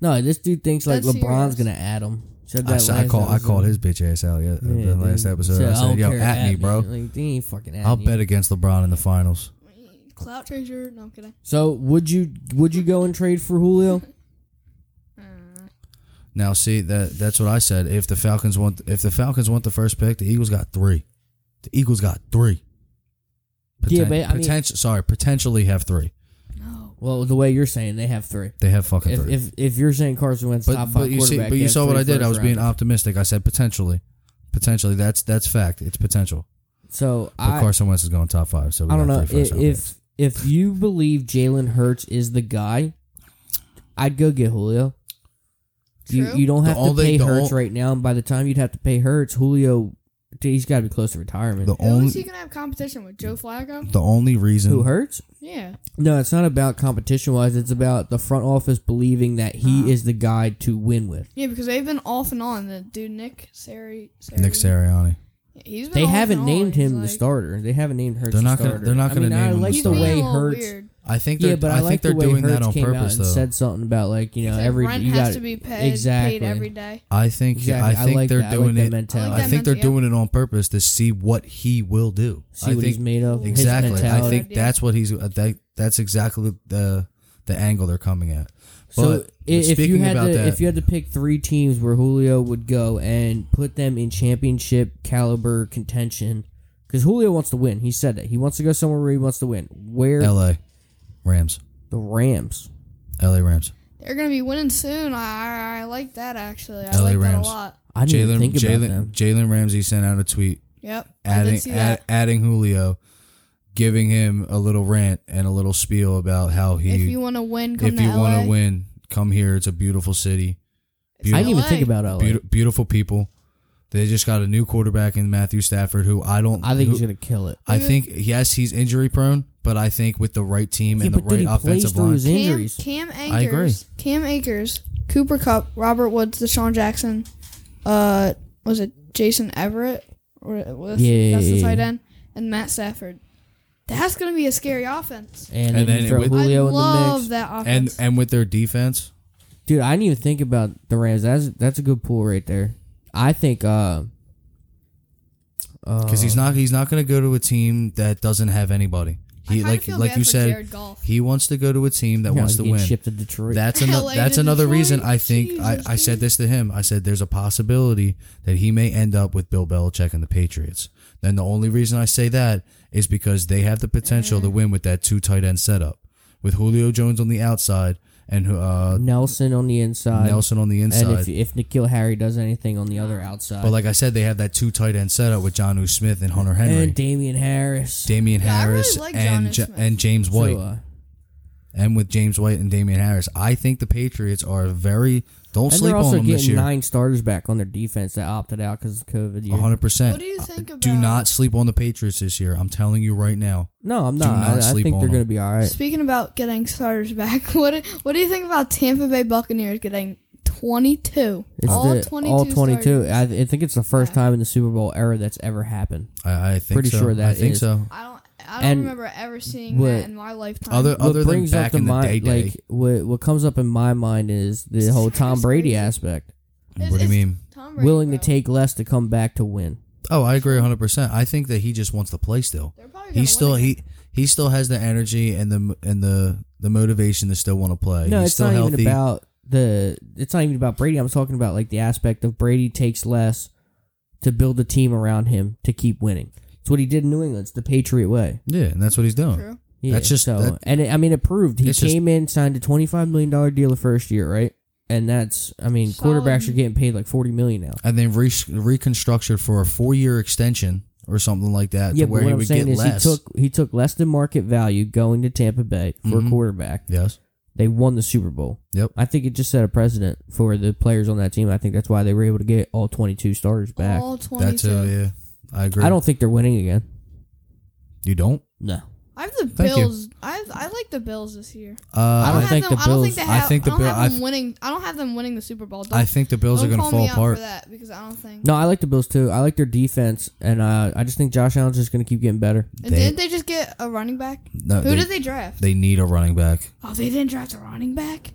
[SPEAKER 1] No, this dude thinks like
[SPEAKER 3] That's
[SPEAKER 1] LeBron's
[SPEAKER 3] serious.
[SPEAKER 1] gonna add him. Said
[SPEAKER 2] I,
[SPEAKER 1] that
[SPEAKER 2] s- I
[SPEAKER 1] last
[SPEAKER 2] call, I
[SPEAKER 1] episode.
[SPEAKER 2] called his bitch ass out yeah,
[SPEAKER 1] Yeah,
[SPEAKER 2] the
[SPEAKER 1] dude.
[SPEAKER 2] last episode.
[SPEAKER 1] Said,
[SPEAKER 2] I said,
[SPEAKER 1] don't
[SPEAKER 2] "Yo,
[SPEAKER 1] care,
[SPEAKER 2] at me, bro.
[SPEAKER 1] Like, they ain't fucking at
[SPEAKER 2] I'll
[SPEAKER 1] me.
[SPEAKER 2] bet against LeBron in the finals."
[SPEAKER 3] clout chaser. No, I'm kidding.
[SPEAKER 1] So would you would you go and trade for Julio?
[SPEAKER 2] Now, see that that's what I said. If the Falcons want, if the Falcons want the first pick, the Eagles got three. The Eagles got three.
[SPEAKER 1] Yeah, but, I mean-
[SPEAKER 2] potential. Sorry, potentially have three.
[SPEAKER 3] No.
[SPEAKER 1] Well, the way you're saying, they have three.
[SPEAKER 2] They have fucking
[SPEAKER 1] If,
[SPEAKER 2] three.
[SPEAKER 1] if if you're saying Carson Wentz
[SPEAKER 2] but
[SPEAKER 1] top five
[SPEAKER 2] but you see,
[SPEAKER 1] quarterback,
[SPEAKER 2] but
[SPEAKER 1] they
[SPEAKER 2] you
[SPEAKER 1] have
[SPEAKER 2] saw what
[SPEAKER 1] three
[SPEAKER 2] I did. I
[SPEAKER 1] first
[SPEAKER 2] was being
[SPEAKER 1] rounders.
[SPEAKER 2] optimistic. I said potentially, potentially. That's that's fact. It's potential.
[SPEAKER 1] so
[SPEAKER 2] But
[SPEAKER 1] I
[SPEAKER 2] Carson Wentz is going top five. So we
[SPEAKER 1] I don't
[SPEAKER 2] got
[SPEAKER 1] know
[SPEAKER 2] three first
[SPEAKER 1] if
[SPEAKER 2] round
[SPEAKER 1] if,
[SPEAKER 2] picks.
[SPEAKER 1] if you believe Jalen Hurts is the guy, I'd go get Julio. You,
[SPEAKER 3] True.
[SPEAKER 1] you don't
[SPEAKER 2] The
[SPEAKER 1] have to
[SPEAKER 2] only-
[SPEAKER 1] pay
[SPEAKER 2] the
[SPEAKER 1] Hurts
[SPEAKER 2] ol-
[SPEAKER 1] right now, and by the time you'd have to pay Hurts, Julio Dude, he's got to be close to retirement.
[SPEAKER 2] The
[SPEAKER 3] Who is he
[SPEAKER 2] only
[SPEAKER 3] gonna have competition with? Joe Flacco?
[SPEAKER 2] the only reason
[SPEAKER 1] Who hurts?
[SPEAKER 3] Yeah.
[SPEAKER 1] Mm-hmm. No, it's not about competition wise. It's about the front office believing that he is the guy to win with.
[SPEAKER 3] Yeah, because they've been off and on. The dude Nick Sari, Sari
[SPEAKER 2] Nick Sirianni.
[SPEAKER 3] he's been
[SPEAKER 1] They
[SPEAKER 3] off
[SPEAKER 1] haven't
[SPEAKER 3] and on.
[SPEAKER 1] named
[SPEAKER 3] He's
[SPEAKER 1] him the
[SPEAKER 3] like-
[SPEAKER 1] starter. They haven't named Hurts.
[SPEAKER 2] They're not
[SPEAKER 1] the
[SPEAKER 2] gonna-
[SPEAKER 1] starter.
[SPEAKER 2] they're not gonna
[SPEAKER 1] I mean,
[SPEAKER 2] name
[SPEAKER 1] I
[SPEAKER 2] him the
[SPEAKER 1] like the
[SPEAKER 3] being
[SPEAKER 1] way
[SPEAKER 3] a little
[SPEAKER 1] Hurts.
[SPEAKER 3] weird.
[SPEAKER 2] I think they're
[SPEAKER 1] Yeah, but I,
[SPEAKER 2] I,
[SPEAKER 1] like
[SPEAKER 2] think they're
[SPEAKER 1] the way
[SPEAKER 2] doing
[SPEAKER 1] Hurts
[SPEAKER 2] that on
[SPEAKER 1] came
[SPEAKER 2] purpose
[SPEAKER 1] out and
[SPEAKER 2] though.
[SPEAKER 1] said something about like you know
[SPEAKER 3] Like,
[SPEAKER 1] every
[SPEAKER 3] rent
[SPEAKER 1] you
[SPEAKER 3] has
[SPEAKER 1] got
[SPEAKER 3] to be paid,
[SPEAKER 1] exactly
[SPEAKER 3] paid every day.
[SPEAKER 2] I think
[SPEAKER 1] Exactly.
[SPEAKER 2] I think
[SPEAKER 1] like
[SPEAKER 2] they're
[SPEAKER 1] that.
[SPEAKER 2] doing
[SPEAKER 1] I like
[SPEAKER 2] it.
[SPEAKER 1] That mentality.
[SPEAKER 3] I
[SPEAKER 2] I
[SPEAKER 3] that
[SPEAKER 2] think they're
[SPEAKER 3] mentality.
[SPEAKER 2] doing it on purpose to see what he will do.
[SPEAKER 1] See
[SPEAKER 2] I
[SPEAKER 1] what
[SPEAKER 2] think
[SPEAKER 1] he's made of.
[SPEAKER 2] exactly.
[SPEAKER 1] His
[SPEAKER 2] I
[SPEAKER 1] mentality.
[SPEAKER 2] think that's what he's. uh, That, that's exactly the the angle they're coming at. But
[SPEAKER 1] so i- if you
[SPEAKER 2] speaking
[SPEAKER 1] had
[SPEAKER 2] about
[SPEAKER 1] to,
[SPEAKER 2] that,
[SPEAKER 1] if you had to pick three teams where Julio would go and put them in championship caliber contention, because Julio wants to win. He said that he wants to go somewhere where he wants to win. Where
[SPEAKER 2] L.A. Rams,
[SPEAKER 1] the Rams?
[SPEAKER 2] L.A. Rams.
[SPEAKER 3] They're gonna be winning soon. I, I, I like that actually. I
[SPEAKER 2] LA
[SPEAKER 3] like
[SPEAKER 2] Rams.
[SPEAKER 3] that a lot.
[SPEAKER 1] I didn't even
[SPEAKER 2] Jalen
[SPEAKER 1] think about
[SPEAKER 2] Jalen
[SPEAKER 1] them.
[SPEAKER 2] Jalen Ramsey sent out a tweet
[SPEAKER 3] Yep. I did see
[SPEAKER 2] adding
[SPEAKER 3] that.
[SPEAKER 2] add, adding Julio, giving him a little rant and a little spiel about how he
[SPEAKER 3] if you want to win, come
[SPEAKER 2] if you
[SPEAKER 3] to
[SPEAKER 2] want
[SPEAKER 3] LA.
[SPEAKER 2] to win, come here. It's a beautiful city,
[SPEAKER 1] I didn't even
[SPEAKER 3] LA.
[SPEAKER 1] think about LA.
[SPEAKER 2] beauti- beautiful people. They just got a new quarterback in Matthew Stafford, who I don't.
[SPEAKER 1] I think
[SPEAKER 2] who-
[SPEAKER 1] he's gonna kill it.
[SPEAKER 2] I think yes, he's injury prone, but I think with the right team
[SPEAKER 1] Yeah,
[SPEAKER 2] and the
[SPEAKER 1] but dude,
[SPEAKER 2] right
[SPEAKER 1] he plays
[SPEAKER 2] offensive
[SPEAKER 1] through
[SPEAKER 2] line,
[SPEAKER 1] his injuries.
[SPEAKER 3] Cam, Cam Akers.
[SPEAKER 2] I agree.
[SPEAKER 3] Cam Akers, Cooper Cup, Robert Woods, Deshaun Jackson, uh, was it Jason Everett? Or was,
[SPEAKER 1] Yeah,
[SPEAKER 3] that's
[SPEAKER 1] yeah,
[SPEAKER 3] the tight
[SPEAKER 1] yeah.
[SPEAKER 3] end, and Matt Stafford. That's gonna be a scary offense.
[SPEAKER 1] And,
[SPEAKER 2] And
[SPEAKER 1] then,
[SPEAKER 2] then
[SPEAKER 1] you throw
[SPEAKER 2] with-
[SPEAKER 1] Julio in
[SPEAKER 3] I
[SPEAKER 1] the
[SPEAKER 3] love
[SPEAKER 1] mix,
[SPEAKER 3] that
[SPEAKER 2] and
[SPEAKER 3] offense.
[SPEAKER 2] and with their defense,
[SPEAKER 1] dude. I didn't even think about the Rams. That's that's a good pull right there. I think. uh
[SPEAKER 2] because
[SPEAKER 1] Um,
[SPEAKER 2] he's not he's not going to go to a team that doesn't have anybody.
[SPEAKER 3] I
[SPEAKER 2] He
[SPEAKER 3] kinda
[SPEAKER 2] like
[SPEAKER 3] feel
[SPEAKER 2] like
[SPEAKER 3] bad
[SPEAKER 2] you
[SPEAKER 3] for
[SPEAKER 2] said,
[SPEAKER 3] Jared Goff.
[SPEAKER 2] he wants to go to a team that
[SPEAKER 1] you know,
[SPEAKER 2] wants
[SPEAKER 1] he's
[SPEAKER 2] to
[SPEAKER 1] getting
[SPEAKER 2] win.
[SPEAKER 1] Shipped to Detroit.
[SPEAKER 2] That's
[SPEAKER 3] LA
[SPEAKER 2] another.
[SPEAKER 3] to
[SPEAKER 2] That's another
[SPEAKER 3] Detroit.
[SPEAKER 2] reason I think I,
[SPEAKER 3] Jesus,
[SPEAKER 2] I said this to him. I said there's a possibility that he may end up with Bill Belichick and the Patriots. Then the only reason I say that is because they have the potential
[SPEAKER 3] Mm.
[SPEAKER 2] to win with that two tight end setup, with Julio Jones on the outside and uh,
[SPEAKER 1] Nelson on the inside.
[SPEAKER 2] Nelson on the
[SPEAKER 1] And if,
[SPEAKER 2] inside.
[SPEAKER 1] if Nikhil Harry does anything on the other outside,
[SPEAKER 2] But like I said, they have that two tight end setup with John U. Smith and Hunter Henry,
[SPEAKER 1] and Damian Harris,
[SPEAKER 2] Damian
[SPEAKER 3] Yeah, I really
[SPEAKER 2] Harris,
[SPEAKER 3] like John U.
[SPEAKER 2] and J-
[SPEAKER 3] Smith.
[SPEAKER 2] and James White.
[SPEAKER 1] So, uh,
[SPEAKER 2] and with James White and Damian Harris, I think the Patriots are very. Don't
[SPEAKER 1] and
[SPEAKER 2] sleep
[SPEAKER 1] they're
[SPEAKER 2] on
[SPEAKER 1] also
[SPEAKER 2] them this
[SPEAKER 1] getting
[SPEAKER 2] year.
[SPEAKER 1] nine starters back on their defense that opted out because of COVID. year.
[SPEAKER 2] 100%.
[SPEAKER 3] What do you think about?
[SPEAKER 2] Do not sleep on the Patriots this year. I'm telling you right now.
[SPEAKER 1] No, I'm
[SPEAKER 2] Do
[SPEAKER 1] not. I,
[SPEAKER 2] not
[SPEAKER 1] I
[SPEAKER 2] sleep
[SPEAKER 1] think
[SPEAKER 2] on
[SPEAKER 1] they're
[SPEAKER 2] them.
[SPEAKER 1] going to be all right.
[SPEAKER 3] Speaking about getting starters back, what do- what do you think about Tampa Bay Buccaneers getting twenty two?
[SPEAKER 1] It's
[SPEAKER 3] all
[SPEAKER 1] the-
[SPEAKER 3] twenty two.
[SPEAKER 1] all 22. I, I think it's the first time in the Super Bowl era that's ever happened.
[SPEAKER 2] I, I think
[SPEAKER 1] Pretty
[SPEAKER 2] so.
[SPEAKER 1] sure that
[SPEAKER 2] I think
[SPEAKER 1] is.
[SPEAKER 2] so.
[SPEAKER 3] I don't. I don't
[SPEAKER 1] And
[SPEAKER 3] remember ever seeing
[SPEAKER 1] what-
[SPEAKER 3] that in my lifetime.
[SPEAKER 2] Other
[SPEAKER 1] What
[SPEAKER 2] other than
[SPEAKER 1] brings up
[SPEAKER 2] back
[SPEAKER 1] to
[SPEAKER 2] in the
[SPEAKER 1] my
[SPEAKER 2] day, day.
[SPEAKER 1] like what what comes up in my mind is the whole Tom Brady aspect,
[SPEAKER 3] It's-
[SPEAKER 2] what do you
[SPEAKER 3] it's
[SPEAKER 2] mean?
[SPEAKER 3] Tom Brady,
[SPEAKER 1] willing to
[SPEAKER 3] bro.
[SPEAKER 1] take less to come back to win.
[SPEAKER 2] Oh, I agree 100. percent I think that he just wants to play still.
[SPEAKER 3] They're probably
[SPEAKER 2] He
[SPEAKER 3] gonna
[SPEAKER 2] still
[SPEAKER 3] win again.
[SPEAKER 2] he he still has the energy and the and the the motivation to still want to play.
[SPEAKER 1] No,
[SPEAKER 2] He's
[SPEAKER 1] it's
[SPEAKER 2] still
[SPEAKER 1] not
[SPEAKER 2] healthy.
[SPEAKER 1] even about the. It's not even about Brady. I'm talking about like the aspect of Brady takes less to build a team around him to keep winning. It's what he did in New England. It's the Patriot way.
[SPEAKER 2] yeah, and that's what he's
[SPEAKER 1] Oh,
[SPEAKER 2] doing.
[SPEAKER 3] True.
[SPEAKER 1] Yeah,
[SPEAKER 2] That's just-
[SPEAKER 1] so,
[SPEAKER 2] that-
[SPEAKER 1] and it, I mean, it proved he
[SPEAKER 2] It's just-
[SPEAKER 1] came in, signed a twenty-five million dollar deal the first year, right? And that's, I mean,
[SPEAKER 3] Solid.
[SPEAKER 1] quarterbacks are getting paid like forty million now.
[SPEAKER 2] And then re- reconstructed for a four year extension or something like that,
[SPEAKER 1] Yeah,
[SPEAKER 2] to
[SPEAKER 1] but
[SPEAKER 2] where
[SPEAKER 1] what
[SPEAKER 2] he
[SPEAKER 1] I'm
[SPEAKER 2] would
[SPEAKER 1] saying
[SPEAKER 2] get
[SPEAKER 1] is
[SPEAKER 2] less.
[SPEAKER 1] he took he took less than market value going to Tampa Bay for
[SPEAKER 2] Mm-hmm.
[SPEAKER 1] a quarterback.
[SPEAKER 2] yes.
[SPEAKER 1] They won the Super Bowl.
[SPEAKER 2] Yep.
[SPEAKER 1] I think it just set a precedent for the players on that team. I think that's why they were able to get all twenty-two starters back.
[SPEAKER 3] All twenty
[SPEAKER 2] That's
[SPEAKER 3] two.
[SPEAKER 2] a yeah. I agree.
[SPEAKER 1] I don't think they're winning again.
[SPEAKER 2] You don't.
[SPEAKER 1] No.
[SPEAKER 3] I have the
[SPEAKER 2] Thank you.
[SPEAKER 3] Bills. I have, I like the Bills this year.
[SPEAKER 2] Uh,
[SPEAKER 1] I
[SPEAKER 3] I
[SPEAKER 1] don't
[SPEAKER 3] have
[SPEAKER 1] think
[SPEAKER 3] them,
[SPEAKER 1] the
[SPEAKER 3] I don't think they
[SPEAKER 1] Bills-
[SPEAKER 2] I
[SPEAKER 3] have. I,
[SPEAKER 2] think the
[SPEAKER 3] don't
[SPEAKER 2] Bill-
[SPEAKER 3] have
[SPEAKER 2] I
[SPEAKER 3] them
[SPEAKER 2] th-
[SPEAKER 3] winning. I don't have them winning the Super Bowl. Don't,
[SPEAKER 2] I think the Bills
[SPEAKER 3] don't
[SPEAKER 2] are going to
[SPEAKER 3] call
[SPEAKER 2] fall
[SPEAKER 3] me out
[SPEAKER 2] apart.
[SPEAKER 3] for that because I don't think.
[SPEAKER 1] No, I like the Bills too. I like their defense, and uh, I just think Josh Allen's just going to keep getting better.
[SPEAKER 3] And didn't they just get a running back?
[SPEAKER 2] No,
[SPEAKER 3] Who
[SPEAKER 2] they,
[SPEAKER 3] did they draft?
[SPEAKER 2] they need a running back.
[SPEAKER 3] oh, they didn't draft a running back.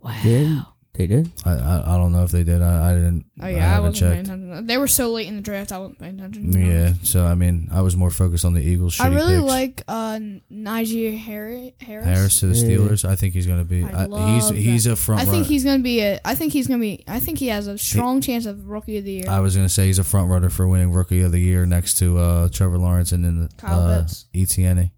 [SPEAKER 3] Wow.
[SPEAKER 1] Did they did?
[SPEAKER 2] I, I I don't know if they did. I, I didn't.
[SPEAKER 3] Oh
[SPEAKER 2] I
[SPEAKER 3] yeah, I,
[SPEAKER 2] haven't
[SPEAKER 3] wasn't paying
[SPEAKER 2] checked.
[SPEAKER 3] attention. They were so late in the draft, I wasn't paying attention.
[SPEAKER 2] Yeah, so I mean, I was more focused on the Eagles.
[SPEAKER 3] I
[SPEAKER 2] shitty
[SPEAKER 3] really
[SPEAKER 2] picks.
[SPEAKER 3] like uh, Najee Harry, Harris.
[SPEAKER 2] Harris to the
[SPEAKER 1] Yeah.
[SPEAKER 2] Steelers. I think he's going to be.
[SPEAKER 3] I
[SPEAKER 2] I
[SPEAKER 3] love
[SPEAKER 2] he's he's a front.
[SPEAKER 3] I
[SPEAKER 2] runner.
[SPEAKER 3] think he's gonna be a. I think he's gonna be. I think he has a strong chance of rookie of the year.
[SPEAKER 2] I was going to say he's a front runner for winning Rookie of the Year next to uh, Trevor Lawrence and then
[SPEAKER 3] Kyle
[SPEAKER 2] uh,
[SPEAKER 3] Pitts.
[SPEAKER 2] Etienne.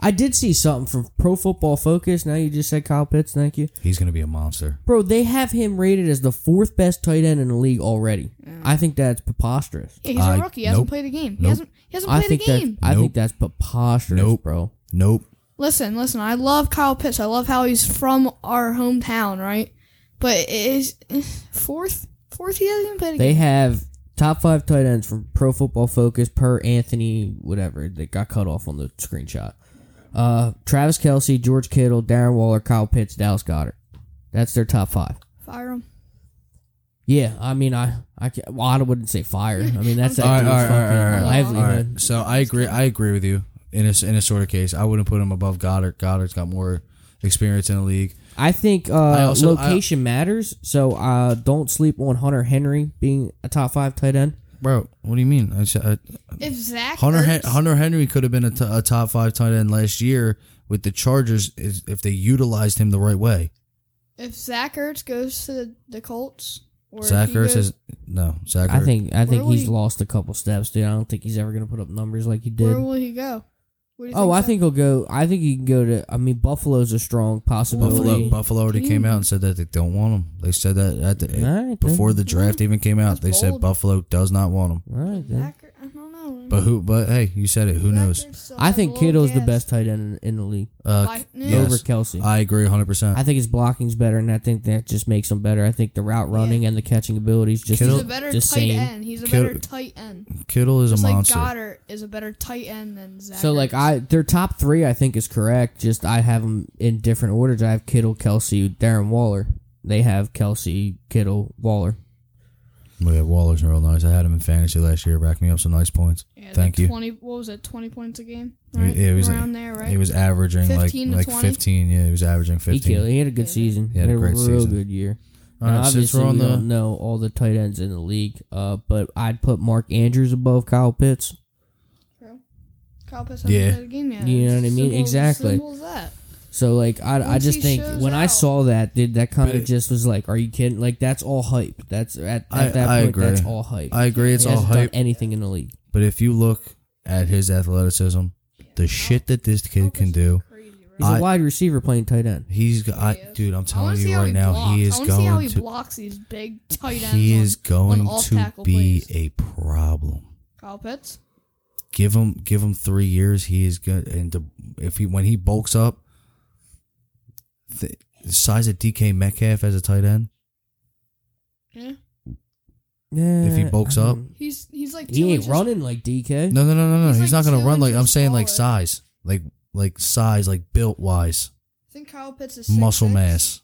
[SPEAKER 1] I did see something from Pro Football Focus. Now you just said Kyle Pitts. Thank you,
[SPEAKER 2] He's going to be a monster.
[SPEAKER 1] bro. They have him rated as the fourth best tight end in the league already.
[SPEAKER 3] Mm.
[SPEAKER 1] I think that's preposterous.
[SPEAKER 3] yeah, he's
[SPEAKER 2] I-
[SPEAKER 3] a rookie. He hasn't
[SPEAKER 2] nope.
[SPEAKER 3] played a game.
[SPEAKER 2] Nope.
[SPEAKER 3] He hasn't. He hasn't
[SPEAKER 1] I
[SPEAKER 3] played
[SPEAKER 1] think
[SPEAKER 3] a
[SPEAKER 1] that
[SPEAKER 3] game.
[SPEAKER 1] I think
[SPEAKER 2] Nope.
[SPEAKER 1] that's preposterous,
[SPEAKER 2] Nope.
[SPEAKER 1] bro.
[SPEAKER 2] Nope.
[SPEAKER 3] Listen, listen. I love Kyle Pitts. I love how he's from our hometown, right? But it is fourth, fourth. He hasn't even played a
[SPEAKER 1] They
[SPEAKER 3] game.
[SPEAKER 1] have Top five tight ends from Pro Football Focus per Anthony, whatever, that got cut off on the screenshot. Uh, Travis Kelsey, George Kittle, Darren Waller, Kyle Pitts, Dallas Goddard. That's their top five.
[SPEAKER 3] Fire him.
[SPEAKER 1] Yeah, I mean, I, I, can't, well, I wouldn't say fire. I mean, that's that
[SPEAKER 2] All right,
[SPEAKER 1] dude's
[SPEAKER 2] all right, all
[SPEAKER 1] fucking
[SPEAKER 2] right, all
[SPEAKER 3] right.
[SPEAKER 2] All
[SPEAKER 1] livelihood.
[SPEAKER 2] right. So I agree. I agree with you in a in a sort of case. I wouldn't put him above Goddard. Goddard's got more experience in the league.
[SPEAKER 1] I think uh,
[SPEAKER 2] also-
[SPEAKER 1] location matters. So uh, don't sleep on Hunter Henry being a top five tight end.
[SPEAKER 2] Bro, what do you mean? I, said- I,
[SPEAKER 3] If Zach
[SPEAKER 2] Hunter
[SPEAKER 3] Ertz-
[SPEAKER 2] Hen- Hunter Henry could have been a, t- a top five tight end last year with the Chargers is- if they utilized him the right way.
[SPEAKER 3] if Zach Ertz goes to the Colts, or if
[SPEAKER 2] Zach
[SPEAKER 3] he
[SPEAKER 2] Ertz
[SPEAKER 3] goes-
[SPEAKER 2] is no Zach.
[SPEAKER 1] I
[SPEAKER 2] Ertz-
[SPEAKER 1] think I think he's
[SPEAKER 3] Really?
[SPEAKER 1] lost a couple steps, dude. I don't think he's ever gonna put up numbers like he
[SPEAKER 3] where
[SPEAKER 1] did.
[SPEAKER 3] will he go? What do you
[SPEAKER 1] Oh, I
[SPEAKER 3] Zach-
[SPEAKER 1] think he'll go. I think he can go to. I mean, Buffalo's a strong
[SPEAKER 2] Buffalo
[SPEAKER 1] possibility.
[SPEAKER 2] Buffalo already came
[SPEAKER 3] Mm.
[SPEAKER 2] out and said that they don't want him. They said that at the,
[SPEAKER 1] All right,
[SPEAKER 2] before the draft even came out.
[SPEAKER 3] Mm. That's
[SPEAKER 2] They said
[SPEAKER 3] bold.
[SPEAKER 2] Buffalo does not want him.
[SPEAKER 1] All right, then.
[SPEAKER 3] Zach, Er- I don't know.
[SPEAKER 2] But who? But hey, you said it. Who
[SPEAKER 3] Zach
[SPEAKER 2] knows?
[SPEAKER 3] Ertz still
[SPEAKER 1] I
[SPEAKER 3] has a
[SPEAKER 1] think
[SPEAKER 3] little
[SPEAKER 1] Kittle's the
[SPEAKER 3] gas.
[SPEAKER 1] best tight end in, in the league
[SPEAKER 2] Uh,
[SPEAKER 3] Like, no.
[SPEAKER 2] yes.
[SPEAKER 1] over Kelsey. I,
[SPEAKER 2] I agree, hundred percent.
[SPEAKER 1] think his blocking's better, and I think that just makes him better. I think the route running and the catching abilities just
[SPEAKER 2] Kittle-
[SPEAKER 3] He's
[SPEAKER 1] is
[SPEAKER 3] a better
[SPEAKER 1] the
[SPEAKER 3] tight
[SPEAKER 1] same.
[SPEAKER 3] end. He's a
[SPEAKER 2] Kittle-
[SPEAKER 3] better tight end.
[SPEAKER 2] Kittle is a
[SPEAKER 3] Just like
[SPEAKER 2] monster.
[SPEAKER 3] Goddard is a better tight end than Zach.
[SPEAKER 1] So like
[SPEAKER 3] Ertz.
[SPEAKER 1] I their top three I think is correct. Just I have them in different orders. I have Kittle, Kelsey, Darren Waller. They have Kelsey, Kittle, Waller.
[SPEAKER 2] Well, yeah, Waller's real nice. I had him in fantasy last year. Backed me up some nice points.
[SPEAKER 3] Yeah, like
[SPEAKER 2] Thank you.
[SPEAKER 3] Twenty. What was it? Twenty points a game.
[SPEAKER 2] Yeah,
[SPEAKER 3] Right?
[SPEAKER 2] it was-
[SPEAKER 3] around there, right?
[SPEAKER 2] He was averaging like
[SPEAKER 3] 15 to
[SPEAKER 2] like
[SPEAKER 3] 20?
[SPEAKER 2] fifteen. Yeah, he was averaging
[SPEAKER 1] He
[SPEAKER 2] fifteen.
[SPEAKER 1] killed. He had a good season.
[SPEAKER 2] He had a great
[SPEAKER 1] real
[SPEAKER 2] season.
[SPEAKER 1] good year.
[SPEAKER 2] All
[SPEAKER 1] Now,
[SPEAKER 2] right, Uh, since
[SPEAKER 1] obviously,
[SPEAKER 2] we're on
[SPEAKER 1] we
[SPEAKER 2] the
[SPEAKER 1] don't know all the tight ends in the league, uh, but I'd put Mark Andrews above Kyle Pitts.
[SPEAKER 3] True. Kyle Pitts hasn't
[SPEAKER 2] Yeah.
[SPEAKER 3] played a game yet.
[SPEAKER 1] You know what I mean?
[SPEAKER 3] Simple-
[SPEAKER 1] Exactly.
[SPEAKER 3] Simple as that.
[SPEAKER 1] So like I, I
[SPEAKER 3] Once
[SPEAKER 1] just
[SPEAKER 3] he
[SPEAKER 1] think
[SPEAKER 3] shows
[SPEAKER 1] when I
[SPEAKER 3] out.
[SPEAKER 1] saw that, dude, that kind
[SPEAKER 2] But
[SPEAKER 1] of
[SPEAKER 2] it-
[SPEAKER 1] just was like, are you kidding? Like that's all hype. That's at, at
[SPEAKER 2] I-
[SPEAKER 1] that
[SPEAKER 2] I
[SPEAKER 1] point,
[SPEAKER 2] agree.
[SPEAKER 1] that's all hype.
[SPEAKER 2] I agree, it's
[SPEAKER 1] He
[SPEAKER 2] all
[SPEAKER 1] hasn't done
[SPEAKER 2] hype.
[SPEAKER 1] anything in the league.
[SPEAKER 2] But if you look at his athleticism, the shit that this kid can do,
[SPEAKER 3] Crazy, right?
[SPEAKER 1] He's a
[SPEAKER 2] I-
[SPEAKER 1] wide receiver playing tight end.
[SPEAKER 2] he's got, I,
[SPEAKER 3] is.
[SPEAKER 2] dude. I'm
[SPEAKER 3] I wanna
[SPEAKER 2] telling
[SPEAKER 3] see
[SPEAKER 2] you
[SPEAKER 3] how
[SPEAKER 2] right now,
[SPEAKER 3] blocks.
[SPEAKER 2] he is
[SPEAKER 3] I wanna see how
[SPEAKER 2] going
[SPEAKER 3] he
[SPEAKER 2] to.
[SPEAKER 3] blocks these big tight ends.
[SPEAKER 2] He is
[SPEAKER 3] on,
[SPEAKER 2] going
[SPEAKER 3] on
[SPEAKER 2] to
[SPEAKER 3] off-tackle
[SPEAKER 2] be
[SPEAKER 3] plays.
[SPEAKER 2] a problem.
[SPEAKER 3] Kyle Pitts.
[SPEAKER 2] Give him, give him three years. He is good, and to, if he when he bulks up, the the size of DK Metcalf as a tight end.
[SPEAKER 3] Yeah.
[SPEAKER 1] Yeah,
[SPEAKER 2] If he bulks
[SPEAKER 1] I
[SPEAKER 2] up.
[SPEAKER 1] mean,
[SPEAKER 3] He's he's like two
[SPEAKER 1] Mm-hmm. he ain't
[SPEAKER 3] inches-
[SPEAKER 1] running like DK.
[SPEAKER 2] No, no, no, no, no. He's,
[SPEAKER 3] He's
[SPEAKER 2] not
[SPEAKER 3] like
[SPEAKER 2] going to
[SPEAKER 3] two
[SPEAKER 2] run like I'm
[SPEAKER 3] inches
[SPEAKER 2] saying, like
[SPEAKER 3] smaller.
[SPEAKER 2] size, like like size, like built wise,
[SPEAKER 3] I think Kyle Pitts is
[SPEAKER 2] muscle
[SPEAKER 3] 6'6".
[SPEAKER 2] mass.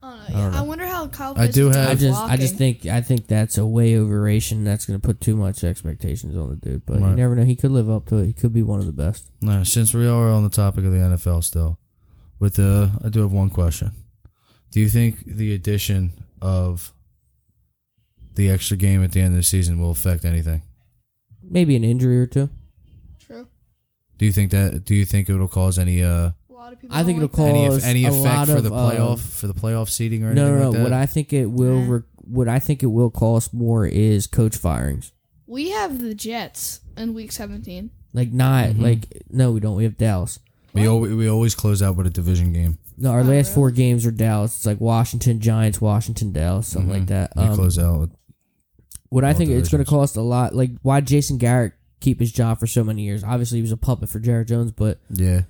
[SPEAKER 3] I, don't know,
[SPEAKER 1] I
[SPEAKER 3] yeah.
[SPEAKER 1] don't know.
[SPEAKER 3] I wonder how Kyle
[SPEAKER 2] I
[SPEAKER 3] Pitts
[SPEAKER 2] do
[SPEAKER 3] is
[SPEAKER 2] have-
[SPEAKER 1] I
[SPEAKER 3] blocking.
[SPEAKER 1] just, I just think, I think that's a way overration. That's going to put too much expectations on the dude. But
[SPEAKER 2] Right.
[SPEAKER 1] you never know. He could live up to it. He could be one of the best.
[SPEAKER 2] Now, since we are on the topic of the NFL still, with the I do have one question. Do you think the addition of the extra game at the end of the season will affect anything?
[SPEAKER 1] Maybe an injury or two.
[SPEAKER 3] True.
[SPEAKER 2] Do you think that do you think it'll cause any uh
[SPEAKER 3] A lot of people.
[SPEAKER 1] I think
[SPEAKER 3] don't
[SPEAKER 1] it'll
[SPEAKER 3] like that.
[SPEAKER 2] any
[SPEAKER 1] Cause
[SPEAKER 2] any
[SPEAKER 1] a
[SPEAKER 2] effect
[SPEAKER 1] lot
[SPEAKER 2] for
[SPEAKER 1] of,
[SPEAKER 2] the playoff
[SPEAKER 1] um,
[SPEAKER 2] for the playoff seating or
[SPEAKER 1] No,
[SPEAKER 2] anything
[SPEAKER 1] no, no.
[SPEAKER 2] like that?
[SPEAKER 1] what I think it will,
[SPEAKER 3] Yeah.
[SPEAKER 1] re- what I think it will cost more is coach firings.
[SPEAKER 3] We have the Jets in week 17.
[SPEAKER 1] Like not
[SPEAKER 2] Mm-hmm.
[SPEAKER 1] like no, we don't. We have Dallas.
[SPEAKER 2] we always, we always close out with a division game.
[SPEAKER 1] No, our last four games are Dallas. It's like Washington Giants, Washington Dallas, something like that.
[SPEAKER 2] We
[SPEAKER 1] Um,
[SPEAKER 2] Mm-hmm. close out with
[SPEAKER 1] what I
[SPEAKER 2] all
[SPEAKER 1] think it's going
[SPEAKER 2] divisions.
[SPEAKER 1] to cost a lot. Like why Jason Garrett keep his job for so many years? Obviously, he was a puppet for Jared Jones, but
[SPEAKER 2] yeah.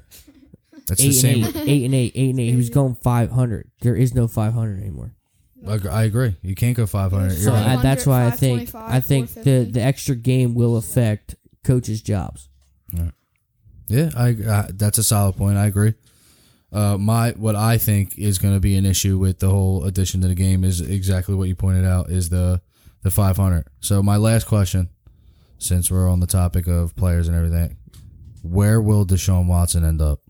[SPEAKER 2] That's the
[SPEAKER 1] eight and
[SPEAKER 2] same.
[SPEAKER 1] eight, eight and eight, eight and eight. He was going five hundred. There is no five hundred anymore.
[SPEAKER 2] I, ag- I agree. You can't go 500.
[SPEAKER 3] So
[SPEAKER 2] You're
[SPEAKER 1] So
[SPEAKER 2] right.
[SPEAKER 1] I, that's why I think
[SPEAKER 3] 525,
[SPEAKER 1] I think the
[SPEAKER 3] 450.
[SPEAKER 1] the extra game will affect coaches' jobs.
[SPEAKER 2] Yeah, I, I that's a solid point. I agree. Uh, my what I think is going to be an issue with the whole addition to the game is exactly what you pointed out is the the 500. So my last question, since we're on the topic of players and everything, where will Deshaun Watson end up?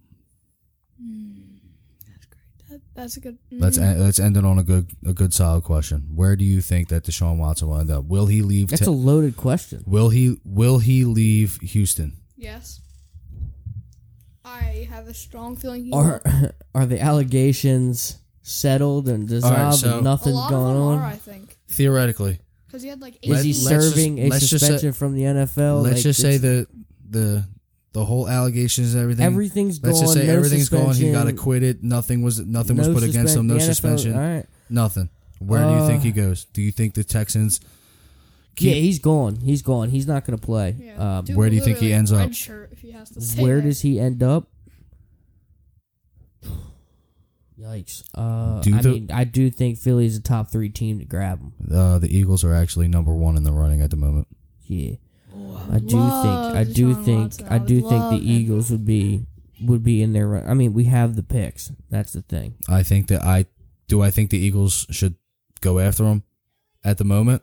[SPEAKER 3] That, that's a good. mm,
[SPEAKER 2] Let's
[SPEAKER 1] Mm-hmm.
[SPEAKER 2] en- let's end it on a good a good solid question. Where do you think that Deshaun Watson will end up? Will he leave?
[SPEAKER 1] That's
[SPEAKER 2] Te-
[SPEAKER 1] a loaded question.
[SPEAKER 2] will he will he leave Houston?
[SPEAKER 3] Yes. I have a strong feeling. He
[SPEAKER 1] Are are the allegations settled and dissolved
[SPEAKER 2] so-
[SPEAKER 1] and
[SPEAKER 3] a
[SPEAKER 1] nothing
[SPEAKER 3] lot
[SPEAKER 1] going
[SPEAKER 3] of them
[SPEAKER 1] on?
[SPEAKER 3] are, I think,
[SPEAKER 2] Theoretically,
[SPEAKER 3] because he had like eight.
[SPEAKER 1] Is he
[SPEAKER 2] Let- let's just-
[SPEAKER 1] serving a
[SPEAKER 2] let's just say-
[SPEAKER 1] suspension from the NFL?
[SPEAKER 2] let's
[SPEAKER 1] Oh, Like,
[SPEAKER 2] just say
[SPEAKER 1] it's-
[SPEAKER 2] the the the whole allegations and everything.
[SPEAKER 1] everything's
[SPEAKER 2] Let's
[SPEAKER 1] gone.
[SPEAKER 2] just say
[SPEAKER 1] no
[SPEAKER 2] everything's gone. He got
[SPEAKER 1] suspension,
[SPEAKER 2] acquitted. Nothing was nothing was
[SPEAKER 1] no
[SPEAKER 2] put against
[SPEAKER 1] suspen-
[SPEAKER 2] him. No
[SPEAKER 1] the NFL
[SPEAKER 2] suspension.
[SPEAKER 1] All right. Uh.
[SPEAKER 2] Nothing. Where do you think he goes? Do you think the Texans?
[SPEAKER 1] Yeah,
[SPEAKER 2] Keep,
[SPEAKER 1] he's gone. He's gone. He's not going to play.
[SPEAKER 3] Yeah,
[SPEAKER 1] Um,
[SPEAKER 3] dude,
[SPEAKER 2] Uh, where do you think he
[SPEAKER 3] literally
[SPEAKER 2] ends up?
[SPEAKER 3] red shirt, if he has to say
[SPEAKER 1] where
[SPEAKER 3] that.
[SPEAKER 1] does he end up? Yikes. Uh,
[SPEAKER 2] Do
[SPEAKER 1] I
[SPEAKER 2] the-
[SPEAKER 1] mean, I do think Philly's a top three team to grab him.
[SPEAKER 2] Uh, the Eagles are actually number one in the running at the moment.
[SPEAKER 1] Yeah.
[SPEAKER 3] Oh,
[SPEAKER 1] I do
[SPEAKER 3] love
[SPEAKER 1] think I do
[SPEAKER 3] Deshaun
[SPEAKER 1] think
[SPEAKER 3] Watson.
[SPEAKER 1] I,
[SPEAKER 3] would
[SPEAKER 1] do think
[SPEAKER 3] love
[SPEAKER 1] the
[SPEAKER 3] him.
[SPEAKER 1] Eagles would be would be in there. I mean, we have the picks. That's the thing.
[SPEAKER 2] I think that I do. I think the Eagles should go after him at the moment.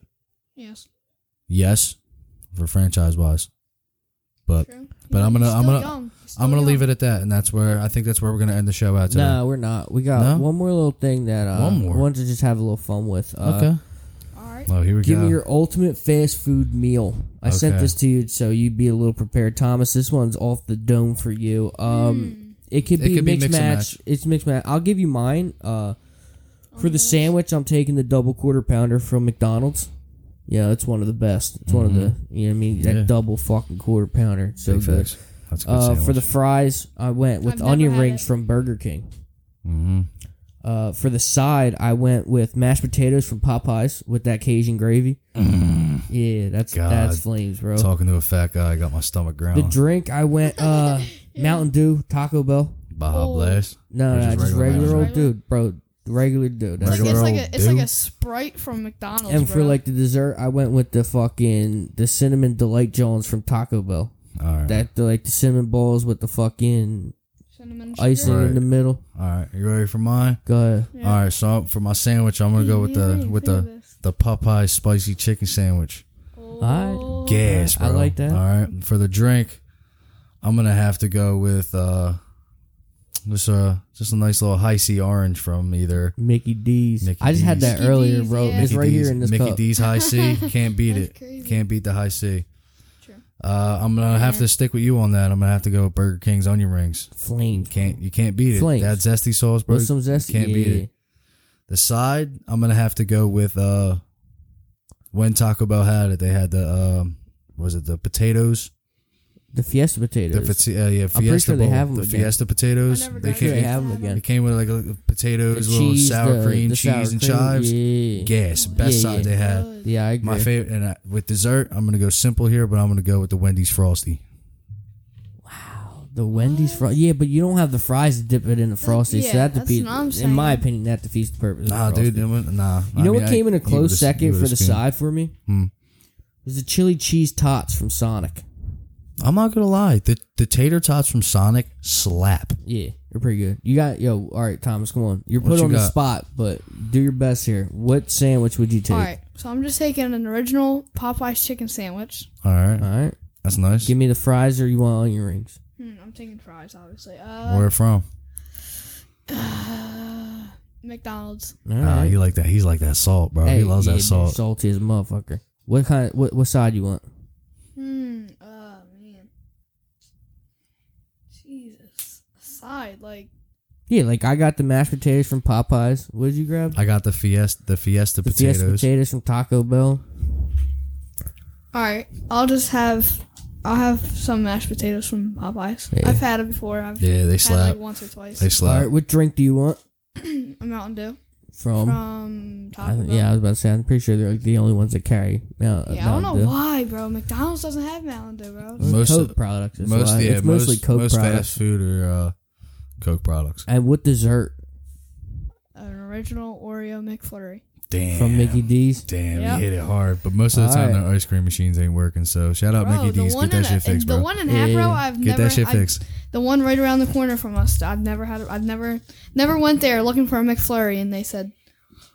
[SPEAKER 3] Yes.
[SPEAKER 2] Yes, for franchise wise, but
[SPEAKER 3] True.
[SPEAKER 2] but I'm gonna-
[SPEAKER 3] He's
[SPEAKER 2] I'm
[SPEAKER 3] still
[SPEAKER 2] gonna-
[SPEAKER 3] young. He's
[SPEAKER 2] I'm
[SPEAKER 3] still
[SPEAKER 2] gonna
[SPEAKER 3] young.
[SPEAKER 2] leave it at that, and that's where I think that's where we're gonna end the show out today.
[SPEAKER 1] No, we're not. We got
[SPEAKER 2] No?
[SPEAKER 1] one more little thing that uh,
[SPEAKER 2] One more.
[SPEAKER 1] I wanted to just have a little fun with. Uh,
[SPEAKER 2] okay.
[SPEAKER 3] All right.
[SPEAKER 2] Oh, here we
[SPEAKER 1] Give
[SPEAKER 2] go.
[SPEAKER 1] me your ultimate fast food meal. I sent
[SPEAKER 2] Okay.
[SPEAKER 1] this to you so you'd be a little prepared, Thomas. This one's off the dome for you. Um, it could
[SPEAKER 2] It
[SPEAKER 1] be
[SPEAKER 2] could be
[SPEAKER 1] mixed
[SPEAKER 2] mix and
[SPEAKER 1] match.
[SPEAKER 2] match.
[SPEAKER 1] It's mixed match. I'll give you mine. Uh, for the sandwich, I'm taking the double quarter pounder from McDonald's. Yeah, it's one of the best. It's one of the you know what I mean that
[SPEAKER 2] Mm-hmm. Yeah.
[SPEAKER 1] double fucking quarter pounder. It's So
[SPEAKER 2] Big
[SPEAKER 1] good.
[SPEAKER 2] facts. That's a good
[SPEAKER 1] Uh,
[SPEAKER 2] sandwich.
[SPEAKER 1] for the fries, I went with
[SPEAKER 3] I've never
[SPEAKER 1] onion
[SPEAKER 3] had
[SPEAKER 1] rings
[SPEAKER 3] it.
[SPEAKER 1] from Burger King.
[SPEAKER 2] Mhm.
[SPEAKER 1] Uh, for the side, I went with mashed potatoes from Popeyes with that Cajun gravy. Yeah, that's
[SPEAKER 2] Mm. God.
[SPEAKER 1] that's flames, bro.
[SPEAKER 2] Talking to a fat guy, I got my stomach
[SPEAKER 1] The
[SPEAKER 2] growling.
[SPEAKER 1] drink, I went uh, Mountain Dew, Taco Bell.
[SPEAKER 2] Baja
[SPEAKER 3] Oh.
[SPEAKER 2] Blast.
[SPEAKER 1] No,
[SPEAKER 2] Or
[SPEAKER 1] no,
[SPEAKER 2] just
[SPEAKER 1] just,
[SPEAKER 2] regular
[SPEAKER 1] regular,
[SPEAKER 2] Mountain
[SPEAKER 1] old dude, bro. Regular dude. That's
[SPEAKER 3] Like, it's
[SPEAKER 2] Regular
[SPEAKER 3] like
[SPEAKER 2] old
[SPEAKER 3] a it's like
[SPEAKER 2] dude.
[SPEAKER 3] a sprite from McDonald's.
[SPEAKER 1] and for
[SPEAKER 3] bro.
[SPEAKER 1] like the dessert, I went with the fucking the cinnamon delight Jones from Taco Bell.
[SPEAKER 2] All right.
[SPEAKER 1] Oh. That the, like the cinnamon balls with the fucking
[SPEAKER 3] cinnamon sugar.
[SPEAKER 1] icing
[SPEAKER 2] Right.
[SPEAKER 1] in the middle.
[SPEAKER 2] All right. You ready for mine?
[SPEAKER 1] Go ahead.
[SPEAKER 3] Yeah.
[SPEAKER 2] All right. So for my sandwich, I'm gonna go with
[SPEAKER 3] Yeah, I
[SPEAKER 2] the
[SPEAKER 3] didn't
[SPEAKER 2] with
[SPEAKER 3] think
[SPEAKER 2] the
[SPEAKER 3] of this.
[SPEAKER 2] the Popeye spicy chicken sandwich.
[SPEAKER 1] All
[SPEAKER 2] Gas,
[SPEAKER 1] I
[SPEAKER 2] bro.
[SPEAKER 1] like that.
[SPEAKER 2] All right. For the drink, I'm gonna have to go with uh just a just a nice little high C orange from either
[SPEAKER 1] Mickey D's.
[SPEAKER 2] Mickey
[SPEAKER 1] I just had
[SPEAKER 2] D's.
[SPEAKER 1] that
[SPEAKER 3] Mickey
[SPEAKER 1] earlier,
[SPEAKER 3] D's,
[SPEAKER 1] bro.
[SPEAKER 3] yeah.
[SPEAKER 1] It's
[SPEAKER 2] Mickey
[SPEAKER 1] right
[SPEAKER 2] D's,
[SPEAKER 1] here in this
[SPEAKER 2] Mickey
[SPEAKER 1] cup.
[SPEAKER 2] D's high C. Can't beat
[SPEAKER 3] That's
[SPEAKER 2] it.
[SPEAKER 3] crazy.
[SPEAKER 2] Can't beat the high C.
[SPEAKER 3] True.
[SPEAKER 2] Uh, I'm gonna have to stick with you on that. I'm gonna have to go with Burger King's onion rings.
[SPEAKER 1] Flame.
[SPEAKER 2] Can't you can't beat it?
[SPEAKER 1] Flames.
[SPEAKER 2] That zesty sauce, bro.
[SPEAKER 1] With some zesty.
[SPEAKER 2] Can't beat
[SPEAKER 1] yeah.
[SPEAKER 2] it. The side, I'm gonna have to go with uh when Taco Bell had it, they had the um was it the potatoes?
[SPEAKER 1] The Fiesta
[SPEAKER 2] The
[SPEAKER 1] potatoes.
[SPEAKER 2] fati- uh, yeah, Fiesta
[SPEAKER 1] pretty sure they
[SPEAKER 2] bowl.
[SPEAKER 1] have 'em
[SPEAKER 2] the
[SPEAKER 1] again.
[SPEAKER 2] Fiesta potatoes.
[SPEAKER 3] I never
[SPEAKER 2] They
[SPEAKER 3] got it.
[SPEAKER 2] came,
[SPEAKER 1] they
[SPEAKER 2] it,
[SPEAKER 1] have them again.
[SPEAKER 2] came with like a, potatoes, little sour cream,
[SPEAKER 1] the
[SPEAKER 2] cheese,
[SPEAKER 1] sour cream,
[SPEAKER 2] and chives.
[SPEAKER 1] Yeah.
[SPEAKER 2] Gas, best
[SPEAKER 1] Yeah,
[SPEAKER 2] side
[SPEAKER 1] yeah.
[SPEAKER 2] they had.
[SPEAKER 3] Good.
[SPEAKER 1] Yeah, I agree.
[SPEAKER 2] My favorite, and I, with dessert, I'm gonna go simple here, but I'm gonna go with the Wendy's frosty.
[SPEAKER 1] The Wendy's fries. Yeah, but you don't have the fries to dip it in the frosty. so
[SPEAKER 3] yeah,
[SPEAKER 1] that
[SPEAKER 3] that's
[SPEAKER 1] defeats,
[SPEAKER 3] what I'm
[SPEAKER 1] in
[SPEAKER 3] saying.
[SPEAKER 1] my opinion, that defeats the purpose.
[SPEAKER 2] Nah,
[SPEAKER 1] of the
[SPEAKER 2] dude, it went- nah.
[SPEAKER 1] You know what came in a close second for the side for me?
[SPEAKER 2] Hmm.
[SPEAKER 1] Was the chili cheese tots from Sonic.
[SPEAKER 2] I'm not gonna lie, the the tater tots from Sonic slap.
[SPEAKER 1] Yeah, they're pretty good. You got yo. All right, Thomas, come on. You're put
[SPEAKER 2] you
[SPEAKER 1] on the
[SPEAKER 2] got?
[SPEAKER 1] spot, but do your best here. What sandwich would you take?
[SPEAKER 3] All right. So I'm just taking an original Popeye's chicken sandwich.
[SPEAKER 2] All right,
[SPEAKER 1] All right.
[SPEAKER 2] that's nice.
[SPEAKER 1] Give me the fries, or you want onion rings?
[SPEAKER 3] Hmm, I'm taking fries, obviously. Uh,
[SPEAKER 2] Where from?
[SPEAKER 3] uh, McDonald's.
[SPEAKER 1] All
[SPEAKER 2] Ah,
[SPEAKER 1] right.
[SPEAKER 2] he like that. He's like that salt, bro. he loves
[SPEAKER 1] yeah,
[SPEAKER 2] that
[SPEAKER 1] dude,
[SPEAKER 2] salt.
[SPEAKER 1] Salty as a motherfucker. What kind? what what side you want?
[SPEAKER 3] Hmm. Oh man. Jesus. Aside, like
[SPEAKER 1] Yeah, like I got the mashed potatoes from Popeyes. What did you grab?
[SPEAKER 2] I got the fiesta, the fiesta
[SPEAKER 1] The
[SPEAKER 2] potatoes.
[SPEAKER 1] Fiesta potatoes from Taco Bell.
[SPEAKER 3] all right, I'll just have. I'll have some mashed potatoes from Popeyes.
[SPEAKER 1] Yeah.
[SPEAKER 3] I've had it before. I've
[SPEAKER 2] Yeah, they
[SPEAKER 3] had it
[SPEAKER 2] slap.
[SPEAKER 3] like once or twice.
[SPEAKER 2] They
[SPEAKER 1] All
[SPEAKER 2] slap.
[SPEAKER 1] right, what drink do you want
[SPEAKER 3] a Mountain Dew
[SPEAKER 2] Um,
[SPEAKER 1] from?
[SPEAKER 3] from
[SPEAKER 1] I
[SPEAKER 3] Taco
[SPEAKER 1] th-
[SPEAKER 3] Bell.
[SPEAKER 1] yeah, I was about to say. I'm pretty sure they're like the only ones that carry. No,
[SPEAKER 2] Uh,
[SPEAKER 3] Yeah, I don't know why, bro. McDonald's doesn't have Mountain Dew, bro.
[SPEAKER 2] Most
[SPEAKER 1] Coke
[SPEAKER 2] of-
[SPEAKER 1] products. Is
[SPEAKER 2] most,
[SPEAKER 1] why.
[SPEAKER 2] yeah,
[SPEAKER 1] it's mostly
[SPEAKER 2] most,
[SPEAKER 1] Coke
[SPEAKER 2] most
[SPEAKER 1] products.
[SPEAKER 2] fast food or uh, Coke products.
[SPEAKER 1] And what dessert
[SPEAKER 3] An original Oreo McFlurry.
[SPEAKER 2] Damn.
[SPEAKER 1] from Mickey D's?
[SPEAKER 2] Damn,
[SPEAKER 3] Yeah.
[SPEAKER 2] you hit it hard. But most of the
[SPEAKER 1] All
[SPEAKER 2] time,
[SPEAKER 1] right.
[SPEAKER 2] their ice cream machines ain't working. So shout out
[SPEAKER 3] Bro,
[SPEAKER 2] Oh, Mickey
[SPEAKER 3] the
[SPEAKER 2] D's.
[SPEAKER 3] one
[SPEAKER 2] Get that
[SPEAKER 3] in a-
[SPEAKER 2] shit fixed, bro.
[SPEAKER 3] The one in half, bro.
[SPEAKER 1] Yeah.
[SPEAKER 3] I've
[SPEAKER 2] Get
[SPEAKER 3] never.
[SPEAKER 2] that shit
[SPEAKER 3] I-
[SPEAKER 2] fixed.
[SPEAKER 3] The one right around the corner from us. I've never had. I've never, never went there looking for a McFlurry, and they said,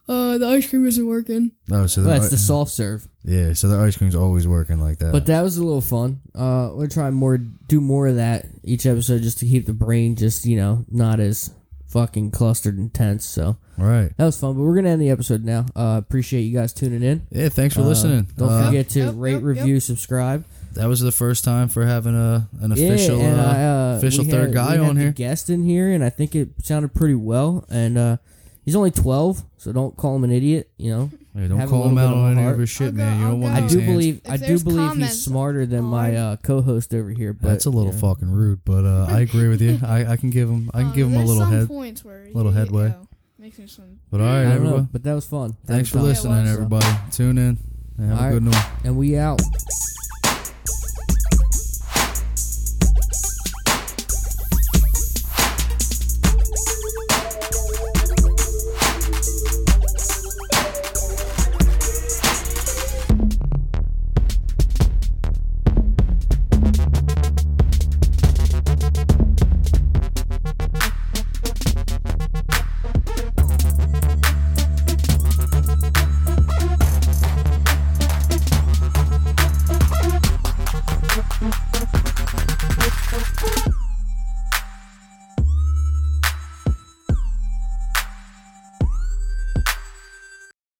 [SPEAKER 3] "Uh, the ice cream isn't working."
[SPEAKER 2] Oh, so
[SPEAKER 1] Well,
[SPEAKER 2] their,
[SPEAKER 1] that's the
[SPEAKER 2] i-
[SPEAKER 1] soft serve.
[SPEAKER 2] yeah, so their ice cream's always working like that.
[SPEAKER 1] But that was a little fun. Uh, we'll try more, do more of that each episode, just to keep the brain just you know not as fucking clustered and tense. So
[SPEAKER 2] right.
[SPEAKER 1] that was fun. But we're gonna end the episode now. Uh, appreciate you guys tuning in.
[SPEAKER 2] Yeah, thanks for
[SPEAKER 1] Uh,
[SPEAKER 2] listening.
[SPEAKER 1] Don't
[SPEAKER 2] Uh,
[SPEAKER 1] forget to
[SPEAKER 3] Yep,
[SPEAKER 1] rate,
[SPEAKER 3] yep,
[SPEAKER 1] review, subscribe.
[SPEAKER 2] that was the first time for having a an official
[SPEAKER 1] yeah, and
[SPEAKER 2] uh,
[SPEAKER 1] I, uh,
[SPEAKER 2] official
[SPEAKER 1] we
[SPEAKER 2] third
[SPEAKER 1] had-
[SPEAKER 2] guy
[SPEAKER 1] we had
[SPEAKER 2] on
[SPEAKER 1] the
[SPEAKER 2] here.
[SPEAKER 1] Guest in here, and I think it sounded pretty well. And uh, he's only twelve, so don't call him an idiot. You know,
[SPEAKER 2] Hey, don't
[SPEAKER 1] have a
[SPEAKER 2] call
[SPEAKER 1] little
[SPEAKER 2] him
[SPEAKER 1] bit
[SPEAKER 2] out
[SPEAKER 1] of
[SPEAKER 2] on
[SPEAKER 1] a
[SPEAKER 2] any of
[SPEAKER 1] heart.
[SPEAKER 2] his shit,
[SPEAKER 3] I'll
[SPEAKER 2] man.
[SPEAKER 3] go-
[SPEAKER 2] you
[SPEAKER 3] I'll
[SPEAKER 2] don't want
[SPEAKER 3] go.
[SPEAKER 1] I
[SPEAKER 2] these
[SPEAKER 1] do
[SPEAKER 2] hands.
[SPEAKER 1] believe
[SPEAKER 3] If
[SPEAKER 1] I do
[SPEAKER 3] there's
[SPEAKER 1] believe he's
[SPEAKER 3] comments
[SPEAKER 1] smarter than my
[SPEAKER 3] on-
[SPEAKER 1] uh, co-host over here. But
[SPEAKER 2] That's a little
[SPEAKER 1] you know.
[SPEAKER 2] fucking rude, but uh, I agree with you. I, I can give him I can
[SPEAKER 3] Uh,
[SPEAKER 2] give him a
[SPEAKER 3] there's
[SPEAKER 2] little
[SPEAKER 3] some
[SPEAKER 2] head.
[SPEAKER 3] Points where
[SPEAKER 2] little
[SPEAKER 3] you-
[SPEAKER 2] headway.
[SPEAKER 3] you know, makes me some.
[SPEAKER 2] But all right,
[SPEAKER 1] I don't know,
[SPEAKER 2] everyone.
[SPEAKER 1] but that was fun.
[SPEAKER 2] Thanks for
[SPEAKER 1] Time.
[SPEAKER 3] was.
[SPEAKER 2] listening, everybody. Tune in. and Have
[SPEAKER 1] All
[SPEAKER 2] a
[SPEAKER 1] right.
[SPEAKER 2] good one.
[SPEAKER 1] And we out.